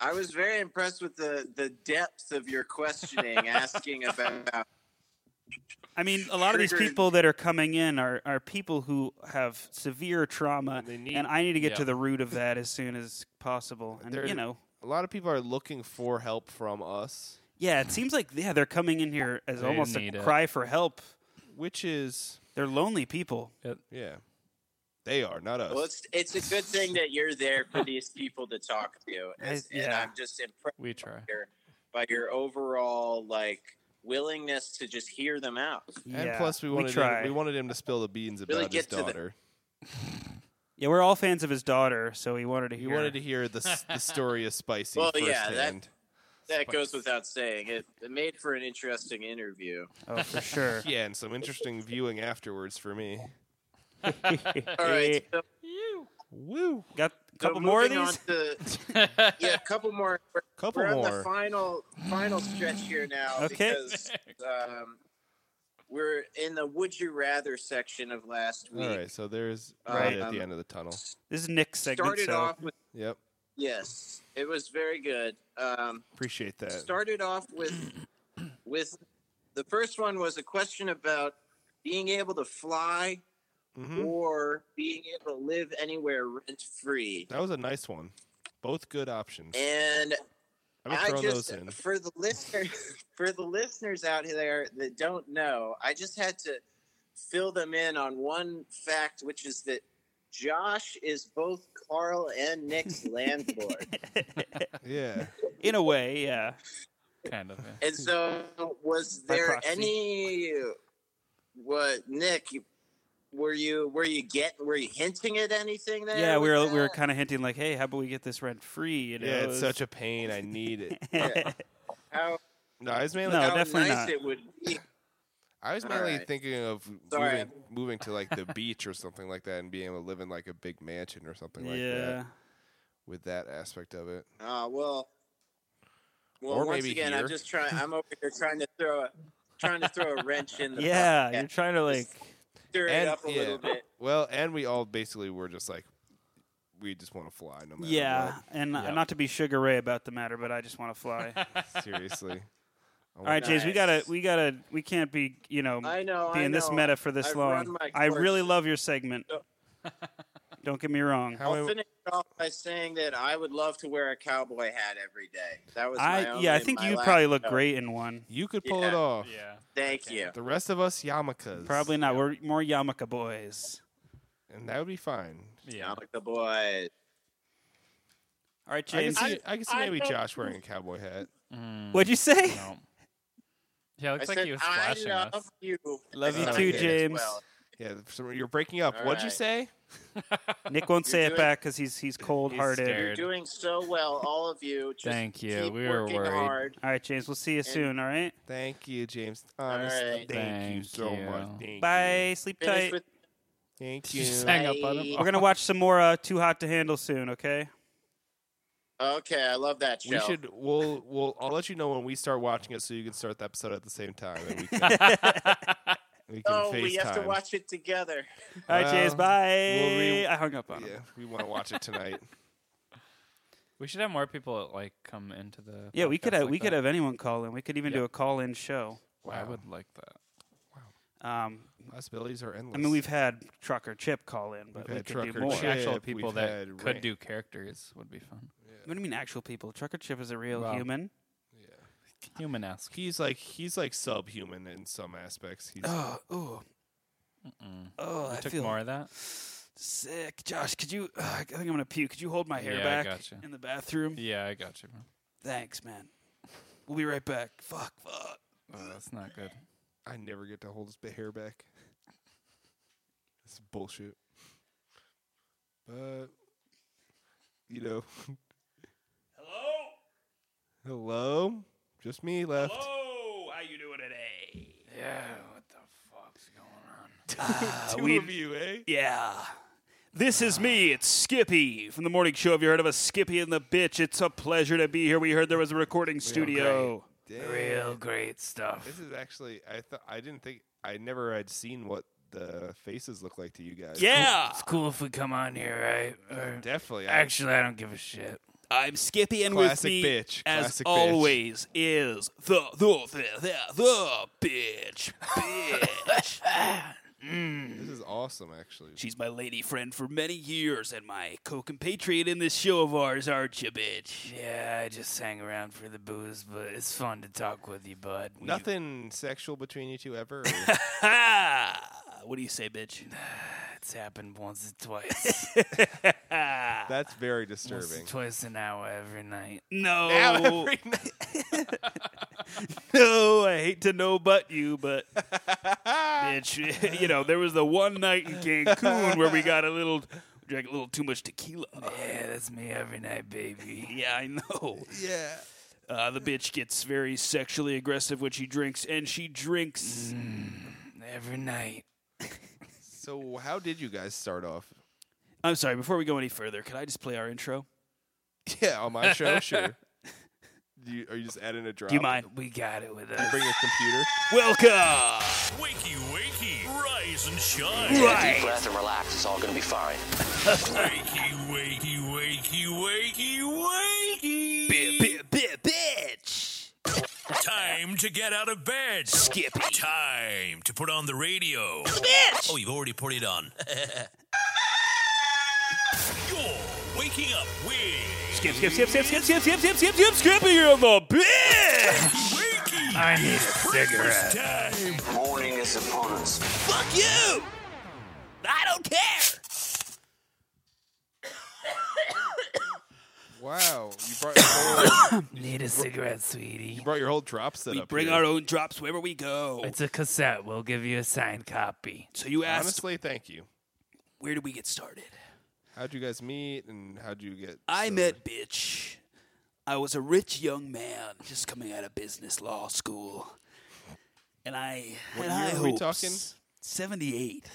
S8: I was very impressed with the the depth of your questioning, asking about.
S1: I mean, a lot of these
S8: triggered-
S1: people that are coming in are, are people who have severe trauma,
S2: They need-
S1: and I need to get
S7: yeah.
S1: to the root of that as soon as possible. And
S3: They're-
S1: you know,
S3: A lot of people are looking for help from us,
S1: yeah, it seems like yeah they're coming in here as
S7: They
S1: almost a
S7: need it.
S1: cry for help.
S3: which is
S1: They're lonely people.
S3: yeah, they are not us.
S8: Well, it's it's a good thing that you're there for these people to talk to, and,
S1: I-
S8: and
S1: yeah.
S8: I'm just impressed
S7: We try.
S8: by your overall like willingness to just hear them out.
S3: and
S1: yeah.
S3: plus, we
S1: we
S3: wanted
S1: try.
S3: Him, we wanted him to spill the beans about
S8: Really
S3: his
S8: get to the-
S3: daughter.
S1: yeah, we're all fans of his daughter, so we wanted to
S3: He
S1: hear.
S3: wanted to hear the, s- the story of spicy
S8: Well, yeah, that-
S3: firsthand.
S8: That goes without saying. It, it made for an interesting interview.
S1: Oh, for sure.
S3: yeah, and some interesting viewing afterwards for me.
S8: All right, so,
S3: Woo,
S1: Got a Eh,
S8: so
S1: couple more of
S8: moving on
S1: these.
S8: to- yeah, a couple more.
S3: couple
S8: We're on the
S3: more.
S8: final final stretch here now
S1: Okay.
S8: because um, we're in the would you rather section of last week.
S3: All right, so there's
S8: Right.
S3: light at the
S8: Um,
S3: end of the tunnel.
S1: This is Nick's segment.
S8: started
S1: so.
S8: off with
S3: Yep,
S8: yes, it was very good. Um,
S3: appreciate that.
S8: started off with with the first one was a question about being able to fly
S3: Mhm.
S8: or being able to live anywhere rent free.
S3: That was a nice one. Both good options.
S8: And
S3: I'm gonna throw
S8: just,
S3: those in.
S8: For the listeners, for the listeners out there that don't know, I just had to fill them in on one fact, which is that Josh is both Carl and Nick's landlord,
S3: Yeah.
S1: in a way, yeah.
S7: Kind of. yeah.
S8: and so was
S1: By
S8: there
S1: proxy.
S8: any what Nick? you- Were you were you get were you hinting at anything there?
S1: Yeah, we
S8: with
S1: were we were
S8: that?
S1: kind of hinting like, hey, how about we get this rent free? You know,
S3: Yeah, it's such a pain. I need it.
S8: how,
S3: No, I was mainly
S1: No,
S8: how
S1: definitely
S8: nice
S1: not.
S8: it would be.
S3: I was
S8: All
S3: mainly
S8: right.
S3: thinking of
S8: Sorry,
S3: moving, moving to like the beach or something like that and being able to live in like a big mansion or something like
S1: yeah.
S3: that with that aspect of it.
S8: Uh, well, well.
S3: Or
S8: once
S3: maybe
S8: again,
S3: here.
S8: I'm just trying. I'm over here trying to throw a trying to throw a wrench in the
S1: yeah,
S8: podcast,
S1: you're trying to like
S8: stir it
S3: And-
S8: up a
S3: yeah.
S8: little bit.
S3: Well, and we all basically were just like we just want to fly no matter
S1: yeah, and uh,
S7: Yep.
S1: not to be Sugar Ray about the matter, but I just want to fly.
S3: what. Seriously. I
S1: All
S3: want-
S1: right, James, we gotta
S8: Nice.
S1: we gotta we can't be you know
S8: I know.
S1: be
S8: I
S1: in this
S8: know.
S1: meta for this
S8: I've run
S1: long.
S8: my
S1: I really
S8: course.
S1: love your segment. Don't get me wrong.
S3: How
S8: I'll
S3: many,
S8: finish it off by saying that I would love to wear a cowboy hat every day. That was my
S1: I
S8: only,
S1: yeah, I think
S8: my
S1: you'd
S8: last
S1: probably look
S8: note.
S1: great in one.
S3: you could pull it
S8: Yeah.
S1: Oh.
S3: off.
S7: Yeah.
S8: Thank you.
S3: The rest of us yarmulkes.
S1: Probably not. We're more Yamaka boys.
S3: And that would be fine.
S7: Yeah.
S8: Yeah. Like the boy.
S1: All right,
S3: I can
S1: James.
S3: see, I can see maybe Josh wearing a cowboy hat.
S7: Mm,
S1: What'd you say?
S7: no.
S8: I
S7: Yeah, it looks like
S8: said,
S7: he was
S8: I
S7: flashing
S8: love
S7: us.
S8: you.
S1: Love
S8: I
S3: you
S8: love
S3: too,
S8: as
S1: James.
S8: well.
S3: Yeah, so you're breaking up.
S8: All
S3: What'd you
S8: right.
S3: say?
S1: Nick won't
S8: You're
S1: say it
S8: doing-
S1: back because he's he's cold hearted.
S7: scared.
S8: You're doing so well, all of you. Just
S7: Thank you.
S8: keep
S7: We were
S8: working
S7: worried.
S8: hard.
S1: All right, James. We'll see you soon. All right.
S3: Thank you, James. Honestly,
S8: right.
S3: thank, you
S7: Thank
S3: so much.
S7: you.
S3: Thank
S1: Bye. Sleep
S8: Finish
S1: tight.
S8: with
S3: You. Thank
S7: Did you
S3: you.
S7: say- Hang up on him.
S8: Bye.
S1: We're gonna watch some more uh, Too Hot to Handle soon. Okay.
S8: Okay, I love that show.
S3: We should. We'll. We'll. I'll let you know when we start watching it, so you can start the episode at the same time, and we can. we can
S8: Oh,
S3: FaceTime.
S8: we have to watch it together.
S1: All right, James.
S3: Well,
S1: Bye.
S3: we'll re-
S1: I hung up on
S3: Yeah,
S1: him.
S3: we want to watch it tonight.
S7: We should have more people like come into the.
S1: Yeah, we could
S7: podcast
S1: have
S7: like
S1: we could
S7: that.
S1: have anyone call in. We could even do a call in show.
S7: I
S3: Wow.
S7: would like that.
S1: Um,
S3: Possibilities are endless.
S1: I mean, we've had Trucker Chip call in, but we
S3: had
S1: could do
S3: Trucker
S1: more.
S7: Like actual
S3: Chip,
S7: people
S3: we've
S7: that
S3: had
S7: could
S3: Ray.
S7: do characters would be fun.
S1: What do you mean, actual people? Trucker Chip is a real
S7: Wow.
S1: human.
S7: Human esque.
S3: he's like he's like subhuman in some aspects. He's
S1: Oh, ooh,
S7: Mm.
S1: oh, I
S7: took
S1: feel
S7: more of that.
S1: sick. Josh, could you? ugh, I think I'm gonna puke. Could you hold my hair
S7: Yeah, I
S1: back
S7: gotcha.
S1: in the bathroom?
S7: Yeah, I got you. man.
S1: Thanks, man. We'll be right back. Fuck, fuck.
S7: Oh, that's not good.
S3: I never get to hold his hair back. It's bullshit. But you know. Hello. Hello. Just me left.
S1: Uh,
S3: Two
S1: we-
S3: of you, eh?
S1: Yeah. This is me. It's Skippy from the morning show. Have you heard of a Skippy and the bitch? It's a pleasure to be here. We heard there was a recording studio.
S3: Damn.
S7: great stuff.
S3: This is actually I thought I didn't think I never had seen what the faces look like to you guys.
S1: Yeah.
S7: cool if we come on here, right? Or-
S3: Definitely. I-
S7: actually, I don't give a shit.
S1: I'm Skippy, and
S3: Classic
S1: with me,
S3: bitch.
S1: as
S3: Classic bitch.
S1: always, is the the the the, the bitch bitch.
S3: This is awesome actually.
S1: She's my lady friend for many years, and my co-compatriot in this show of ours, aren't you, bitch?
S7: Yeah, I just hang around for the booze, but it's fun to talk with you, bud.
S3: Nothing sexual between you two ever. or-
S1: Ha! What do you say, bitch?
S7: It's happened once or twice.
S3: That's very
S7: once or
S3: disturbing.
S7: twice an hour every night.
S1: No. no, I hate to know but you, but bitch, you know, there was the one night in Cancun where we got a little drank a little too much tequila.
S7: Yeah, that's me every night, baby.
S1: Yeah, I know.
S3: yeah.
S1: Uh, the bitch gets very sexually aggressive when she drinks, and she drinks.
S7: Mm. Every night.
S3: So how did you guys start off?
S1: I'm sorry. Before we go any further, can I just play our intro?
S3: Yeah, on my show, sure. Do you, are you just adding a drop?
S1: Do you mind?
S7: We got it with
S3: Bring
S7: us.
S3: your computer.
S1: Welcome.
S9: Wakey, wakey, rise and shine.
S1: Right.
S10: breath and relax. It's all going to be fine.
S9: Wakey, wakey, wakey, wakey, wakey.
S1: Bi- bi- bi- bitch.
S9: Time to get out of bed.
S1: Skippy.
S9: Time to put on the radio.
S1: Bitch.
S9: Oh, you've already put it on. You're waking up with
S1: Skip, skip, skip, skip, skip, skip, skip, skip, skip, skip, Skippy and the bitch.
S9: Wakey.
S7: I need a cigarette.
S9: Time.
S10: Morning is upon us.
S1: Fuck you! I don't care!
S3: Wow, you brought your whole,
S7: Need a cigarette, sweetie.
S3: you brought your whole drop set
S1: We
S3: up.
S1: bring
S3: here.
S1: our own drops wherever we go.
S7: It's a cassette. We'll give you a signed copy.
S1: So you asked,
S3: Honestly, thank you.
S1: where did we get started?
S3: How'd you guys meet, and how'd you get?
S1: I
S3: so-
S1: met Bitch. I was a rich young man just coming out of business law school. And I
S3: What
S1: had
S3: year
S1: high
S3: are we
S1: hopes.
S3: talking?
S1: 78.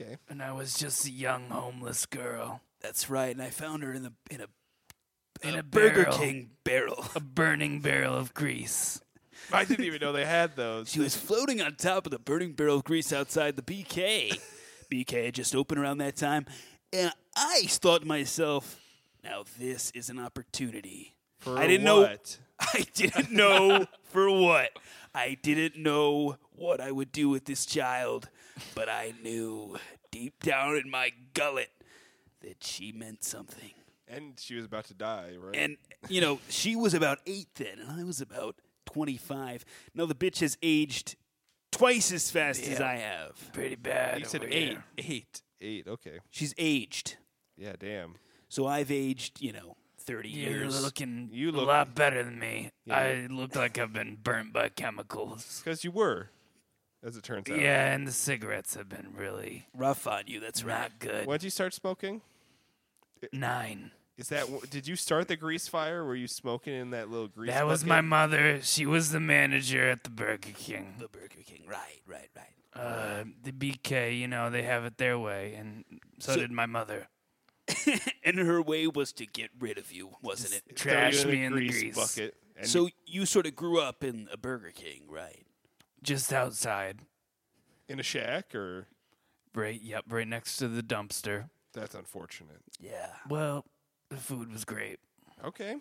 S3: Okay,
S7: And I was just a young homeless girl
S1: That's right. And I found her in the in a,
S7: in a,
S1: Burger
S7: barrel,
S1: King barrel.
S7: a burning barrel of grease.
S3: I didn't even know they had those.
S1: She was floating on top of the burning barrel of grease outside the BK. BK had just opened around that time, and I thought to myself, now this is an opportunity.
S3: For
S1: I didn't know.
S3: what?
S1: I didn't know for what. I didn't know what I would do with this child, but I knew deep down in my gullet that she meant something.
S3: And she was about to die, right?
S1: And you know, she was about eight then, and I was about twenty-five. Now the bitch has aged twice as fast as I have.
S7: Pretty bad.
S3: you said
S7: over
S3: eight,
S7: here.
S3: eight, eight. Okay,
S1: She's aged,
S3: yeah, damn.
S1: so I've aged, you know, thirty
S7: You're
S1: years.
S7: looking
S3: You
S7: a
S3: look-
S7: lot better than me.
S3: Yeah.
S7: I look like I've been burnt by chemicals.
S3: Because you were, as it turns out.
S7: Yeah, and the cigarettes have been really
S1: rough on you. That's right.
S7: not good.
S3: When did you start smoking?
S7: Nine.
S3: Is that wh- did you start the grease fire? Were you smoking in that little grease?
S7: That was
S3: bucket?
S7: my mother. She was the manager at the Burger King.
S1: The Burger King, right, right, right.
S7: Uh, the BK, you know, they have it their way, and so,
S1: So-
S7: did my mother.
S1: And her way was to get rid of you, wasn't it?
S3: Throw you
S7: Trash me in the
S3: grease
S7: grease,
S3: bucket. And
S1: So you sort of grew up in a Burger King, right?
S7: just outside,
S3: in a shack, or
S7: right? Yep, right next to the dumpster.
S3: that's unfortunate.
S1: Yeah.
S7: Well, the food was great.
S3: Okay.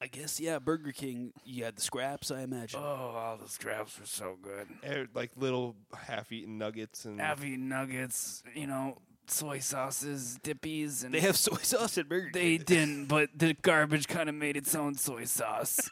S1: I guess yeah. Burger King, you had the scraps, I imagine.
S7: Oh, all the scraps were so good.
S3: Eh, Like little half-eaten nuggets and
S7: I've eaten nuggets, you know, soy sauces, dippies, and
S1: They have soy sauce at Burger
S7: They
S1: King.
S7: didn't, but the garbage kind of made its own soy sauce.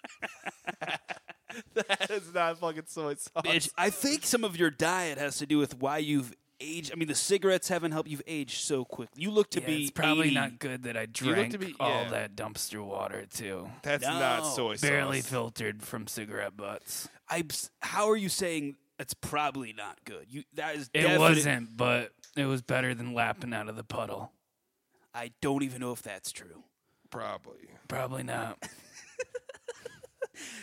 S3: that is not fucking soy sauce.
S1: Bitch, I think some of your diet has to do with why you've aged. I mean, the cigarettes haven't helped you've aged so quickly. You look to
S7: Yeah,
S1: be
S7: it's probably
S1: 80.
S7: not good that I
S3: look
S7: drank
S3: to be-
S7: all
S3: yeah.
S7: that dumpster water too.
S3: That's not
S1: No.
S3: soy sauce.
S7: Barely filtered from cigarette butts.
S1: I, how are you saying it's probably not good? You that is
S7: It
S1: definite-
S7: wasn't, but it was better than lapping out of the puddle.
S1: I don't even know if that's true.
S3: Probably.
S7: Probably not.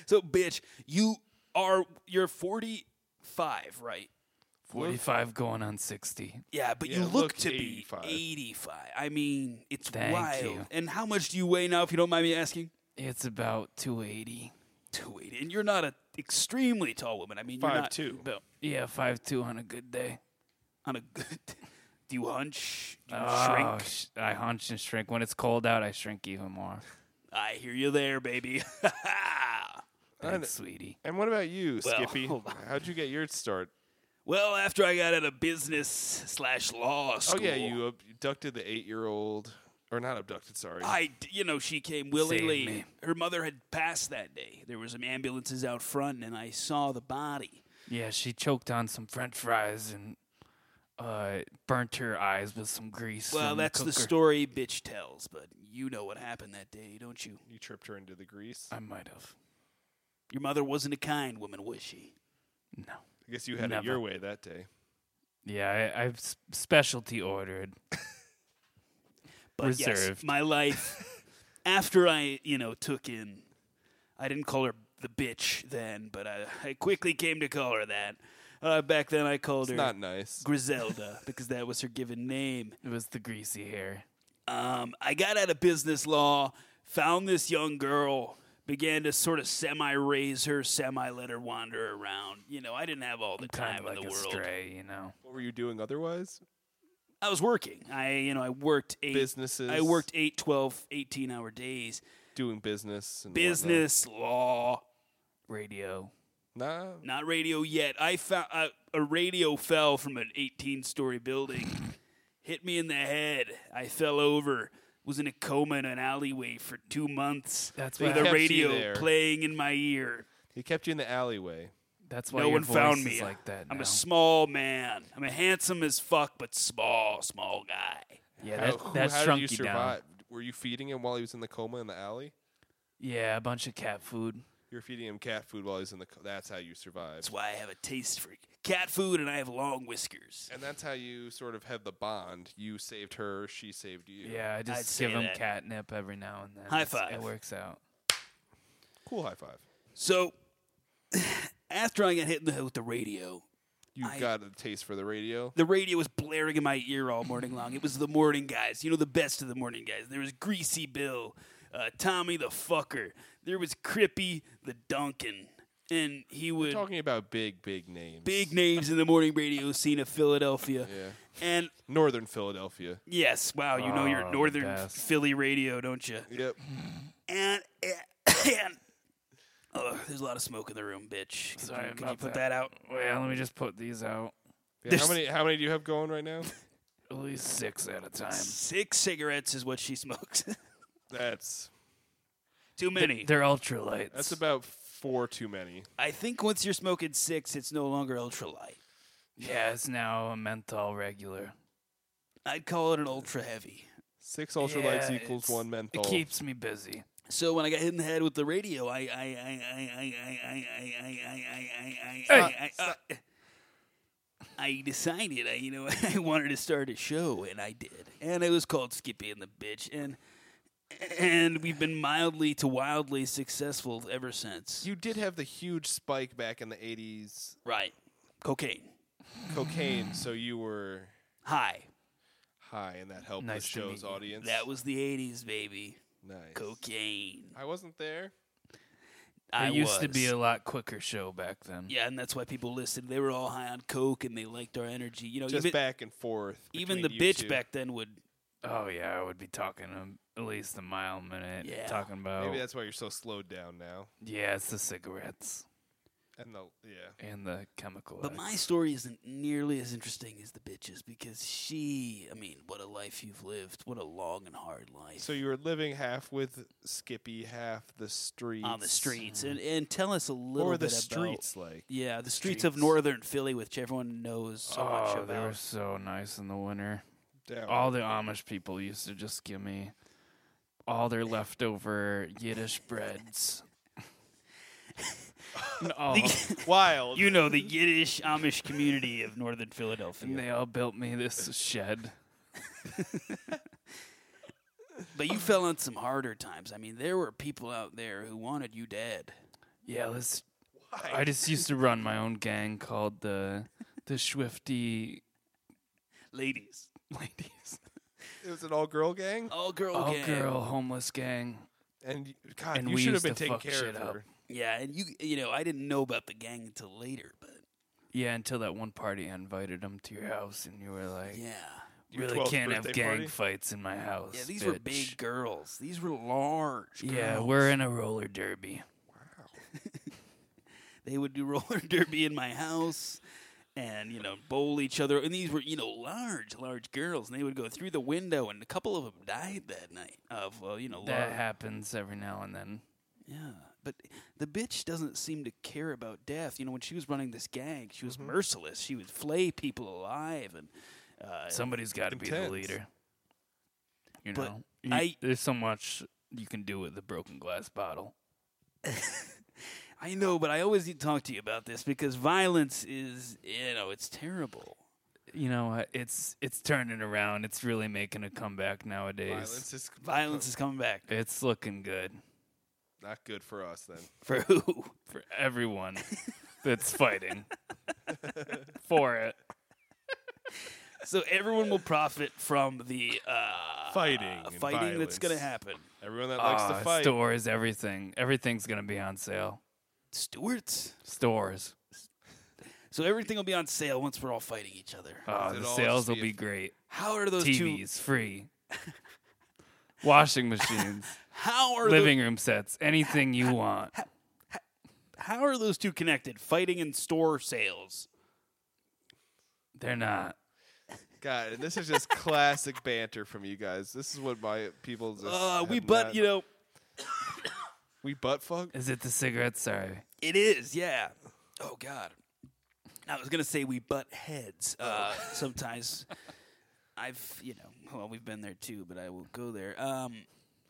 S1: So, bitch, you are you're 45, right?
S7: Forty-five going on sixty.
S1: Yeah, but you
S3: Yeah,
S1: look,
S3: look
S1: to be
S3: 85.
S1: 85. I mean, it's
S7: Thank
S1: wild.
S7: you.
S1: And how much do you weigh now, if you don't mind me asking?
S7: It's about two eighty.
S1: 280. And you're not an extremely tall woman. I mean, you're not
S3: 5'2".
S1: built
S7: Yeah, five two on a good day.
S1: on a good. Do you hunch? Do you
S7: Oh,
S1: shrink?
S7: sh- I hunch and shrink. When it's cold out, I shrink even more.
S1: I hear you there, baby.
S7: Thanks, sweetie.
S3: And what about you,
S1: Well,
S3: Skippy?
S1: hold on.
S3: How'd you get your start?
S1: well, after I got out of business slash law school,
S3: Oh yeah, you abducted the eight-year-old, or not abducted? Sorry.
S1: I, d- you know, she came willingly.
S7: me.
S1: Her mother had passed that day. There was some ambulances out front, and I saw the body.
S7: Yeah, she choked on some French fries and uh, burnt her eyes with some grease.
S1: Well,
S7: from the
S1: that's the
S7: cooker.
S1: story bitch tells, but you know what happened that day, don't you?
S3: you tripped her into the grease.
S7: I might have.
S1: Your mother wasn't a kind woman, was she?
S7: No.
S3: I guess you had
S7: never.
S3: it your way that day.
S7: Yeah, I, I've s- specialty ordered.
S1: But yes,
S7: Reserved.
S1: my life after I, you know, took in I didn't call her the bitch then, but I, I quickly came to call her that. Uh, back then I called
S3: It's
S1: her
S3: not nice.
S1: Griselda because that was her given name.
S7: It was the greasy hair.
S1: Um, I got out of business law, found this young girl, began to sort of semi raise her, semi let her wander around. You know, I didn't have all the
S7: Kind
S1: time
S7: of like
S1: in
S7: a
S1: the world.
S7: stray, you know.
S3: What were you doing otherwise?
S1: I was working. I, you know, I worked eight
S3: Businesses.
S1: I worked 8, 12, 18 hour days.
S3: doing business. And whatnot.
S1: Business, law,
S7: Radio.
S3: Nah.
S1: not radio yet. I found uh, a radio fell from an 18 story building, hit me in the head. I fell over. Was in a coma in an alleyway for two months.
S7: That's
S1: with
S7: why-
S1: a
S3: Kept you
S1: radio
S3: there.
S1: playing in my ear.
S3: He kept you in the alleyway.
S7: That's why
S1: no
S7: your
S1: one
S7: voice
S1: found
S7: is
S1: me.
S7: like that.
S1: I'm
S7: now.
S1: a small man. I'm a handsome as fuck, but small, small guy.
S7: yeah,
S3: How-
S7: that,
S3: who-
S7: that
S3: how
S7: shrunk
S3: did you
S7: down.
S3: survive? Were you feeding him while he was in the coma in the alley?
S7: Yeah, a bunch of cat food.
S3: You were feeding him cat food while he was in the. Co- that's how you survived.
S1: That's why I have a taste for cat food and I have long whiskers.
S3: And that's how you sort of had the bond. You saved her. She saved you.
S7: Yeah, I just
S1: say
S7: give him
S1: that.
S7: catnip every now and then.
S1: High
S7: It's-
S1: five.
S7: It works out.
S3: Cool high five.
S1: So, after I got hit in the head with the radio,
S3: You
S1: I-
S3: got a taste for the radio.
S1: the radio was blaring in my ear all morning long. It was the morning guys, you know, the best of the morning guys. There was Greasy Bill, uh, Tommy the Fucker. There was Crippy the Duncan, and he would
S3: Talking about big, big names.
S1: big names in the morning radio scene of Philadelphia.
S3: Yeah.
S1: And
S3: Northern Philadelphia.
S1: yes, wow, you know your
S7: Oh, the
S1: northern
S7: best.
S1: Philly radio, don't you?
S3: Yep.
S1: And eh, and. Oh, there's a lot of smoke in the room, bitch. Could
S7: Sorry
S1: you, could you
S7: about
S1: put
S7: that.
S1: that out?
S7: Well, let me just put these out.
S3: Yeah, how
S1: There's-
S3: many? How many do you have going right now?
S7: At least six at a time.
S1: Six cigarettes is what she smokes.
S3: That's
S1: Too many.
S7: They're ultralights.
S3: that's about four too many.
S1: I think once you're smoking six, it's no longer ultralight.
S7: yeah, it's now a menthol regular.
S1: I'd call it an ultra heavy.
S3: Six ultralights
S7: Yeah,
S3: equals
S7: it's-
S3: one menthol.
S7: It keeps me busy.
S1: So when I got hit in the head with the radio, I I I I I I I I I I I I I uh, I decided I you know I wanted to start a show and I did. And it was called Skippy and the Bitch and and we've been mildly to wildly successful ever since.
S3: you did have the huge spike back in the '80s,
S1: Right. Cocaine.
S3: cocaine. So you were
S1: Hi.
S3: high, and that helped
S7: Nice
S3: the
S7: to
S3: show's
S7: meet you.
S3: audience.
S1: That was the 80s, baby.
S3: nice.
S1: Cocaine.
S3: I wasn't there.
S7: It
S1: I
S7: used to be
S1: was.
S7: a lot quicker show back then.
S1: Yeah, and that's why people listened. They were all high on coke and they liked our energy. You know,
S3: Just
S1: even,
S3: back and forth.
S1: even the
S3: between you
S1: bitch
S3: two.
S1: back then would
S2: Oh yeah, I would be talking um, at least a mile a minute.
S3: Yeah.
S2: Talking about
S3: Maybe that's why you're so slowed down now.
S2: yeah, it's the cigarettes
S3: And the yeah.
S2: and the chemical.
S1: But my story isn't nearly as interesting as the bitches because she, I mean, what a life you've lived. What a long and hard life.
S3: So you were living half with Skippy, half the streets.
S1: on the streets. And, and tell us a little
S3: Or the
S1: bit
S3: streets,
S1: about.
S3: like.
S1: Yeah, the streets, of
S2: Streets.
S1: northern Philly, which everyone knows so
S2: oh,
S1: much
S2: they were
S1: about.
S2: so nice in the winter.
S3: Down.
S2: All the Amish people used to just give me all their leftover Yiddish breads. and, all,
S3: Wild.
S1: You know, the Yiddish Amish community of northern Philadelphia.
S2: and they all built me this shed.
S1: But you fell on some harder times. I mean, there were people out there who wanted you dead.
S2: Yeah, let's. I just used to run my own gang called the the Swifty
S1: Ladies.
S2: Ladies.
S3: it was an all girl gang.
S2: Oh.
S1: All girl
S2: All
S1: Oh, gang.
S2: girl homeless gang.
S3: And y- God,
S2: And
S3: you
S2: we
S3: should have
S2: used
S3: been
S2: to
S3: taking
S2: fuck
S3: care
S2: shit
S3: of
S2: up.
S3: her.
S1: Yeah, and you you know, I didn't know about the gang until later, but
S2: Yeah, until that one party I invited them to your house, and you were like,
S1: yeah.
S2: "You
S3: Your
S2: "Really
S3: 12th
S2: can't have
S3: birthday
S2: gang
S3: party?
S2: fights in my house."
S1: Yeah, these were
S2: bitch."
S1: big girls. These were large.
S2: Yeah,
S1: girls.
S2: we're in a roller derby.
S1: they would do roller derby in my house and you know bowl each other and these were you know large large girls and they would go through the window and a couple of them died that night of uh, you know
S2: That
S1: lar-
S2: happens every now and then.
S1: yeah but the bitch doesn't seem to care about death you know when she was running this gang she
S2: Mm-hmm.
S1: was merciless she would flay people alive and uh,
S2: Somebody's got to be the
S3: Intense.
S2: leader. You
S1: But
S2: know, You-
S1: I-
S2: there's so much you can do with a broken glass bottle.
S1: i know but i always need to talk to you about this because violence is you know it's terrible
S2: You know, uh, it's it's turning around. It's really making a comeback nowadays.
S3: Violence is
S1: violence is coming back
S2: It's looking good
S3: not good for us then.
S1: for who
S2: for everyone that's fighting for it.
S1: So everyone will profit from the uh,
S3: Fighting and
S1: fighting that's going to
S3: violence.
S1: happen.
S3: Everyone that likes
S2: Ah,
S3: to fight.
S2: Stores, everything. Everything's going to be on sale.
S1: Stewards.
S2: Stores.
S1: So everything will be on sale once we're all fighting each other.
S2: Ah,
S3: It'll
S2: the
S3: all
S2: sales
S3: just
S2: will
S3: be
S2: be
S3: a-
S2: great.
S1: How are those two?
S2: TVs free. Washing machines,
S1: How are
S2: living room sets, anything you want.
S1: Those, how are those two connected? Fighting and store sales.
S2: They're not.
S3: God, and this is just classic banter from you guys. This is what my people just.
S1: Uh,
S3: have
S1: we butt.
S3: not-
S1: You know,
S3: we butt fuck.
S2: Is it the cigarettes? Sorry.
S1: it is. Yeah. Oh God. I was gonna say we butt heads uh, sometimes. I've you know well we've been there too, but I will go there. Um,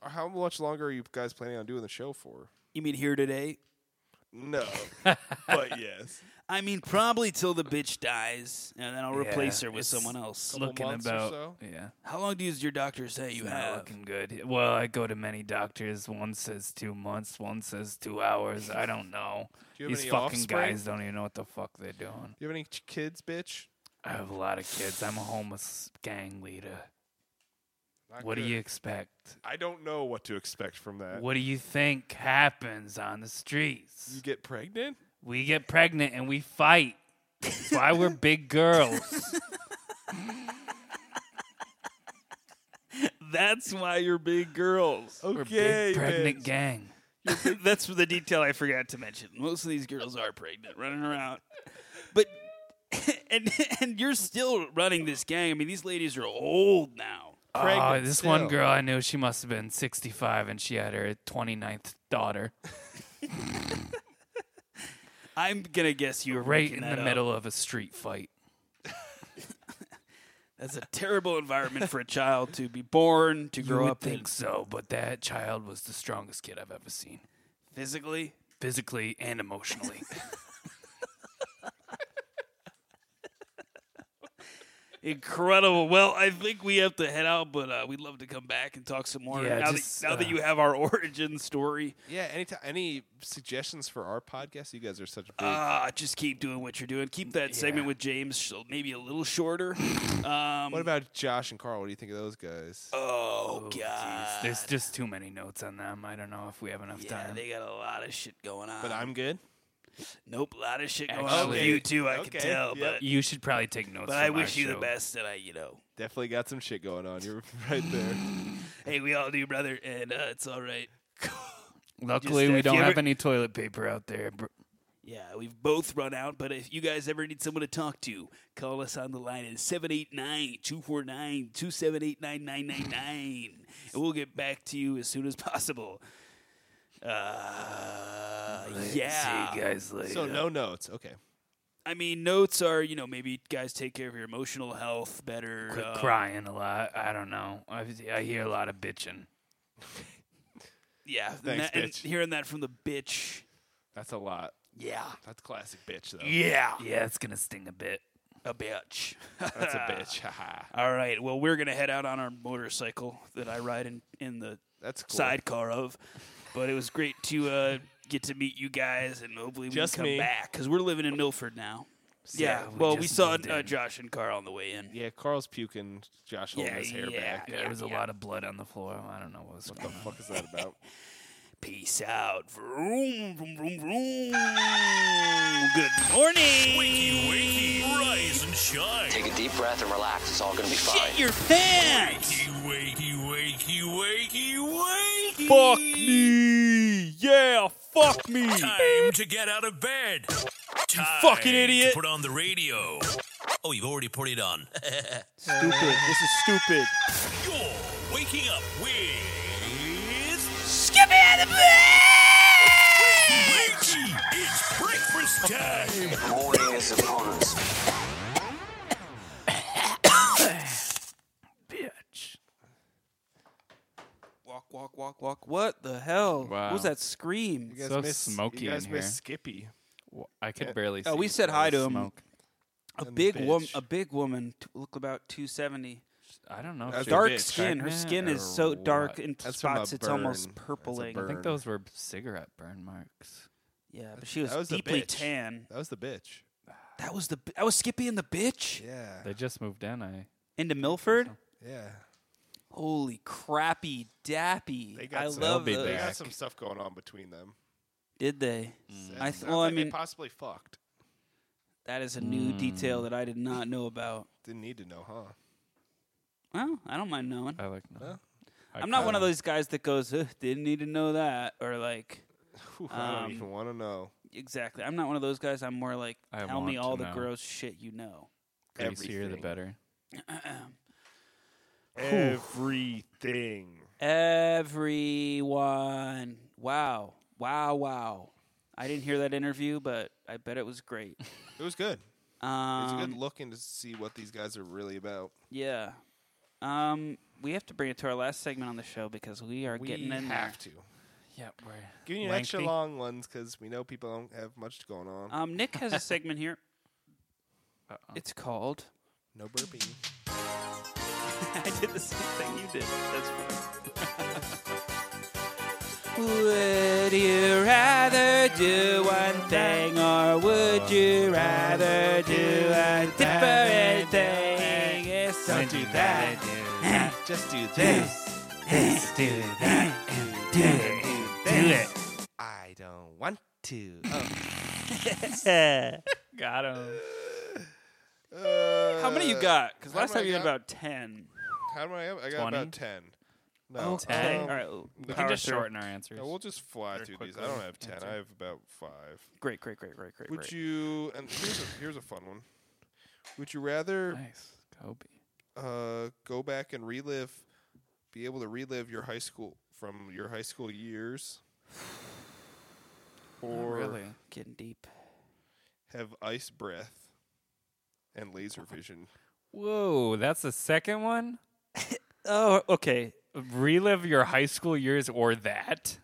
S3: How much longer are you guys planning on doing the show for?
S1: you mean here today?
S3: No, but yes.
S1: I mean, probably till the bitch dies, and then I'll replace
S2: Yeah,
S1: her with
S2: it's-
S1: someone else.
S3: Couple
S2: looking
S3: months or
S2: about.
S3: so?
S2: Yeah.
S1: How long does your doctor say you
S2: It's not
S1: have?
S2: looking good. Well, I go to many doctors. One says two months. One says two hours. I don't know.
S3: you have
S2: These
S3: any
S2: fucking
S3: offspring?
S2: guys don't even know what the fuck they're doing.
S3: You have any ch- kids, bitch?
S2: I have a lot of kids. I'm a homeless gang leader.
S3: Not
S2: What do
S3: good.
S2: you expect?
S3: I don't know what to expect from that.
S2: What do you think happens on the
S3: You
S2: streets?
S3: get pregnant?
S2: We get pregnant and we fight. That's why we're big girls.
S1: That's why you're big girls.
S2: We're
S3: Okay,
S2: big pregnant
S3: bitch.
S2: gang.
S1: That's the detail I forgot to mention. Most of these girls are pregnant, running around. But and and you're still running this gang. I mean, these ladies are old now.
S2: Oh,
S3: Pregnant
S2: this one
S3: still.
S2: girl I knew, she must have been 65 and she had her 29th daughter
S1: I'm gonna guess you were
S2: right
S1: making
S2: in
S1: that
S2: the
S1: up.
S2: middle of a street fight.
S1: That's a terrible environment for a child to be born, to
S2: You
S1: grow
S2: would
S1: up in
S2: think so, but that child was the strongest kid I've ever seen,
S1: physically.
S2: physically and emotionally.
S1: Incredible. Well, I think we have to head out, but uh, we'd love to come back and talk some more.
S2: Yeah,
S1: now
S2: just,
S1: that, now that
S2: uh,
S1: you have our origin story,
S3: Yeah, any ti- any suggestions for our podcast? You guys are such big.
S2: Um,
S1: uh, just keep doing what you're doing. Keep that segment
S2: Yeah.
S1: with James sh- maybe a little shorter. Um,
S3: what about Josh and Carl? What do you think of those guys?
S1: Oh,
S2: Oh, jeez.
S1: God.
S2: There's just too many notes on them. I don't know if we have enough
S1: yeah,
S2: time.
S1: they got a lot of shit going on.
S3: but I'm good.
S1: Nope, a lot of shit going on
S3: Actually-
S1: with you too. I
S3: Okay,
S1: can tell,
S3: yep.
S1: but
S2: You should probably take notes.
S1: but I
S2: from our
S1: wish you the
S2: show.
S1: best, and I, you know,
S3: Definitely got some shit going on. You're right there.
S1: hey, we all do, brother, and uh, it's all right.
S7: Luckily,
S1: Just, uh,
S7: we
S1: if
S7: don't
S1: you
S7: have
S1: ever-
S7: any toilet paper out there. br-
S1: Yeah, we've both run out, but if you guys ever need someone to talk to, call us on the line at 789 249 2789 999, and we'll get back to you as soon as possible. Uh, yeah.
S7: See you guys later.
S3: So
S2: uh,
S3: no notes. Okay.
S1: I mean, notes are, you know, maybe guys take care of your emotional health better.
S7: Quit
S1: uh,
S7: crying a lot. I don't know. I, I hear a lot of bitching.
S1: Yeah. and
S3: Thanks,
S1: that- and
S3: bitch.
S1: hearing that from the bitch.
S3: That's a lot.
S1: Yeah.
S3: That's classic bitch though.
S1: Yeah.
S7: Yeah, it's gonna sting a bit.
S1: A bitch.
S3: That's a bitch. Haha.
S1: All right. Well, we're going to head out on our motorcycle that I ride in, in the
S3: That's cool.
S1: sidecar of. But it was great to uh, get to meet you guys, and hopefully we
S3: Just
S1: can come
S3: me.
S1: back because we're living in Milford now. yeah.
S7: we
S1: well, we
S7: just
S1: saw
S7: moved
S1: uh,
S7: in.
S1: Josh and Carl on the way in.
S3: Yeah, Carl's puking. Josh holding
S1: Yeah,
S3: his hair
S1: yeah.
S3: back.
S7: Yeah, there was a lot of blood on the floor. I don't know what was going on.
S3: What the fuck is that about?
S1: Peace out. Vroom, vroom, vroom, vroom. Good morning.
S9: Wakey, wakey, rise and shine.
S10: Take a deep breath and relax. It's all going to be fine.
S1: Shit your pants.
S9: Wakey, wakey, wakey, wakey, wakey.
S1: Fuck me. Yeah, fuck me.
S9: Time to get out of bed. Time
S1: fucking idiot.
S9: To put on the radio. Oh, you've already put it on.
S1: Stupid. This is stupid.
S9: You're waking up with.
S1: Get me out of bed.
S9: Wakey, it's breakfast time.
S10: Morning his opponents.
S7: Bitch.
S1: Walk, walk, walk, walk. What the hell? What
S2: Wow.
S1: was that scream?
S2: So smoky
S3: you guys
S2: in
S3: miss
S2: here.
S3: Skippy.
S2: Wh- I could barely.
S1: Oh,
S2: see
S1: we said
S2: all
S1: hi
S2: the
S1: to him.
S2: smoke.
S1: A
S3: And
S1: big woman,
S3: bitch.
S1: a big woman, t- look about two seventy.
S2: I don't know. if
S3: That's
S2: she-
S3: dark.
S1: Dark
S3: bitch,
S1: skin. Her
S2: right?
S1: skin
S2: Yeah,
S1: is so dark
S2: right.
S1: in
S3: That's from a
S1: spots. It's almost
S3: burn. That's a
S1: purpling.
S2: I
S3: burn.
S2: think those were cigarette burn marks.
S1: Yeah, but she was,
S3: That was the
S1: deeply
S3: bitch.
S1: tan.
S3: That was the bitch.
S1: That was the b- that was Skippy and the bitch
S3: Yeah.
S2: They just moved in. I
S1: into Milford.
S3: Yeah.
S1: Holy crappy dappy!
S3: They got
S1: I
S3: some,
S1: love
S2: be
S1: those.
S3: they got
S2: back.
S3: some stuff going on between them.
S1: Did they? I th-
S3: Sounds
S1: well, I
S3: like they Mm.
S1: mean-
S3: possibly fucked.
S1: That is a new detail that I did not know about.
S3: Didn't need to know, huh?
S1: Well, I don't mind knowing.
S2: I like. No.
S3: Well,
S2: I
S1: I'm not one of
S2: kinda-
S1: those guys that goes, Ugh, didn't need to know that, or like,
S3: Whew, I
S1: Um,
S3: don't even want to know
S1: exactly. I'm not one of those guys. I'm more like,
S2: I
S1: tell me
S2: want
S1: all
S2: to
S1: the
S2: know."
S1: gross shit you know.
S2: greasier the
S3: everything.
S2: better.
S3: everything.
S1: Everyone. Wow. Wow, wow. I didn't hear that interview, but I bet it was great.
S3: It was good. It's
S1: Um,
S3: good looking to see what these guys are really about.
S1: yeah. Um, we have to bring it to our last segment on the show because we are getting in
S3: have
S1: there.
S3: to.
S2: Yeah, we're
S3: Give you extra long ones because we know people don't have much going on.
S1: Um, Nick has a segment here.
S2: Uh-oh.
S1: It's called.
S3: no burping.
S1: I did the same thing you did. That's funny. would you rather do one thing or would you rather do a different thing? It's
S3: Don't do that. Just do this.
S7: do that and do it and do it.
S3: I don't want to. Oh.
S2: Oh. got him.
S1: How many you got? Because
S3: How
S1: last
S3: many
S1: time you
S3: I
S1: had
S3: got?
S1: about 10.
S3: Uh, How do I have? I got
S2: 20?
S3: about 10. No.
S2: Oh,
S1: Okay. Oh,
S3: um,
S1: All right.
S3: We
S2: We
S1: power
S2: can just
S1: through.
S2: shorten our answers.
S3: no, we'll just fly
S2: Very
S3: through these. I
S2: quickly
S3: don't have 10.
S2: answer.
S3: I have about 5.
S1: Great, great, great, great, great.
S3: Would
S1: great.
S3: you? And here's a, here's a fun one. Would you rather
S2: nice, Kobe.
S3: uh, go back and relive, be able to relive your high school from your high school years, or
S2: Really?
S1: Getting deep.
S3: have ice breath and laser vision?
S2: Whoa, that's the second one.
S1: Oh, okay.
S2: Relive your high school years or that.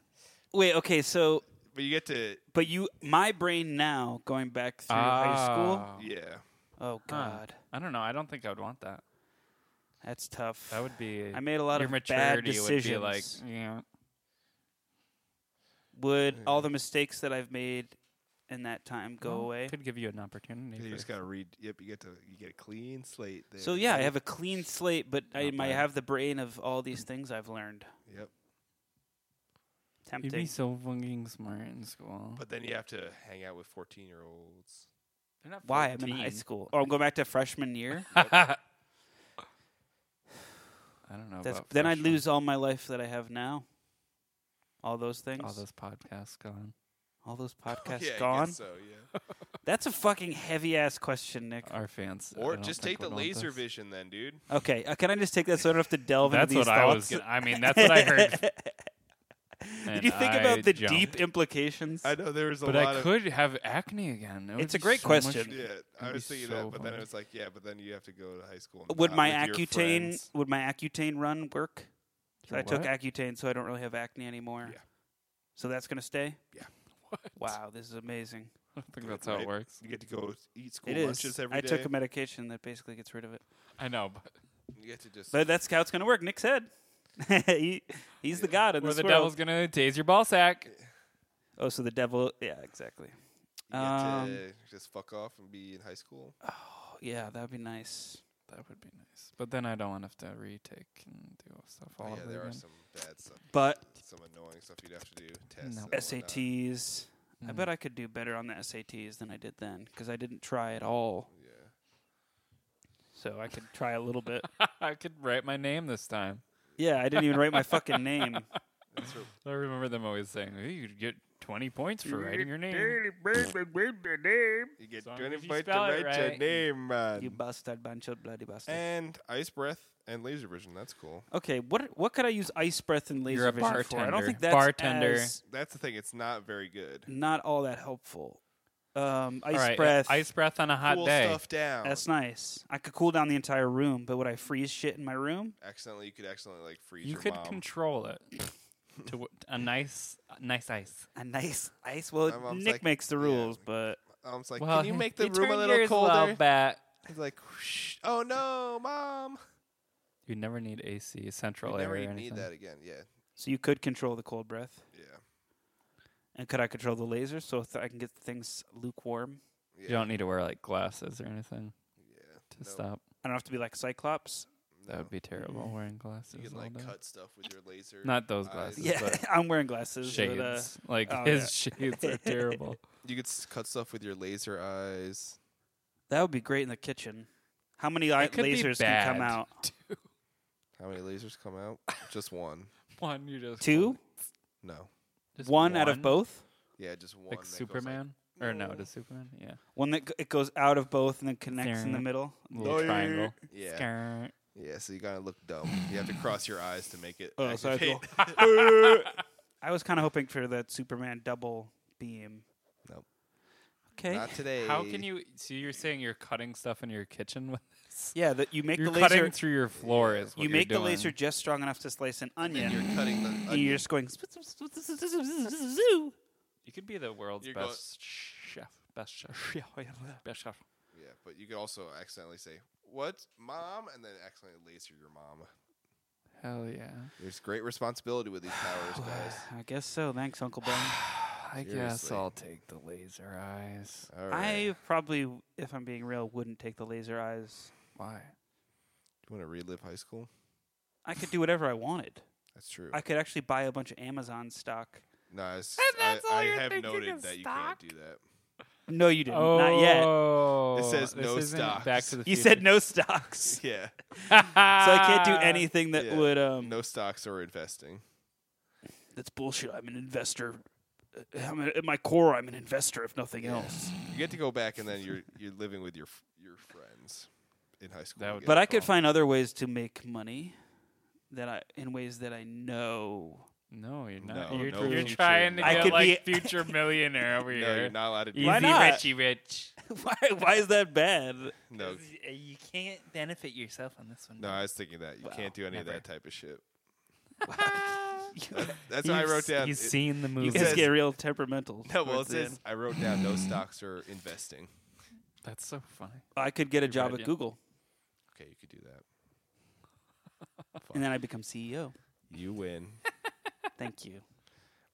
S1: Wait, okay. So,
S3: But you get to
S1: but you, my brain now going back through high school.
S2: Oh.
S3: yeah.
S1: Oh, God.
S2: I don't know. I don't think I would want that.
S1: That's tough.
S2: That would be.
S1: I made a lot
S2: your
S1: of bad
S2: maturity
S1: decisions.
S2: Would be like, yeah.
S1: would all the mistakes that I've made in that time go away?
S2: Could give you an opportunity.
S3: You
S2: for-
S3: just gotta read. Yep, you get to you get a clean slate. There.
S1: So yeah, I have a clean slate, but I
S2: Not
S1: might
S2: bad.
S3: Mm-hmm.
S1: have the brain of all these things I've learned.
S3: Yep.
S2: You'd
S1: tempting.
S2: be so fucking smart in school.
S3: But then you have to hang out with 14 year olds.
S2: They're not
S1: Why? I'm in high
S2: 14.
S1: school. Oh, I'm going back to freshman year.
S2: I don't know.
S1: That's,
S2: about
S1: then I'd
S2: freshmen.
S1: lose all my life that I have now. All those things.
S2: all those Oh, podcasts gone.
S1: all those podcasts
S3: yeah, I
S1: gone.
S3: guess so, yeah.
S1: That's a fucking heavy ass question, Nick.
S2: Our fans. I
S3: Or
S2: don't
S3: just
S2: think
S3: take the
S2: would want
S3: laser
S2: this.
S3: vision then, dude.
S1: Okay, uh, can I just take that so I don't have to delve
S2: That's
S1: into
S2: what
S1: these
S2: I was.
S1: thoughts?
S2: Gonna, I mean, that's what I heard.
S1: Did you think about the deep implications?
S3: I know there was a
S2: But
S3: lot
S2: I could have acne again. It would
S1: It's a
S2: be
S1: great
S2: so much-
S1: question.
S3: of. Yeah, I
S2: That'd
S3: was
S2: be
S3: thinking
S2: so
S3: that, but then
S2: funny.
S3: it was like, yeah, but then you have to go to high school. and
S1: would
S3: not
S1: my
S3: uh, with your
S1: Accutane
S3: friends.
S1: would my Accutane run work? So
S2: Your
S1: I took
S2: what?
S1: Accutane, so I don't really have acne anymore.
S3: Yeah.
S1: So that's gonna stay.
S2: What?
S1: Wow, this is amazing.
S2: I don't think that's how
S3: Right.
S2: it works.
S3: You get to go eat school
S1: It is.
S3: lunches every
S1: I
S3: day.
S1: took a medication that basically gets rid of it.
S2: I know, but
S3: You get to just.
S1: But that's how it's gonna work. Nick said. he, he's the god in
S2: or
S1: this
S2: the
S1: world.
S2: devil's gonna tase your ball sack.
S1: oh, so the devil. Yeah, exactly.
S3: you get
S1: um,
S3: to just fuck off and be in high school.
S1: Oh, yeah, that'd be nice.
S2: That would be nice. But then I don't want to have to retake and do all stuff all
S3: Oh, yeah,
S2: over
S3: there are
S2: again.
S3: some bad stuff,
S1: But
S3: some annoying stuff you'd have to do. Tests.
S2: Nope.
S3: and whatnot.
S1: SATs. I
S2: Mm.
S1: bet I could do better on the SATs than I did then because I didn't try at all.
S3: Yeah.
S1: So I could try a little bit.
S2: I could write my name this time.
S1: yeah, I didn't even write my fucking name.
S3: That's what-
S2: I remember them always saying, "Hey, "You could get 20 points for writing your name."
S3: You get
S2: long
S3: to
S2: as you
S3: invite to
S2: spell it
S3: write your
S2: right.
S3: name, man.
S1: You bastard, bunch of bloody bastard.
S2: Eh.
S3: and ice breath and laser vision. That's cool.
S1: okay, what what could I use ice breath and laser
S2: You're a
S1: vision for? I don't
S2: bartender.
S1: think that's
S2: Bartender.
S1: as-
S3: That's the thing. It's not very good.
S1: not all that helpful. Um, ice
S2: All right,
S1: breath.
S2: Ice breath on a hot
S3: cool
S2: day.
S3: stuff down.
S1: That's nice. I could cool down the entire room, but would I freeze shit in my room?
S3: accidentally, you could accidentally like freeze
S2: You
S3: your
S2: could
S3: mom.
S2: control it to w- a nice, nice ice.
S1: A nice ice.
S3: My
S1: Well,
S3: mom's
S1: Nick
S3: like,
S1: makes the
S3: yeah,
S1: rules,
S3: like-
S1: but
S3: Mom's like,
S2: Well,
S3: can you make the room a
S2: turned
S3: little
S2: yours well
S3: colder?
S2: back.
S3: He's like, "Whoosh. oh no, mom.
S2: You never need AC
S3: You
S2: central air.
S3: never
S2: or
S3: even
S2: anything.
S3: need that again. Yeah,
S1: so you could control the cold breath.
S3: yeah,
S1: And could I control the laser so th- I can get things lukewarm?
S3: yeah.
S2: You don't need to wear like glasses or anything
S3: yeah.
S2: to
S3: No,
S2: stop.
S1: I don't have to be like Cyclops.
S2: That would
S3: no.
S2: be terrible wearing glasses.
S3: You can
S2: all
S3: like
S2: day.
S3: cut stuff with your laser.
S2: Not those
S3: eyes.
S2: glasses.
S1: Yeah,
S2: but
S1: I'm wearing glasses. but, uh,
S2: shades. like
S1: oh,
S2: his shades are terrible.
S3: You could s- cut stuff with your laser eyes.
S1: that would be great in the kitchen. How many like,
S2: could be
S1: lasers can come
S2: bad.
S1: out?
S3: How many lasers come out? Just one.
S2: One, you just
S1: Two?
S3: No.
S2: Just
S1: One, out of both?
S3: Yeah, just one.
S2: like
S3: that goes
S2: Superman or no,
S3: "No."
S2: does Superman? Yeah,
S1: One that g- it goes out of both and then connects in the
S2: There.
S1: middle? Oh,
S2: little triangle.
S3: yeah.
S2: Skrrt.
S3: Yeah, so you gotta look dumb. You have to cross your eyes to make it.
S1: Oh, so I
S3: activate.
S1: have I was kind of hoping for that Superman double beam.
S3: Nope.
S1: Okay.
S3: Not today.
S2: How can you? So you're saying you're cutting stuff in your kitchen with this?
S1: yeah, that you make
S2: you're
S1: the laser.
S2: cutting through your floor. Is what
S1: You
S2: you're
S1: make the
S2: doing.
S1: laser just strong enough to slice an
S3: Then
S1: onion.
S3: you're cutting the.
S1: and
S3: Onion.
S1: you're just going.
S2: You could be the world's
S3: You're going-
S2: best chef. Best chef. Best chef.
S3: Yeah, but you could also accidentally say "What, mom?" and then accidentally laser your mom.
S2: Hell yeah.
S3: There's great responsibility with these powers, guys.
S1: I guess so. Thanks, Uncle Ben.
S2: I guess
S3: Seriously.
S2: I'll take the laser eyes.
S3: All right.
S1: I probably, w- if I'm being real, wouldn't take the laser eyes.
S2: Why?
S3: Do you want to relive high school?
S1: I could do whatever I wanted.
S3: That's true.
S1: I could actually buy a bunch of Amazon stock.
S3: no, it's,
S2: And that's
S3: I,
S2: all
S3: I
S2: you're
S3: have
S2: thinking
S3: noted
S2: of
S3: that you
S2: stock?
S3: can't do that.
S1: No, you didn't. Not yet.
S2: Oh.
S3: It says no
S2: isn't
S3: stocks.
S2: Back to the
S1: You
S2: future.
S1: said no stocks,
S3: Yeah,
S1: so I can't do anything that
S3: Yeah.
S1: would. Um,
S3: no stocks or investing.
S1: That's bullshit. I'm an investor. Uh, I'm a, at my core, I'm an investor, if nothing else.
S3: You get to go back, and then you're you're living with your f- your friends in high school.
S2: That would
S3: again.
S1: But I could
S2: call.
S1: find other ways to make money that I in ways that I know.
S2: No, you're not.
S3: No,
S2: you're
S3: no
S2: you're
S3: future
S2: trying to
S1: I
S2: get
S1: could
S2: like
S1: be-
S2: future millionaire over
S3: no,
S2: here.
S3: you're not allowed to. Do
S2: Easy
S1: Why
S3: that.
S1: not?
S2: richy rich.
S1: why? Why is that bad?
S3: No,
S2: You can't benefit yourself on this one.
S3: no, I was thinking that you can't do any of
S2: never.
S3: that type of shit.
S1: You
S3: That's what I wrote down.
S2: He's
S3: It-
S2: seen the movie.
S1: guys
S3: says-
S1: get real temperamental.
S3: No, well, it
S1: towards the
S3: says
S1: end.
S3: I wrote down no stocks or investing.
S2: That's so funny.
S1: I could get a job
S2: right,
S1: at
S2: yeah.
S1: Google,
S3: Okay, you could do that.
S1: and then I become CEO.
S3: You win,
S1: Thank you.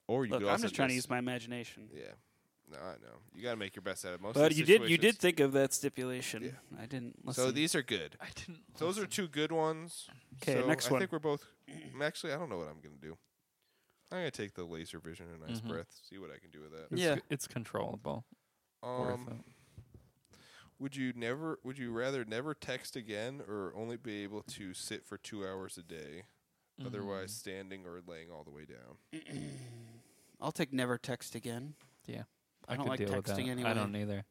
S3: or you
S1: Look,
S3: could
S1: I'm
S3: also
S1: just trying to use my imagination.
S3: Yeah, no, I know. You got to make your best out of most.
S1: But
S3: of the
S1: you did you did
S3: situations.
S1: think of that stipulation. I didn't. Listen.
S3: so these are good.
S2: I didn't.
S3: Those are two good ones.
S1: 'Kay,
S3: So
S1: next
S3: I
S1: one.
S3: mm, think we're both. Actually, I don't know what I'm gonna do. I'm gonna take the laser vision and ice
S2: Mhm.
S3: breath. See what I can do with that.
S2: It's,
S1: Yeah.
S2: it's controllable. Worth
S3: Um, would you never? Would you rather never text again, or only be able to sit for two hours a day, otherwise
S2: Mm.
S3: standing or laying all the way down?
S1: I'll take never text again.
S2: it. Yeah,
S1: I don't
S2: could
S1: like
S2: deal with that.
S1: texting anyway.
S2: I don't either.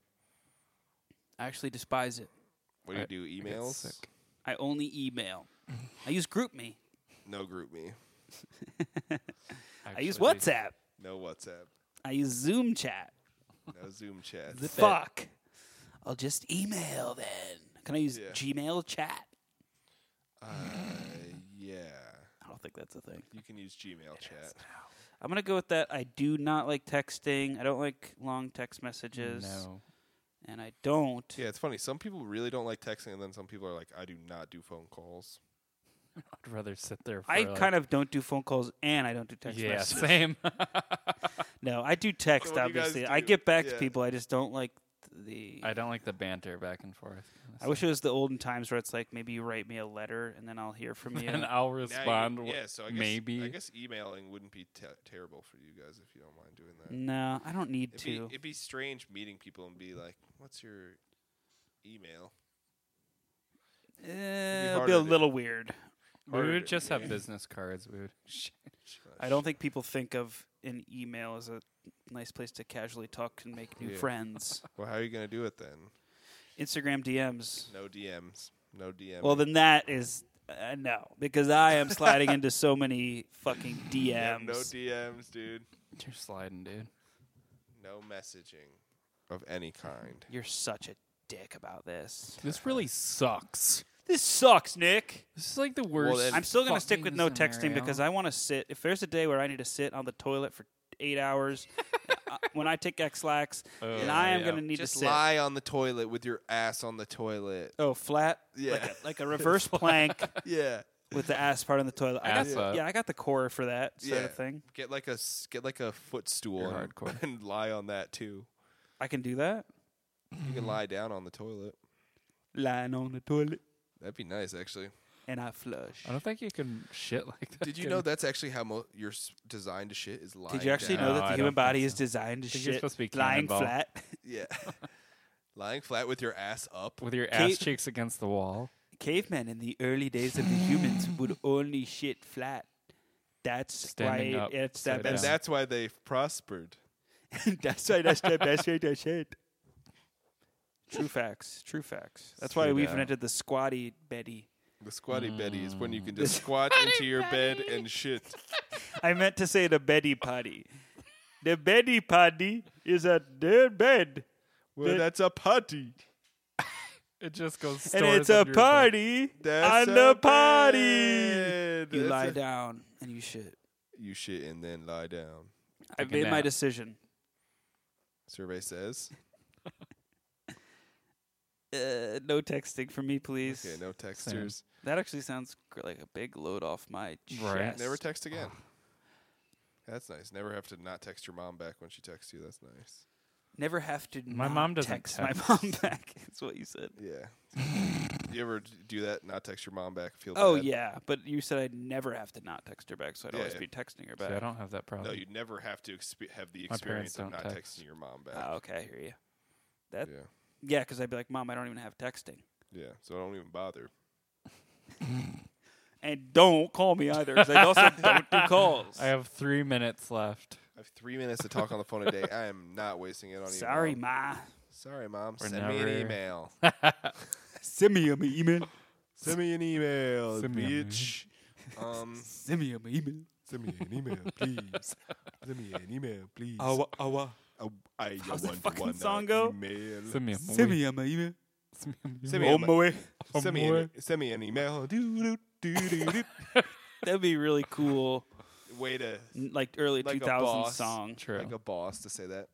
S1: I actually despise it.
S3: What do
S2: I-
S3: you do?
S2: I get
S3: Emails?
S2: sick.
S1: I only email. I use GroupMe.
S3: No group me.
S1: I use
S2: Actually,
S1: WhatsApp.
S3: No WhatsApp.
S1: I use Zoom chat.
S3: No Zoom chat.
S1: Fuck. I'll just email then. Can I use
S3: Yeah.
S1: Gmail chat?
S3: Uh, yeah.
S1: I don't think that's a thing.
S3: You can use Gmail chat.
S1: I'm gonna go with that. I do not like texting. I don't like long text messages,
S2: No.
S1: and I don't.
S3: Yeah, it's funny. Some people really don't like texting, and then some people are like, "I do not do phone calls."
S2: I'd rather sit there. For
S1: I kind of don't do phone calls, and I don't do text
S2: yeah,
S1: messages.
S2: same.
S1: No, I do text.
S3: what do you guys
S1: obviously, I
S3: do?
S1: get back to
S3: Yeah.
S1: people. I just don't like the.
S2: I don't like the banter back and forth.
S1: I wish it was the olden times where it's like maybe you write me a letter and then I'll hear from you.
S2: and I'll
S3: Now you-
S2: respond. w-
S3: yeah, so I guess,
S2: maybe.
S3: I guess emailing wouldn't be te- terrible for you guys if you don't mind doing that.
S1: no, I don't need
S3: It'd
S1: to.
S3: be, it'd be strange meeting people and be like, "What's your email?"
S1: Eh, it'd be
S3: harder
S1: a
S3: to-
S1: little weird.
S2: we
S3: harder.
S2: would just have business cards. We would.
S1: I don't think people think of an email as a nice place to casually talk and make new
S3: Yeah.
S1: friends.
S3: Well, how are you gonna do it then?
S1: Instagram DMs.
S3: No DMs. No DMs.
S1: Well, then that is uh, no, because I am sliding into so many fucking DMs.
S3: Yeah, no DMs, dude.
S2: You're sliding, dude.
S3: No messaging of any kind.
S1: You're such a dick about this.
S2: This really sucks.
S1: This sucks, Nick.
S2: This is like the worst.
S3: then-
S1: I'm still gonna stick with
S2: fucking
S1: no texting
S2: scenario.
S1: because I want to sit. If there's a day where I need to sit on the toilet for eight hours, uh, when I take X lax,
S3: Uh,
S1: and I am
S2: Oh, yeah.
S1: gonna need
S3: Just
S1: to sit.
S3: lie on the toilet with your ass on the toilet.
S1: Oh, flat. Like
S3: Yeah.
S1: a, like a reverse plank
S3: yeah.
S1: with the ass part on the toilet. I
S2: Ass
S1: got,
S2: up.
S1: Yeah, I got the core for that sort
S3: Yeah.
S1: of thing.
S3: Get like a s- get like a footstool
S2: You're
S3: and,
S2: hardcore.
S3: and lie on that too.
S1: I can do that.
S3: You
S1: Mm-hmm.
S3: can lie down on the toilet.
S1: Lying on the toilet
S3: That'd be nice, actually.
S1: and I flush.
S2: I don't think you can shit like that.
S3: Did you know that's actually how mo- you're s- designed to shit is lying?
S1: Did you actually
S3: down.
S1: know
S2: No,
S1: that
S2: I
S1: the
S2: don't
S1: human
S2: think
S1: body
S2: so.
S1: is designed to
S2: think
S1: shit
S2: you're supposed to be
S1: lying
S2: cannonball.
S1: flat?
S3: Yeah. lying flat with your ass up.
S2: With your
S1: Kate-
S2: ass cheeks against the wall.
S1: Cavemen in the early days of the humans would only shit flat. That's
S2: Standing
S1: why
S2: up,
S1: it's the
S2: upside
S3: And
S1: best.
S2: down.
S3: that's why they prospered.
S1: that's why that's the best way to shit. True facts. True facts. That's why
S2: Straight
S1: we
S2: up.
S1: invented the squatty Betty.
S3: The squatty Betty is when you
S1: Mm.
S3: can just squat into your bed and shit.
S1: I meant to say the Betty potty. The Betty potty is a dead bed,
S3: Well, that's a potty.
S2: It just goes.
S1: and it's a party
S3: That's
S1: on
S3: a
S1: the potty.
S3: bed.
S1: You
S3: That's
S1: lie
S3: a-
S1: down and you shit.
S3: You shit and then lie down.
S1: I've
S2: a
S1: made my
S2: nap.
S1: decision.
S3: Survey says.
S1: Uh, no texting for me, please.
S3: Okay, no texters.
S1: That actually sounds gr- like a big load off my chest.
S3: Never text again.
S1: Oh.
S3: That's nice. Never have to not text your mom back when she texts you. That's nice.
S1: Never have to.
S2: My
S1: not
S2: mom doesn't
S1: text,
S2: text.
S1: my mom back. That's what you said.
S3: Yeah. you ever d- do that? Not text your mom back? Feel
S1: Oh
S3: bad?
S1: yeah, but you said I'd never have to not text her back, so I'd
S3: Yeah,
S1: always
S3: yeah.
S1: be texting her back.
S2: I don't have that problem.
S3: No, you never have to expe- have the
S2: Um, My
S3: experience
S2: parents
S3: of
S2: don't
S3: not
S2: text.
S3: texting your mom back.
S1: oh, okay, I hear you.
S3: yeah,
S1: that- Yeah, because I'd be like, Mom, I don't even have texting,
S3: yeah. So don't even bother.
S1: and don't call me either, because I also don't do calls.
S2: I have three minutes left.
S3: I have three minutes to talk on the phone a day. I am not wasting it on you.
S1: Sorry,
S3: mom.
S1: ma.
S3: Sorry, mom.
S2: We're
S3: Send me an
S2: never-
S3: email.
S1: Send me an email.
S3: Send me an email,
S2: Send me an email.
S3: bitch. um,
S1: Send me an email.
S3: send me an email, please. Send me an email, please.
S1: Awa awa.
S3: Oh, I
S1: How's that
S3: want
S1: fucking
S3: one uh,
S1: song go?
S3: Email.
S2: Send me a
S1: Send
S2: movie.
S1: me an email.
S2: Send me a
S3: Send
S2: movie.
S3: me, a,
S1: Omoe.
S3: send, me an, e, send me an email. Doo, doo, doo, doo, doo.
S1: That'd be really cool.
S3: Way to
S1: n- like early
S3: Like a
S1: 2000s
S3: boss.
S1: song.
S2: True.
S3: like a boss to say that.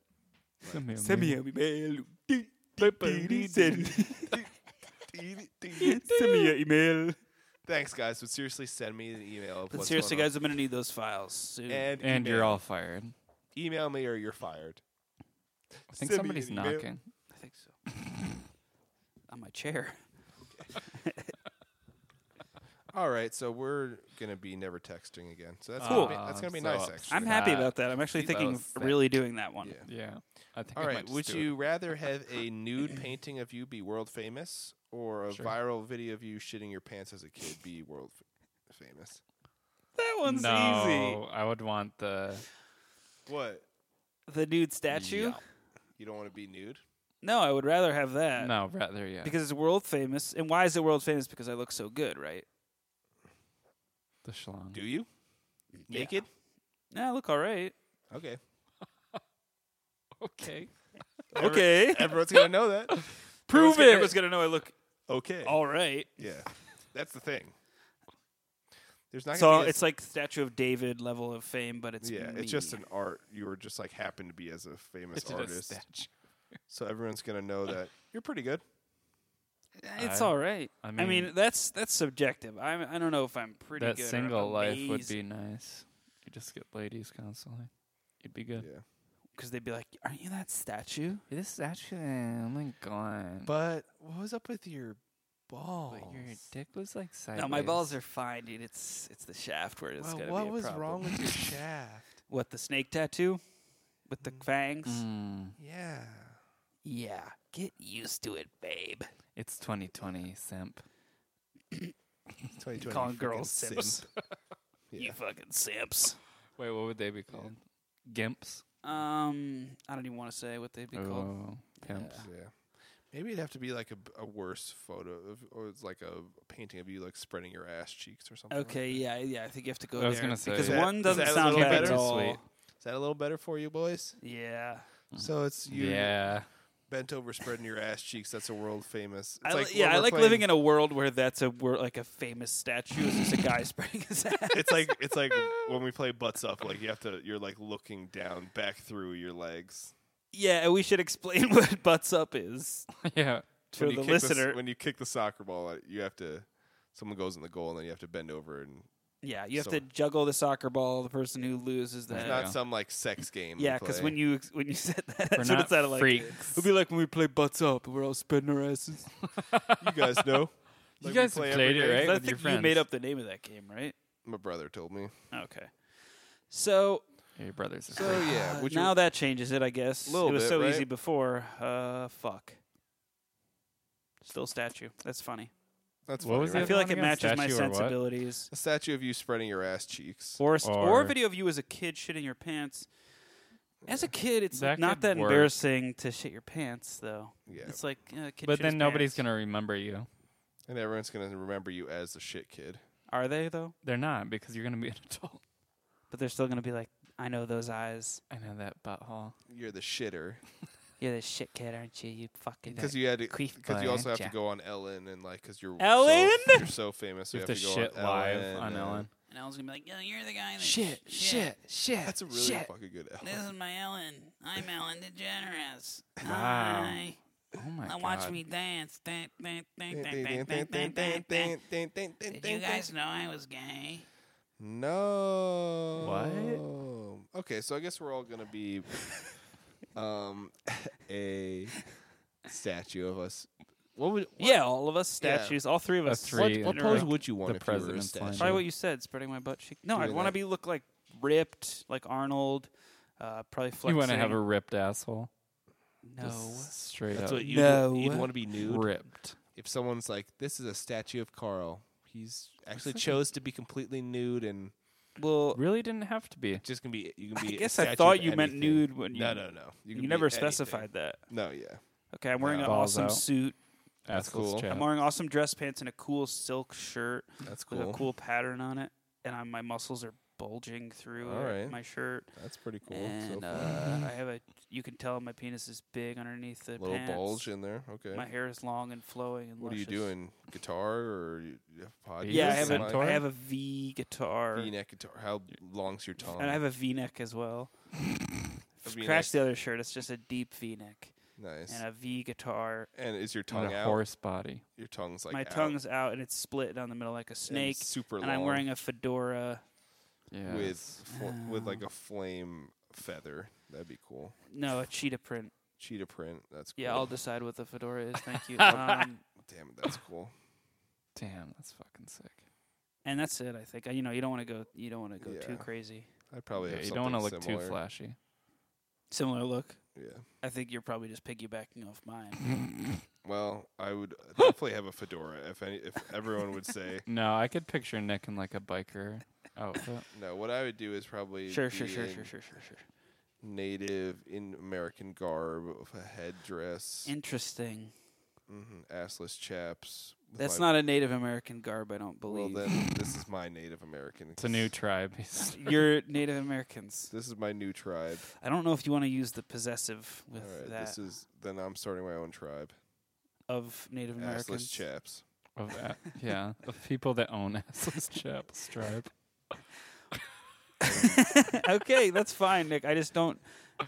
S2: Send me a
S1: Send me
S2: movie.
S1: an email. Send send me an email.
S3: Thanks, guys. But seriously, send me an email. Of
S1: But
S3: what's
S1: seriously,
S3: going Eh.
S1: guys, I'm gonna need those files soon.
S3: on. and
S2: And
S3: email.
S2: you're all fired.
S3: email me or you're fired.
S2: I think
S3: Send me
S2: somebody's
S3: an email.
S2: knocking.
S1: I think so. On my chair.
S3: All right, so we're gonna be never texting again. So that's
S1: Cool.
S3: Gonna be, that's gonna be
S2: Oh,
S3: nice.
S2: so
S3: Actually,
S1: I'm happy
S2: That-
S1: about that. I'm actually
S2: That
S1: thinking
S2: was
S1: of
S2: sick.
S1: really doing that one.
S3: Yeah.
S2: Yeah. I think
S3: All
S2: I
S3: right,
S2: might just
S3: would
S2: do it.
S3: you rather have a nude painting of you be world famous, or a
S2: Sure.
S3: viral video of you shitting your pants as a kid be world f- famous?
S1: That one's
S2: no, I would want the
S3: What?
S1: easy. The nude statue?
S2: Yeah.
S3: You don't want to be nude?
S1: No, I would rather have that.
S2: no, rather yeah.
S1: Because it's world famous. And why is it world famous? Because I look so good, right?
S2: the schlong.
S3: Do you? Naked?
S1: Yeah, I look all right.
S3: Okay.
S2: Okay.
S1: Okay.
S3: Everyone's gonna know that.
S1: Prove
S3: gonna-
S1: it.
S3: everyone's
S1: going to know I look
S3: Okay.
S1: all right.
S3: yeah, that's the thing. There's not.
S1: So
S3: gonna be
S1: it's like Statue of David level of fame, but it's
S3: yeah, it's just
S1: me.
S3: an art. You were just like happened to be as a famous
S2: It's just a
S3: artist,
S2: statue.
S3: so everyone's gonna know that you're pretty good.
S1: Eh, It's
S2: I-
S1: all right.
S2: I
S1: I mean,
S2: mean-
S1: that's that's subjective. I'm, I don't know if I'm pretty
S2: That
S1: good. or I'm
S2: single life would
S1: amazing.
S2: be nice. You just get ladies constantly. You'd be
S3: Yeah,
S2: good.
S1: because they'd be like, "Aren't you that statue?"
S2: This is actually oh my god.
S3: but what was up with your balls?
S2: But your dick was like sideways.
S1: No, my balls are fine, dude. It's it's the shaft where it's
S3: Well,
S1: gonna be
S3: what
S1: a
S3: was
S1: problem.
S3: wrong with your shaft?
S1: What the snake tattoo with the fangs?
S2: Mm,
S3: Yeah,
S1: Yeah, get used to it, babe.
S2: it's 2020, simp.
S1: Calling girls simps. You
S3: Yeah.
S1: fucking simps.
S2: Wait, what would they be called? Gimps.
S1: Um, I don't even want to say what they'd be called.
S2: Oh, pimps.
S3: Yeah. Maybe it'd have to be like a, b- a worse photo, of, or it's like a painting of you like spreading your ass cheeks or something. like
S1: Okay,
S3: that.
S1: yeah, yeah. I think you have to go
S2: I was
S1: there
S2: gonna say-
S1: because
S2: Is that-
S1: one
S3: is
S1: doesn't
S3: that a
S1: sound
S3: little
S1: bad at
S3: better?
S1: all.
S2: Sweet.
S3: Is that a little better for you, boys?
S1: Yeah,
S3: So it's you
S2: Yeah.
S3: bent over, spreading your ass cheeks. That's a world famous.
S1: I li- yeah. I like living in a world where that's a wor- like a famous statue is just a guy spreading his ass.
S3: It's like it's like when we play butts up. Like you have to, you're like looking down, back through your legs.
S1: yeah, and we should explain what butts up is
S2: yeah.
S1: for
S3: when you
S1: the
S3: kick s-
S1: listener.
S3: when you kick the soccer ball, uh, you have to. Someone goes in the goal, and then you have to bend over, and
S1: yeah, you have
S3: so-
S1: to juggle the soccer ball. The person who loses
S2: It's
S1: that.
S3: it's
S2: Yeah.
S3: not some like sex game. we
S1: Yeah, because
S3: play.
S1: when you when you said that,
S2: We're
S1: that's what
S2: not
S1: it sounded like.
S2: freaks.
S1: It'd be like when we play butts up and we're all spreading our asses.
S3: you guys know,
S2: You
S3: Like, we
S2: guys
S3: play
S2: played
S3: every
S2: it,
S3: day.
S2: right?
S1: I
S2: with your
S1: think you made
S2: friends.
S1: up the name of that game, right?
S3: my brother told me.
S1: Okay. So,
S2: Yeah, your brothers. Are
S3: So
S2: freaks.
S3: yeah,
S1: uh,
S3: would
S1: now
S3: you,
S1: that changes it, I guess.
S3: Little
S1: it was
S3: bit,
S1: so
S3: right?
S1: easy before. Uh, fuck. Still statue. That's funny.
S3: that's
S2: What
S3: funny,
S2: was the
S3: right?
S1: I
S2: other
S1: feel
S2: one
S1: like it
S2: again?
S1: matches my
S2: Statue or what?
S1: sensibilities.
S3: a statue of you spreading your ass cheeks.
S1: Or, st- or a
S2: Or-
S1: video of you as a kid shitting your pants. As a kid, it's
S2: That
S1: not
S2: could
S1: that
S2: work.
S1: embarrassing to shit your pants, though.
S3: yeah,
S1: It's like uh, kid
S2: But
S1: shit
S2: then
S1: his
S2: nobody's
S1: pants.
S2: gonna remember you.
S3: and everyone's gonna remember you as the shit kid.
S1: Are they though?
S2: They're not because you're gonna be an adult.
S1: But they're still gonna be like, I know those eyes.
S2: I know that butthole.
S3: You're the shitter
S1: You're the shit kid, aren't you? You fucking.
S3: because you had to
S1: Queef
S3: because you also have to
S1: Bunch.
S3: go on Ellen and like because you're
S1: Ellen?
S3: so, you're so famous.
S2: You
S3: you
S2: have to
S3: go
S2: shit
S3: on
S2: live
S3: Ellen
S2: on
S3: and-
S2: Ellen.
S1: And Ellen's gonna be like, Yo, you're the guy. That
S7: Shit, shit, shit.
S3: That's a really
S7: shit.
S3: fucking good
S1: This
S3: Ellen.
S1: is my Ellen. I'm Ellen DeGeneres.
S2: Wow.
S1: Hi.
S2: Oh my
S1: Now
S2: god.
S1: watch me dance. Dun, dun, dun, dun, dun, dun, dun, dun, dun. Did you guys
S3: Did
S1: know I was gay?
S3: No. What? Okay, so I guess we're all gonna be um a statue of us. What would what,
S1: Yeah, all of us
S3: Yeah.
S1: statues. All three of us. in
S2: three
S3: what, what
S1: a
S2: Interact
S1: row.
S3: pose would you want
S2: the
S3: if you were a
S2: president's line.
S3: statue?
S1: Probably what you said, spreading my butt cheek. No, I'd
S3: Doing
S1: want to
S3: that.
S1: be look like ripped, like Arnold. Uh, probably flexing.
S2: You want to have a ripped asshole?
S1: no.
S2: Just straight
S3: That's
S2: up
S3: what you
S1: No.
S3: you'd want to be nude.
S2: ripped.
S3: if someone's like, "This is a statue of Carl. He's actually chose to be completely nude and
S1: Well,
S2: Really didn't have to be.
S3: just gonna be." You can
S1: I
S3: be. a
S1: guess I
S3: statue
S1: thought
S3: of
S1: you meant
S3: anything."
S1: nude when you-
S3: No, no, no. can
S1: you
S3: be
S1: never
S3: anything.
S1: specified that.
S3: No, yeah.
S1: Okay, I'm wearing
S3: No.
S1: an
S2: Balls
S1: awesome
S2: out.
S1: suit.
S3: That's
S2: Assholes
S3: cool.
S2: chat.
S1: I'm wearing awesome dress pants and a cool silk shirt
S3: That's
S1: with
S3: cool.
S1: a cool pattern on it, and i my muscles are bulging through
S3: All
S1: it-
S3: right.
S1: my shirt.
S3: That's pretty cool. so
S1: and
S3: far.
S1: uh, I have a you can tell my penis is big underneath the
S3: little
S1: pants.
S3: bulge in there. Okay.
S1: My hair is long and flowing and
S3: What are you
S1: luscious.
S3: doing? Guitar or you you have pod?
S2: Are you
S1: Yeah, I
S2: a
S1: have a,
S2: centaur?
S1: I have a V guitar,
S3: V-neck guitar. How long's your tongue?
S1: and I have a V-neck as well.
S3: V-neck.
S1: Crash the other shirt. It's just a deep V-neck
S3: nice.
S1: and a V guitar.
S3: And is your
S2: On
S3: tongue
S2: a
S3: out?
S2: horse body.
S3: Your tongue's like
S1: my
S3: out
S1: tongue's out and it's split down the middle like a
S3: and
S1: snake.
S3: super
S1: And,
S3: long.
S1: I'm wearing a fedora.
S2: Yeah.
S3: with
S2: it's-
S3: fl- with
S1: Um.
S3: like a flame feather. That'd be cool.
S1: No, a cheetah print.
S3: Cheetah print. That's cool.
S1: Yeah, I'll decide what the fedora is. Thank you. Um,
S3: Damn, it, that's cool.
S2: damn, that's fucking sick.
S1: and that's it. I think Uh, you know you don't want to go you don't want to go too
S3: Yeah.
S1: crazy.
S3: I probably
S2: Yeah,
S3: have
S2: you don't want to
S3: something
S2: look
S3: similar.
S2: too flashy.
S1: Similar look.
S3: Yeah.
S1: I think you're probably just piggybacking off mine.
S3: Well, I would definitely have a fedora if any, if everyone would say
S2: No, I could picture Nick in like a biker outfit.
S3: no. What I would do is probably
S1: sure, sure,
S3: be
S1: sure,
S3: in
S1: sure, sure, sure, sure.
S3: native in American garb with a headdress,
S1: Interesting.
S3: mhm, assless chaps. with
S1: That's
S3: my-
S1: not a Native American garb, I don't
S3: well.
S1: believe.
S3: Then this is my Native American.
S2: It's a new tribe. He's
S1: you're Native Americans.
S3: This is my new tribe.
S1: I don't know if you want to use the possessive with
S3: All right,
S1: that
S3: this is then I'm starting my own tribe.
S1: of Native Americans.
S3: Assless chaps.
S2: of a- yeah, of people that own assless chaps tribe.
S1: okay, that's fine, Nick. I just don't.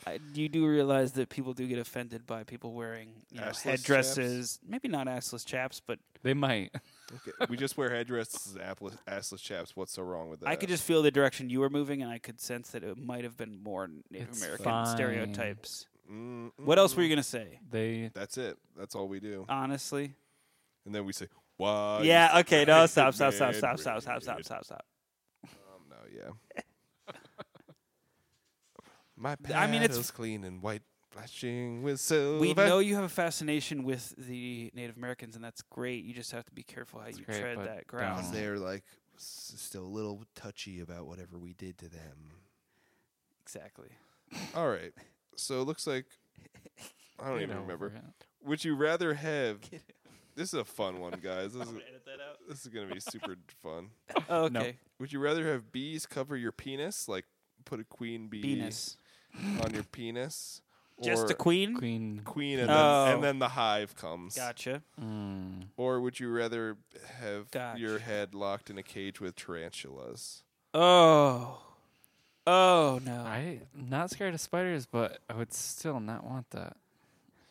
S1: I, you do realize that people do get offended by people wearing you know,
S3: Assless chaps?
S1: headdresses. Maybe not assless chaps, but
S2: They might.
S3: Okay, we just wear headdresses and apples- assless chaps. What's so wrong with that?
S1: I could just feel the direction you were moving, and I could sense that it might have been more Native
S2: It's
S1: American
S2: fine.
S1: stereotypes.
S3: Mm,
S1: What else
S3: mm.
S1: were you gonna say?
S2: They
S3: That's it. That's all we do.
S1: Honestly,
S3: And then we say, "Why?" Uh, you
S1: yeah. Okay, no, stop,
S3: stupid
S1: stop, stop,
S3: red,
S1: stop, stop, stop,
S3: red."
S1: stop, stop, stop.
S3: Um, no, yeah. My
S1: I mean, it's-
S3: paddle's clean and white, flashing with silver.
S1: We know you have a fascination with the Native Americans, and that's great. You just have to be careful how you
S2: great,
S1: tread
S2: but
S1: that ground.
S2: don't.
S3: they're like s- still a little touchy about whatever we did to them.
S1: Exactly.
S3: All right. So it looks like I don't
S2: get
S3: even
S2: over
S3: remember.
S2: it.
S3: Would you rather have? This is a fun one, guys. This is,
S1: Edit that out.
S3: this is gonna be super fun.
S1: Okay.
S3: Would you rather have bees cover your penis, like put a queen bee
S1: Venus.
S3: on your penis,
S1: Just a
S3: or
S1: queen?
S2: Queen.
S3: queen, and, then,
S1: Oh.
S3: and then the hive comes?
S1: Gotcha.
S2: Mm.
S3: Or would you rather have your
S1: Gotcha.
S3: head locked in a cage with tarantulas?
S1: Oh. Oh no.
S2: I not scared of spiders, but I would still not want that.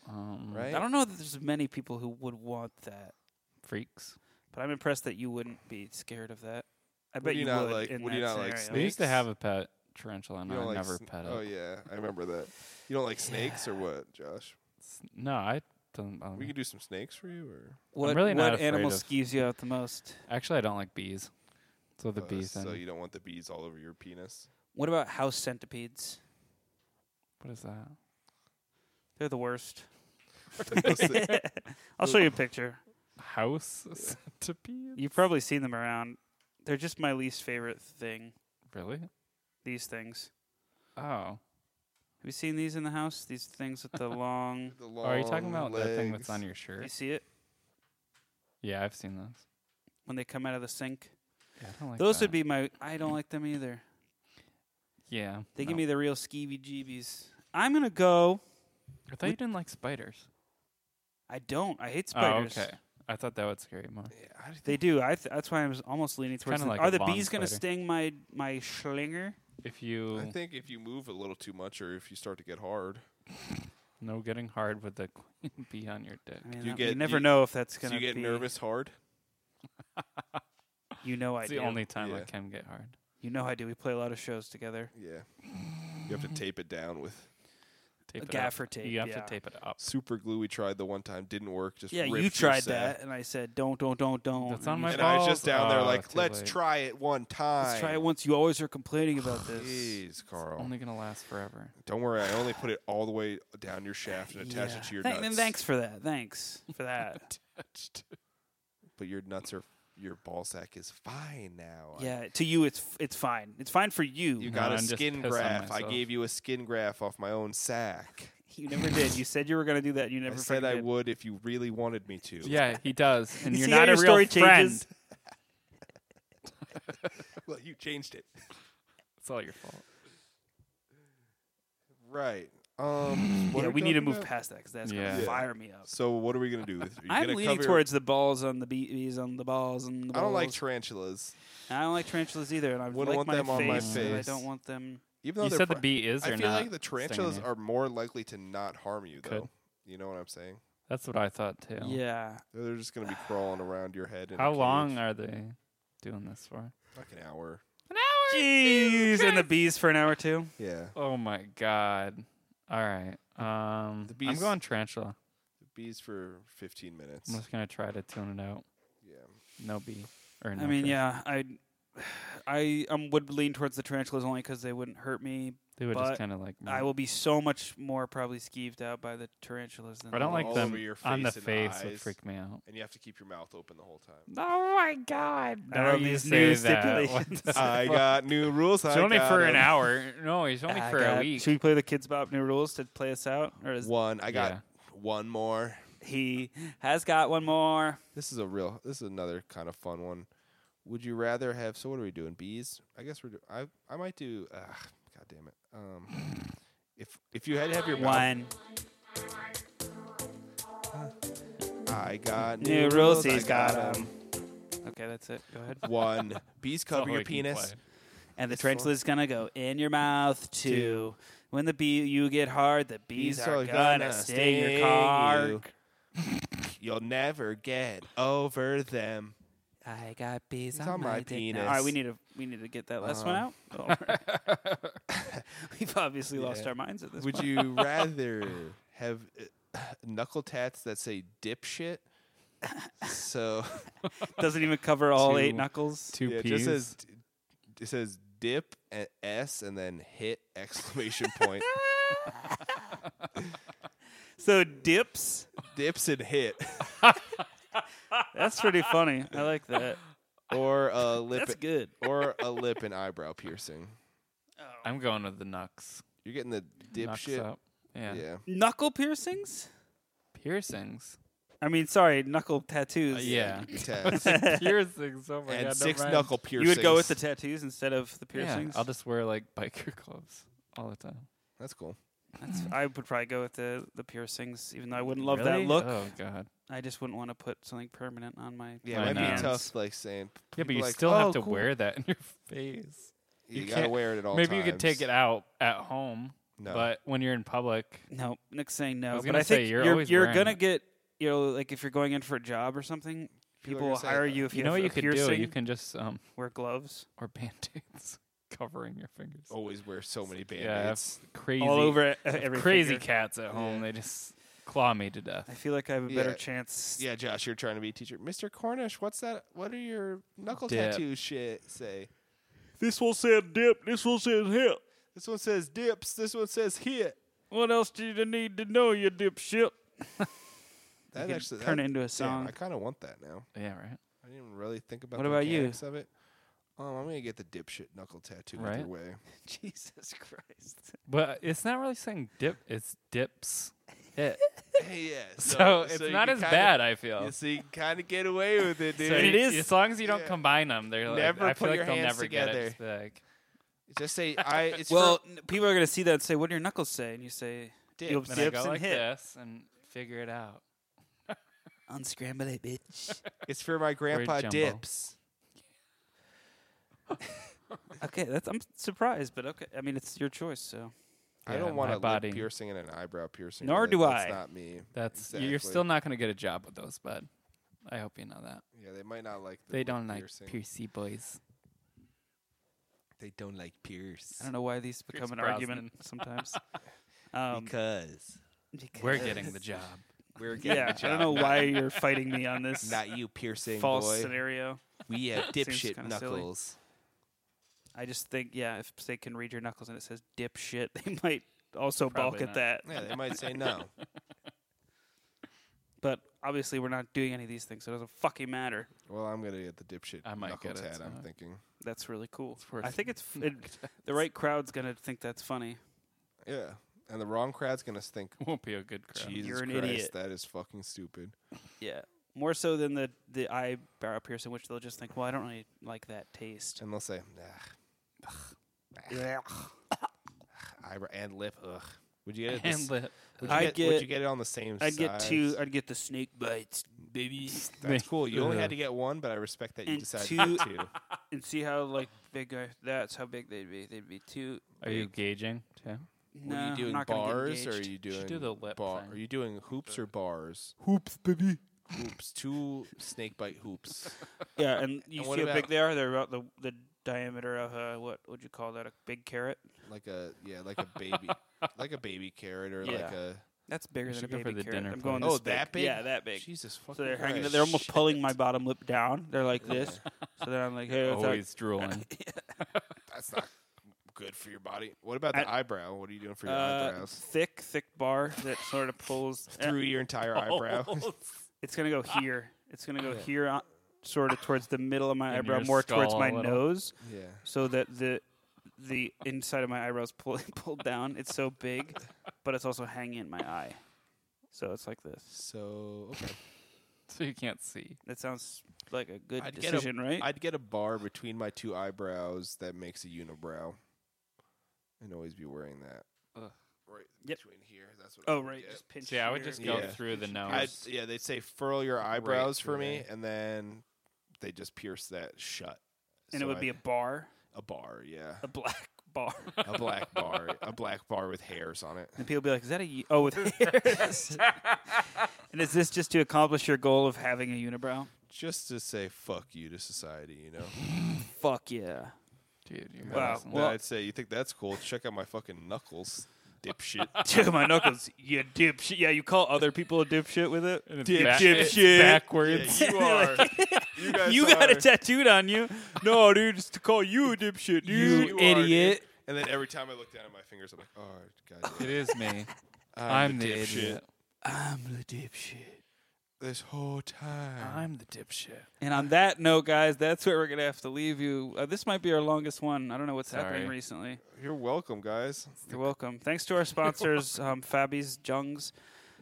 S2: Um,
S3: Right?
S1: I don't know that there's many people who would want that,
S2: Freaks.
S1: but I'm impressed that you wouldn't be scared of that. I
S3: Would
S1: bet
S3: you
S1: you
S3: not
S1: would
S3: like-
S1: in
S3: would
S1: that
S3: you not like
S1: scenario.
S2: We used to
S3: Snakes?
S2: have a pet tarantula, and
S3: You
S2: I
S3: don't like
S2: never
S3: sn-
S2: pet it.
S3: Oh yeah, I remember that. You don't like snakes or what, Josh?
S2: S- No, I don't. I don't
S3: We
S2: know.
S3: could do some snakes for you, or
S1: What,
S2: really not
S1: what
S2: afraid
S1: animal
S2: of-
S1: skeeves you out the most?
S2: Actually, I don't like bees. So the
S3: Uh,
S2: bees.
S3: So
S2: thing.
S3: you don't want the bees all over your penis.
S1: What about house centipedes?
S2: What is that?
S1: They're the worst.
S3: Those thi-
S1: I'll show you a picture.
S2: House centipede.
S1: You've probably seen them around. They're just my least favorite thing.
S2: Really?
S1: These things.
S2: Oh.
S1: Have you seen these in the house? These things with the long.
S3: the
S2: oh are you talking
S3: long
S2: about that thing that's
S3: legs.
S2: on your
S1: You
S2: shirt?
S1: see it
S2: Yeah, I've seen those.
S1: when they come out of the sink.
S2: Yeah, I don't like
S1: Those
S2: that.
S1: would be my. I don't like them either.
S2: Yeah.
S1: They give
S2: no.
S1: me the real skeevy jeebies. I'm gonna go.
S2: I thought you didn't like spiders.
S1: I don't. I hate spiders.
S2: Oh, okay. I thought that would scare you more.
S3: Yeah, I d-
S1: They do. I. Th- that's why I was almost leaning towards.
S2: kinda
S1: them.
S2: like
S1: Are the
S2: a lawn
S1: bees gonna
S2: spider.
S1: sting my my schlinger?
S2: If you
S3: I think if you move a little too much, or if you start to get hard,
S2: no getting hard with the queen bee on your dick.
S1: I mean,
S3: You
S1: that-
S3: get-
S1: never
S3: you-
S1: know if that's
S3: so
S1: gonna.
S3: you get
S1: be-
S3: nervous hard.
S1: You know I
S2: It's
S1: do.
S2: the only time I
S3: Yeah.
S2: can get hard.
S1: you know I do. We play a lot of shows together.
S3: Yeah, you have to tape it down with
S2: Tape it up.
S1: gaffer tape,
S2: You have
S1: yeah.
S2: to tape it up.
S3: super glue. We tried the one time, didn't work. Just
S1: Yeah, you
S3: ripped your
S1: tried
S3: sack.
S1: that, and I said, "Don't, don't, don't, don't."
S2: That's on
S1: you
S2: my
S1: said,
S3: And I was just
S2: Balls?
S3: down there
S2: Oh,
S3: like,
S2: too
S3: let's
S2: late.
S3: try it one time.
S1: Let's try it once. You always are complaining about this.
S3: Jeez, Carl.
S2: Only gonna last forever.
S3: Don't worry, I only put it all the way down your shaft and attached it to your
S1: Thank-
S3: nuts.
S1: and thanks for that. Thanks for that.
S3: But your nuts are your ball sack is fine now. I-
S1: yeah, to you, it's f- it's fine. It's fine for you.
S3: You
S1: You,
S2: No,
S3: got a
S2: I'm just
S3: skin
S2: pissed on
S3: graph. I
S2: myself.
S3: gave you a skin graph off my own sack.
S1: never did. You said you were going to do that. And you never
S3: I said
S1: freaking
S3: I
S1: did.
S3: would if you really wanted me to.
S2: Yeah, he does. And
S1: You
S2: you're
S1: see
S2: not
S1: how your
S2: a real
S1: story
S2: friend.
S1: changes?
S3: Well, you changed it.
S2: It's all your fault.
S3: Right. Um what
S1: Yeah,
S3: are
S1: we need to
S3: talking
S1: move
S3: about?
S1: past that because that's
S2: Yeah.
S1: going
S2: Yeah.
S1: to fire me up.
S3: So what are we gonna do with are you
S1: I'm
S3: gonna
S1: leaning
S3: cover-
S1: towards the balls on the bee- bees on the balls and the
S3: I
S1: balls.
S3: don't like tarantulas.
S1: And I don't like tarantulas either, and I
S3: Wouldn't
S1: like
S3: want
S1: my
S3: them
S1: face,
S3: on my
S1: and I
S3: face.
S1: don't want them.
S3: Even though
S2: You
S3: they're
S2: said the
S3: pro-
S2: bee is or
S3: I feel
S2: not.
S3: like the
S2: stinging
S3: tarantulas
S2: you.
S3: are more likely to not harm you though. You know what I'm saying?
S2: That's what I thought too.
S1: Yeah,
S3: They're just gonna be crawling around your head. In
S2: How
S3: a
S2: long
S3: cage.
S2: are they doing this for?
S3: Like an hour.
S1: jeez, and the bees for an hour too.
S3: Yeah.
S2: Oh my god. All right. Um,
S3: The bees-
S2: I'm going tarantula.
S3: Bees for 15 minutes.
S2: I'm just gonna try to tune it out.
S3: Yeah.
S2: No bee. Or
S1: I mean, yeah, I, I um, would lean towards the tarantulas only because they wouldn't hurt me.
S2: They would just
S1: but
S2: kinda, like,
S1: I will be so much more probably skeeved out by the tarantulas than
S2: I don't
S1: the
S2: like
S1: wolves.
S3: all
S2: them
S3: over your face
S2: on the
S3: and
S2: face would
S3: eyes,
S2: freak me out.
S3: And you have to keep your mouth open the whole time.
S2: Oh my god!
S1: Now
S2: Now you
S1: these
S2: say
S1: new
S2: that. What
S1: stipulations.
S2: the
S3: I
S2: fuck?
S3: got new rules.
S2: It's
S3: I
S2: only
S3: got
S2: for
S3: 'em.
S2: an hour. No, it's only
S1: I
S2: for a
S1: got-
S2: week.
S1: Should we play the Kids Bop New Rules to play us out? Or is
S3: One. I got
S2: Yeah.
S3: one more.
S1: he has got one more?
S3: This is a real. This is another kind of fun one. Would you rather have? So what are we doing? Bees? I guess we're. Do, I I might do. Uh, God damn it. Um, if if you had to have your mouth-
S1: One.
S3: I got
S1: New rules, he's got 'em. Okay, that's it. Go ahead.
S3: One. Bees cover
S2: all
S3: your
S2: we can
S3: penis.
S2: play.
S1: And the tarantula's gonna go in your mouth too. When the bee you get hard, the bees, are gonna, sting your car.
S3: you. You'll never get over them.
S1: I got bees
S3: It's
S1: on,
S3: on my
S1: dick now.
S3: penis.
S1: All right, we need to we need to get that last one out. Oh. We've obviously lost
S3: Yeah.
S1: our minds at this
S3: Would
S1: point.
S3: you rather have uh, knuckle tats that say dipshit? So
S1: Doesn't even cover all eight
S2: Two-
S1: knuckles.
S2: Two
S3: yeah, it
S2: peas.
S3: just says it says dip and s and then hit exclamation point.
S1: So dips.
S3: Dips and hit
S1: That's pretty funny. I like that.
S3: or a lip
S1: That's good.
S3: or a lip and eyebrow piercing.
S7: I'm going with the Nux.
S3: You're getting the
S7: Nux
S3: dipshit.
S7: up. Yeah.
S3: Yeah.
S1: Knuckle piercings?
S7: Piercings.
S1: I mean, sorry, knuckle
S3: Uh,
S1: tattoos.
S7: yeah.
S3: Tats.
S2: piercings. Oh my god!
S3: and
S2: never
S3: six
S2: mind.
S3: knuckle
S1: You
S3: piercings.
S1: would go with the tattoos instead of the piercings.
S7: Yeah. I'll just wear like biker gloves all the time.
S3: That's cool.
S1: That's- I would probably go with the the piercings, even though I wouldn't love
S7: Really?
S1: that look.
S7: Oh god.
S1: I just wouldn't want to put something permanent on my.
S3: Yeah,
S7: Why
S3: it might
S7: not?
S3: be tough, like saying.
S2: Yeah, but
S3: people
S2: you
S3: like,
S2: still
S3: "Oh,
S2: have to
S3: cool."
S2: wear that in your face.
S3: You,
S2: you
S3: gotta
S2: can't-
S3: wear it at all.
S2: Maybe you could take it
S3: times.
S2: out at home,
S3: No.
S2: but when you're in public,
S1: No, Nick's saying no.
S2: I was
S1: but
S2: gonna
S1: I think
S2: say, you're
S1: you're
S2: always
S1: you're
S2: wearing
S1: gonna
S2: it.
S1: get you know like if you're going in for a job or something, people,
S3: are
S1: will
S3: gonna say,
S1: hire
S3: uh,
S1: you if you,
S2: you know
S1: have
S2: what
S1: a
S2: you could
S1: piercing.
S2: do? You can just um
S1: wear gloves
S2: or band-aids covering your fingers.
S3: always wear so many band
S2: yeah,
S3: aids.
S2: crazy
S1: all over e- every
S2: crazy
S1: finger.
S2: cats at home. They just claw me to death.
S1: I feel like I have a better
S3: Yeah.
S1: chance.
S3: Yeah, Josh, you're trying to be a teacher. Mr. Cornish, what's that? What are your knuckle
S2: Dip.
S3: tattoo shit say?
S1: This one said dip. This one says hip.
S3: This one says dips. This one says hit.
S1: What else do you need to know, you dipshit?
S3: That
S1: could
S3: actually
S1: turn
S3: that-
S1: it into a
S3: damn,
S1: song.
S3: I kind of want that now.
S2: Yeah, right.
S3: I didn't even really think about
S1: What
S3: the
S1: about you?
S3: mechanics of it. Um, I'm gonna get the dipshit knuckle tattoo either
S2: Right?
S3: way.
S1: Jesus Christ.
S2: But it's not really saying dip. It's dips. Hit.
S3: yeah,
S2: so,
S3: so,
S2: it's
S3: so you
S2: not
S3: can
S2: as
S3: kinda-
S2: bad. I feel.
S3: Yeah, so you kind of get away with it, dude.
S2: So
S1: it
S2: you-
S1: is-
S2: as long as you don't
S3: yeah.
S2: combine them. They're like,
S3: Never
S2: I feel
S3: put
S2: like
S3: your
S2: they'll
S3: hands
S2: never get
S3: together.
S2: it. Just be like,
S3: Just say I. It's
S1: well,
S3: for
S1: n- people are gonna see that and say, "What do your knuckles say?" And you say,
S3: dip.
S1: you'll
S2: then
S1: see
S2: I
S1: Dips
S2: go
S1: and
S2: like
S1: hit.
S2: this and figure it out.
S1: "Unscramble it, bitch."
S3: It's for my grandpa
S2: Jumbo.
S3: dips.
S1: okay, that's I'm surprised, but okay. I mean, it's your choice, so
S3: I
S2: Yeah,
S3: don't want
S2: my
S3: a
S2: body.
S3: lip piercing and an eyebrow piercing.
S1: Nor
S3: That-
S1: do
S3: that's
S1: I.
S3: Not me.
S2: That's you're
S3: Exactly.
S2: still not going to get a job with those, bud. I hope you know that.
S3: Yeah, they might not like. The
S2: They
S3: lip
S2: don't like
S3: piercing.
S2: Piercy boys.
S3: They don't like pierce.
S1: I don't know why these become an
S2: Brosnan.
S1: argument sometimes. Um,
S3: because
S2: We're getting the job.
S3: we're getting
S1: yeah,
S3: the
S1: I don't
S3: job,
S1: know
S3: not-
S1: why you're fighting me on this
S3: Not you piercing
S1: false
S3: boy.
S1: scenario.
S3: We have
S1: Seems
S3: dipshit
S1: kinda silly.
S3: knuckles.
S1: I just think, yeah, if they can read your knuckles and it says "dipshit," they might also balk
S2: Probably
S1: at that.
S3: Yeah, they might say no.
S1: But obviously, we're not doing any of these things, so it doesn't fucking matter.
S3: Well, I'm gonna get the dipshit
S2: I might
S3: knuckle
S2: get it,
S3: tat.
S2: so-
S3: I'm thinking.
S1: That's really cool.
S2: worth
S1: I think it's f- it, the right crowd's gonna think that's funny.
S3: Yeah, and the wrong crowd's gonna think.
S2: Won't be a good crowd.
S3: Jesus
S1: an
S3: Christ,
S1: idiot."
S3: that is fucking stupid.
S1: Yeah. More so than the the eyebrow piercing, which they'll just think, well, I don't really like that taste.
S3: And they'll say, nah. Eyebrow and lip. Ugh. Would you get it?
S2: And
S3: this-
S2: lip.
S3: Would you
S1: I'd
S3: get, would
S1: get-
S3: you get it on the same?
S1: I'd get two.
S3: size?
S1: I'd get the snake bites, baby,
S3: That's cool. You only
S2: Ugh.
S3: had to get one, but I respect that you
S1: And
S3: decided
S1: two-
S3: not to.
S1: and see how like big. I, that's how big they'd be. They'd be two.
S2: Are you gauging too?
S1: No,
S3: What are you
S1: I'm
S3: doing
S1: not gonna get
S3: bars or are
S1: engaged.
S3: you
S2: should
S3: doing
S2: do the lip
S3: bar-
S2: thing.
S3: Are you doing hoops or bars?
S1: hoops, baby?
S3: Hoops. Two snake bite hoops.
S1: Yeah, and you
S3: And
S1: see
S3: what
S1: how
S3: about-
S1: big they are. They're about the the diameter of uh, what would you call that? A big carrot.
S3: Like a yeah, like a baby like a baby carrot or like
S1: Yeah.
S3: a
S1: That's bigger
S2: We
S1: than a
S2: should go
S1: baby
S2: for the
S1: carrot.
S2: dinner
S1: I'm going
S2: plate.
S1: this
S2: Oh, that
S1: Yeah,
S3: big?
S1: that big.
S3: Jesus
S1: So
S3: fucking
S1: they're hanging.
S3: Christ.
S1: They're almost pulling my bottom lip down. They're like this. so then I'm like, hey, what's up?
S2: Always drooling.
S3: That's not good for your body. What about the eyebrow? What are you doing for your
S1: Uh,
S3: eyebrows?
S1: thick, thick bar that sort of pulls eh,
S3: Through your entire eyebrow.
S1: It's gonna go here. It's gonna go here, on, sort of towards the middle of my
S2: And
S1: eyebrow,
S2: your
S1: more towards
S2: skull
S1: my
S2: a little.
S1: nose,
S3: yeah.
S1: so that the the inside of my eyebrows pull, pulled down. It's so big, but it's also hanging in my eye. So it's like this.
S3: So okay.
S2: so you can't see.
S1: That sounds like a good
S3: I'd get a-
S1: decision, right?
S3: I'd get a bar between my two eyebrows that makes a unibrow, and always be wearing that.
S2: Ugh.
S3: Right
S1: Yep.
S3: between here. That's what. I
S1: oh,
S3: would
S1: right.
S3: get.
S1: Just pinch.
S2: See, I would
S1: here.
S2: just go
S3: Yeah.
S2: through the nose.
S3: I'd, yeah, they'd say furl your eyebrows for
S2: through
S3: me,
S2: there.
S3: and then they just pierce that shut.
S1: and
S3: So
S1: it would be a
S3: I'd-
S1: bar,
S3: a bar, yeah,
S1: a black bar.
S3: a black bar, a black bar with hairs on it.
S1: And people be like, "Is that a u- oh with hairs?" and is this just to accomplish your goal of having a unibrow?
S3: Just to say fuck you to society, you know.
S1: Fuck yeah!
S2: Dude, you're
S1: Wow.
S2: awesome.
S3: Then
S1: Well-
S3: I'd say you think that's cool. Check out my fucking knuckles, dipshit.
S1: Dude, my knuckles, you dipshit. Yeah, you call other people a dipshit with it.
S2: And it's
S1: Dip,
S2: back- it's
S1: dipshit.
S2: backwards.
S3: you are. You, guys
S1: You got
S3: are.
S1: it tattooed on you? No, dude, it's to call you a dipshit, dude.
S3: are,
S2: idiot.
S3: And then every time I look down at my fingers, I'm like, oh, God.
S2: It is me.
S3: I'm,
S2: I'm the
S3: dipshit
S2: idiot.
S1: I'm the dipshit.
S3: This whole time.
S2: I'm the dipshit.
S1: And on that note, guys, that's where we're gonna have to leave you. Uh, this might be our longest one. I don't know what's happening
S2: Sorry.
S1: recently.
S3: You're welcome, guys.
S1: You're welcome. Thanks to our sponsors, um, Fabi's, Jung's,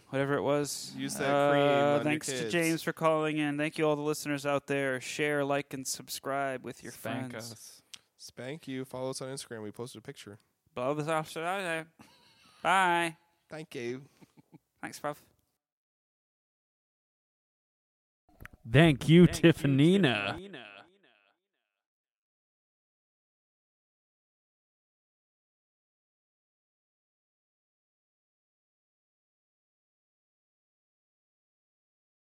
S1: whatever it was. Uh,
S3: Use that cream on your
S1: thanks to
S3: kids.
S1: James for calling in. Thank you all the listeners out there. Share, like, and subscribe with your
S2: Thank
S1: friends.
S2: us.
S3: Spank you. Follow us on Instagram. We posted a picture.
S1: Bob is off today. Bye.
S3: Thank you.
S1: Thanks, Bob.
S7: Thank you, Tiffanina.
S1: Nina.